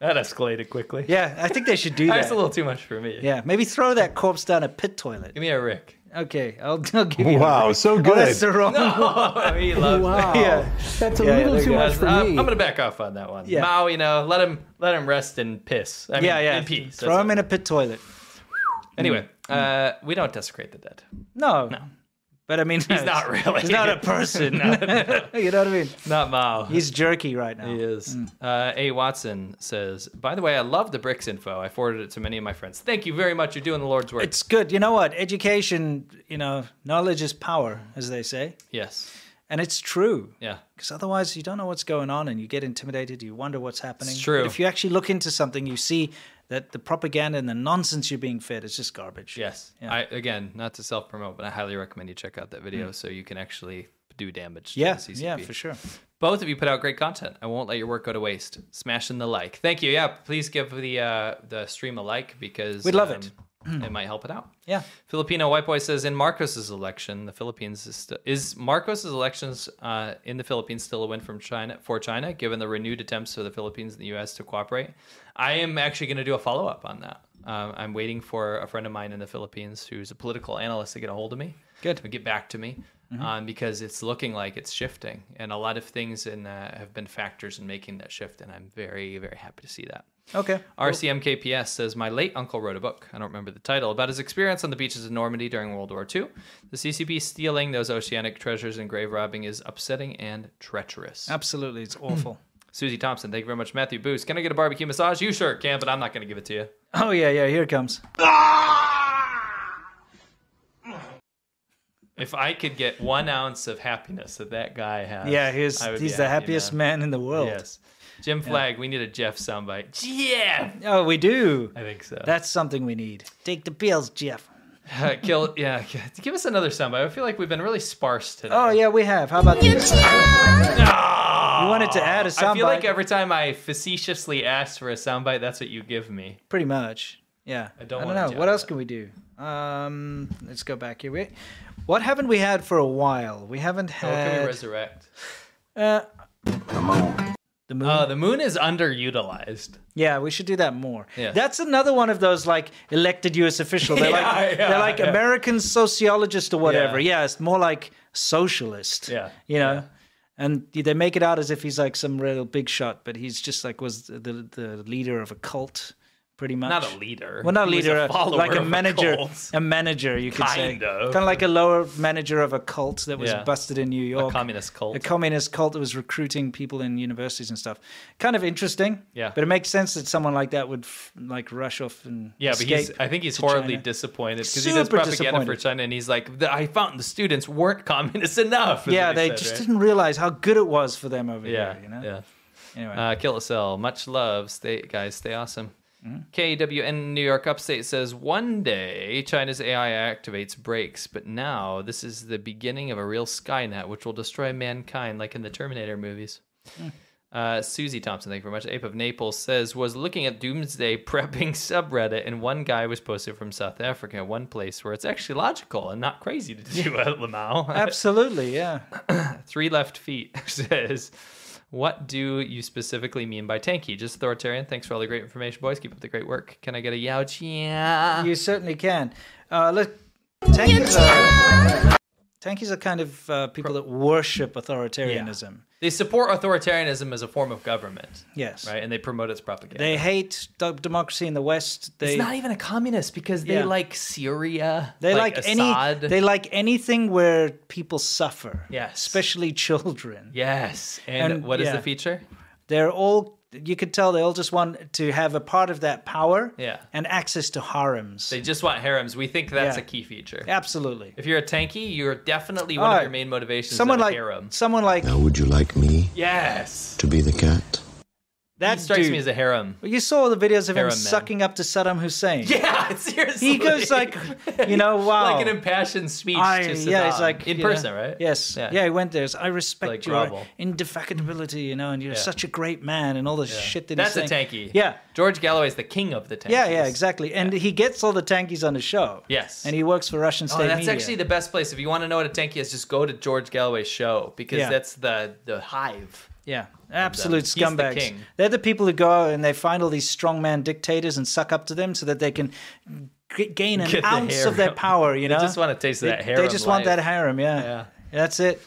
B: That escalated quickly.
A: yeah. I think they should do that.
B: That's a little too much for me.
A: Yeah, maybe throw that corpse down a pit toilet.
B: Give me a Rick.
A: Okay, I'll, I'll give you.
C: Wow, so
A: Oh, that's
C: good.
A: the wrong one.
B: Oh, he loves
C: Wow.
B: that.
A: Yeah.
C: That's a
A: Yeah,
C: little
A: there
C: too
A: you go.
C: much for
B: I'm,
C: me.
B: I'm gonna back off on that one.
A: Yeah.
B: Mao, you know, let him let him rest and piss. I mean,
A: yeah, yeah.
B: in peace. That's
A: Throw
B: it.
A: him in a Mm. pit toilet.
B: Anyway, uh, we don't desecrate the dead.
A: No, no. But I mean,
B: He's not really.
A: He's not a person.
B: No, no.
A: you know what I mean?
B: Not Mao.
A: He's jerky right now.
B: He is.
A: Mm.
B: Uh, a Watson says, "By the way, I love the bricks info. I forwarded it to many of my friends. Thank you very much. You're doing the Lord's work."
A: It's good. You know what? Education, you know, knowledge is power, as they say.
B: yes.
A: And it's true.
B: Yeah.
A: Because otherwise, you don't know what's going on and you get intimidated. You wonder what's happening.
B: It's true.
A: But if you actually look into something, you see that the propaganda and the nonsense you're being fed is just garbage.
B: Yes.
A: Yeah.
B: I again, not to self promote, but I highly recommend you check out that video so you can actually do damage. to
A: Mm. Yeah.
B: the CCP.
A: Yeah, for sure.
B: Both of you put out great content. I won't let your work go to waste. Smashing the like. Thank you. Yeah, please give the uh, the stream a like because um,
A: We'd love it.
B: It might help it out.
A: Yeah.
B: Filipino white boy says in Marcos's election, the Philippines is still is Marcos's elections uh, in the Philippines still a win from China for China, given the renewed attempts of the Philippines and the U.S. to cooperate. I am actually going to do a follow up on that. Um, I'm waiting for a friend of mine in the Philippines who's a political analyst to get a hold of me.
A: Good.
B: to get back to me. Um, because it's looking like it's shifting, and a lot of things in that have been factors in making that shift, and I'm very, very happy to see that.
A: Okay.
B: RCMKPS says, My late uncle wrote a book, I don't remember the title, about his experience on the beaches of Normandy during World War II. The CCP stealing those oceanic treasures and grave robbing is upsetting and treacherous.
A: Absolutely. It's awful.
B: Susie Thompson, thank you very much. Matthew Boost, can I get a barbecue massage? You sure can, but I'm not going to give it to you.
A: oh, yeah, yeah. Here it comes.
B: If I could get one ounce of happiness that that guy has,
A: yeah, he's,
B: I would be
A: he's the
B: happy,
A: happiest man in the world.
B: Yes. Jim Flagg, we need a Jeff soundbite. Jeff!
A: Oh, we do.
B: I think so.
A: That's something we need. Take the pills, Jeff.
B: Uh, kill, yeah, give us another soundbite. I feel like we've been really sparse today.
A: Oh yeah, we have. How about this?
B: Ah!
A: You wanted to add a
B: I feel like
A: soundbite,
B: every time I facetiously ask for a soundbite, that's what you give me.
A: pretty much. Yeah.
B: I
A: I
B: don't
A: don't
B: wanna
A: know.
B: do
A: What
B: that.
A: else can we do? Um, let's go back here. We, what haven't we had for a while? We haven't
B: What can we
A: had.
B: resurrect?
A: uh,
B: The moon. Uh, the moon is underutilized.
A: yeah, we should do that more.
B: Yes.
A: That's another one of those like elected U.S. official. They're
B: Yeah,
A: like
B: yeah,
A: they're like
B: yeah.
A: American sociologist or whatever.
B: Yeah.
A: Yeah. it's more like socialist.
B: Yeah,
A: you know. And they make it out as if he's like some real big shot, but he's just like was the the, the leader of a cult, pretty much.
B: Not a leader.
A: Well, not
B: He was a
A: leader, a-
B: follower
A: like a
B: of a
A: manager,
B: cult.
A: a, manager, you could say,
B: Kind of.
A: kind of like a lower manager of a cult that was
B: Yeah.
A: busted in New York,
B: communist cult.
A: a communist cult that was recruiting people in universities and stuff. Kind of interesting,
B: Yeah.
A: But it makes sense that someone like that would f- like rush off and
B: Yeah, but he's,
A: escape
B: I think he's
A: to
B: horribly
A: China.
B: disappointed because he does
A: Super
B: propaganda for
A: disappointed.
B: China, and he's like, "The- "I found the students weren't communists enough." is
A: yeah,
B: what he
A: they
B: said,
A: just
B: right?
A: didn't realize how good it was for them over
B: Yeah,
A: here, you know.
B: yeah.
A: Anyway,
B: Uh, kill a cell. Much love. Stay, guys, stay awesome. KWN New York Upstate says one day China's AI activates brakes, but now this is the beginning of a real Skynet, which will destroy mankind, like in the Terminator movies. Uh, Susie Thompson, thank you very much. Ape of Naples says was looking at Doomsday prepping subreddit, and one guy was posted from South Africa, one place where it's actually logical and not crazy to do a Lamau.
A: absolutely, yeah.
B: Three left feet says, What do you specifically mean by tanky? Just authoritarian. Thanks for all the great information, boys. Keep up the great work. Can I get a yao chia?
A: You certainly can. Uh, look, tankies are, tankies are kind of uh, people that worship authoritarianism.
B: They support authoritarianism as a form of government.
A: Yes.
B: Right? And they promote its propaganda.
A: They hate d- democracy in the West. They
B: it's not even a communist because they
A: Yeah.
B: like Syria.
A: they like,
B: Assad.
A: any they like anything where people suffer.
B: Yes.
A: especially children.
B: Yes. And, what is
A: yeah.
B: the feature?
A: They're all you could tell they all just want to have a part of that power
B: Yeah.
A: and access to harems.
B: They just want harems. We think that's
A: Yeah.
B: a key feature.
A: Absolutely.
B: If you're a tanky, you're definitely one
A: All
B: of
A: right.
B: your main motivations. is
A: Someone
B: a
A: like
B: harem.
A: someone like
C: Now, would you like me
B: Yes.
C: to be the cat?
A: that
B: He strikes
A: dude.
B: me as a harem.
A: Well, You saw the videos of him
B: Harem man.
A: sucking up to Saddam Hussein.
B: Yeah, seriously.
A: He goes like, you know, wow.
B: like an impassioned speech
A: I-
B: to Saddam.
A: yeah, it's like
B: in
A: you know,
B: person, right?
A: Yes, yeah. he went there. It's, I respect
B: Like
A: your
B: grovel.
A: indefatigability, you know, and you're
B: Yeah.
A: such a great man, and all the shit that
B: That's a
A: he's saying.
B: tanky.
A: Yeah,
B: George Galloway's the king of the tankies.
A: yeah, yeah, exactly. And he gets all the tankies on the show.
B: Yes.
A: and he works for Russian
B: Oh,
A: state
B: that's
A: media.
B: actually the best place. If you want to know what a tanky is, just go to George Galloway's show because
A: Yeah.
B: that's the the hive.
A: yeah, absolute
B: He's the
A: scumbags.
B: king.
A: They're the people who go out and they find all these strongman dictators and suck up to them so that they can g- gain an
B: Get the
A: ounce of their
B: harem.
A: power. You
B: They
A: know,
B: just want a taste of
A: They-
B: that
A: They
B: harem
A: just want
B: life.
A: that harem. Yeah, yeah, that's it.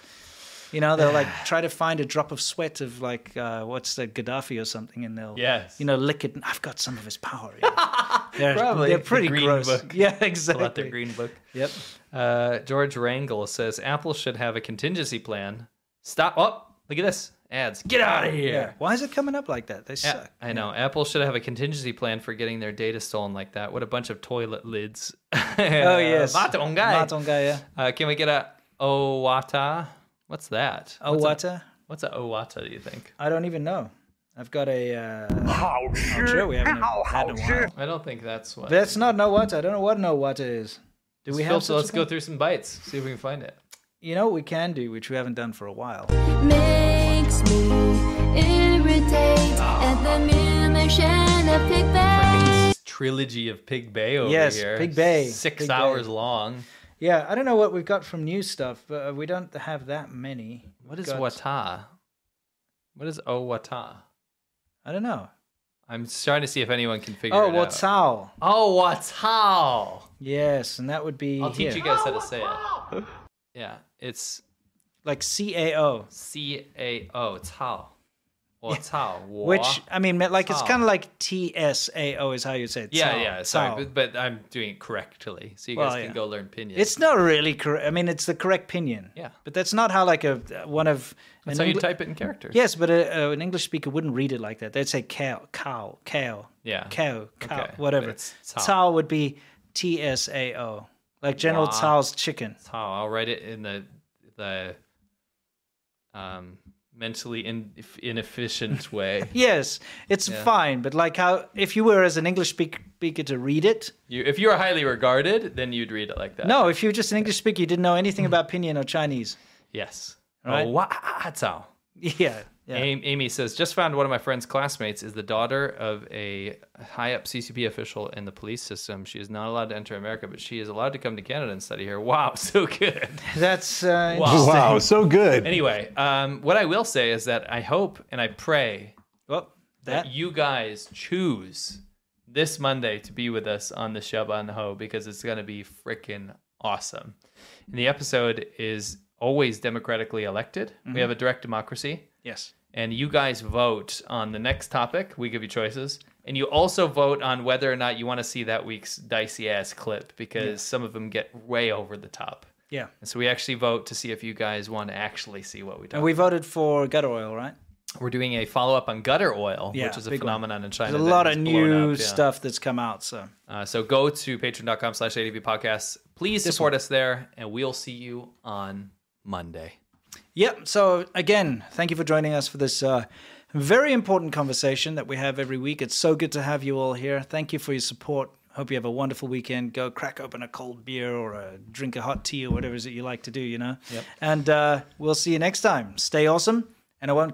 A: You know, they'll like try to find a drop of sweat of like uh, what's the Gaddafi or something, and they'll
B: Yes.
A: you know lick it. And I've got some of his power. you know. they're,
B: Probably.
A: they're
B: The
A: pretty
B: green
A: gross.
B: book.
A: Yeah,
B: Pull out their
A: exactly.
B: green book.
A: Yep.
B: Uh, George Wrangle says Apple should have a contingency plan. Stop. Oh, look at this. Ads. Get out of here.
A: Yeah. Why is it coming up like that? They
B: Yeah,
A: suck.
B: I know. Apple should have a contingency plan for getting their data stolen like that. What a bunch of toilet lids. oh,
A: Oh yes,
B: Matongai.
A: Matongai, yeah.
B: Uh, can we get a Owata? What's that? What's a-
A: Owata?
B: What's a Owata, do you think?
A: I don't even know. I've got a. Uh, oh, sure. We haven't had in a while.
B: I don't think that's what.
A: That's not no what. I don't know what no what is. Do we
B: Let's
A: have?
B: filter-
A: Such
B: let's
A: a
B: go
A: thing?
B: through some bites, see if we can find it.
A: You know what we can do, which we haven't done for a while.
F: makes me irritate
B: Ah.
F: at the munition of pig banks.
B: Trilogy of Pig Bay over
A: Yes,
B: here.
A: Pig Bay,
B: Six
A: Pig Bay.
B: hours long.
A: Yeah, I don't know what we've got from new stuff, but uh, we don't have that many.
B: What is
A: Got-
B: Wata? What is Owata?
A: I don't know.
B: I'm trying to see if anyone can figure
A: Oh,
B: it out.
A: Watsao.
B: Oh, Watao.
A: Yes, and that would be.
B: I'll teach
A: here.
B: you guys how to say it. Yeah, it's
A: Like C A O.
B: C A O Cao. Or Cao. wa-
A: Which uh, I mean, like it's
B: Cao.
A: kind of like T S A O is how you say it.
B: Yeah,
A: Cao,
B: yeah. Sorry,
A: Cao.
B: but, but I'm doing it correctly, so you
A: Well,
B: guys can
A: yeah.
B: go learn pinyin.
A: It's not really correct. I mean, it's the correct pinion.
B: Yeah.
A: But that's not how like a one of.
B: That's
A: an
B: how you
A: Engli-
B: type it in characters.
A: Yes, but a, uh, an English speaker wouldn't read it like that. They'd say cow, cow, cow.
B: Yeah.
A: Cow, cow,
B: Okay,
A: whatever.
B: but it's Cao.
A: Cao would be T S A O, like General
B: Wah.
A: Cao's chicken.
B: Cao. I'll write it in the the um mentally in, inefficient way.
A: Yes, it's
B: Yeah.
A: fine, but like how if you were as an English speak- speaker to read it,
B: You, if you were highly regarded, then you'd read it like that.
A: no, if you were just an English speaker, you didn't know anything about pinyin or Chinese.
B: Yes.
A: Right?
B: Oh, Watao.
A: Yeah, yeah.
B: Am- Amy says, just found one of my friend's classmates is the daughter of a high up CCP official in the police system. She is not allowed to enter America, but she is allowed to come to Canada and study here. Wow, so good.
A: That's uh,
B: Wow.
A: interesting.
B: Wow,
W: so good.
B: Anyway, um, what I will say is that I hope and I pray
A: Well,
B: that, you guys choose this Monday to be with us on the Shaban Ho because it's going to be freaking awesome. And the episode is always democratically elected.
A: Mhm.
B: We have a direct democracy
A: Yes.
B: and you guys vote on the next topic. We give you choices. And you also vote on whether or not you want to see that week's dicey ass clip because
A: Yeah.
B: some of them get way over the top.
A: Yeah.
B: And so we actually vote to see if you guys want to actually see what we talk
A: And we voted for gutter oil, right?
B: We're doing a follow up on gutter oil,
A: Yeah,
B: which is a
A: big one.
B: phenomenon in China.
A: There's a
B: that
A: lot
B: has
A: of
B: blown
A: new
B: up, yeah.
A: stuff that's come out, so.
B: Uh, so go to patreon.com slash ADV podcasts. Please support us there, and we'll see you on Monday.
A: Yep. So again, thank you for joining us for this uh, very important conversation that we have every week. It's so good to have you all here. Thank you for your support. Hope you have a wonderful weekend. Go crack open a cold beer or a, drink a hot tea or whatever it is that you like to do. You know.
B: Yep.
A: And uh, we'll see you next time. Stay awesome, and I won't.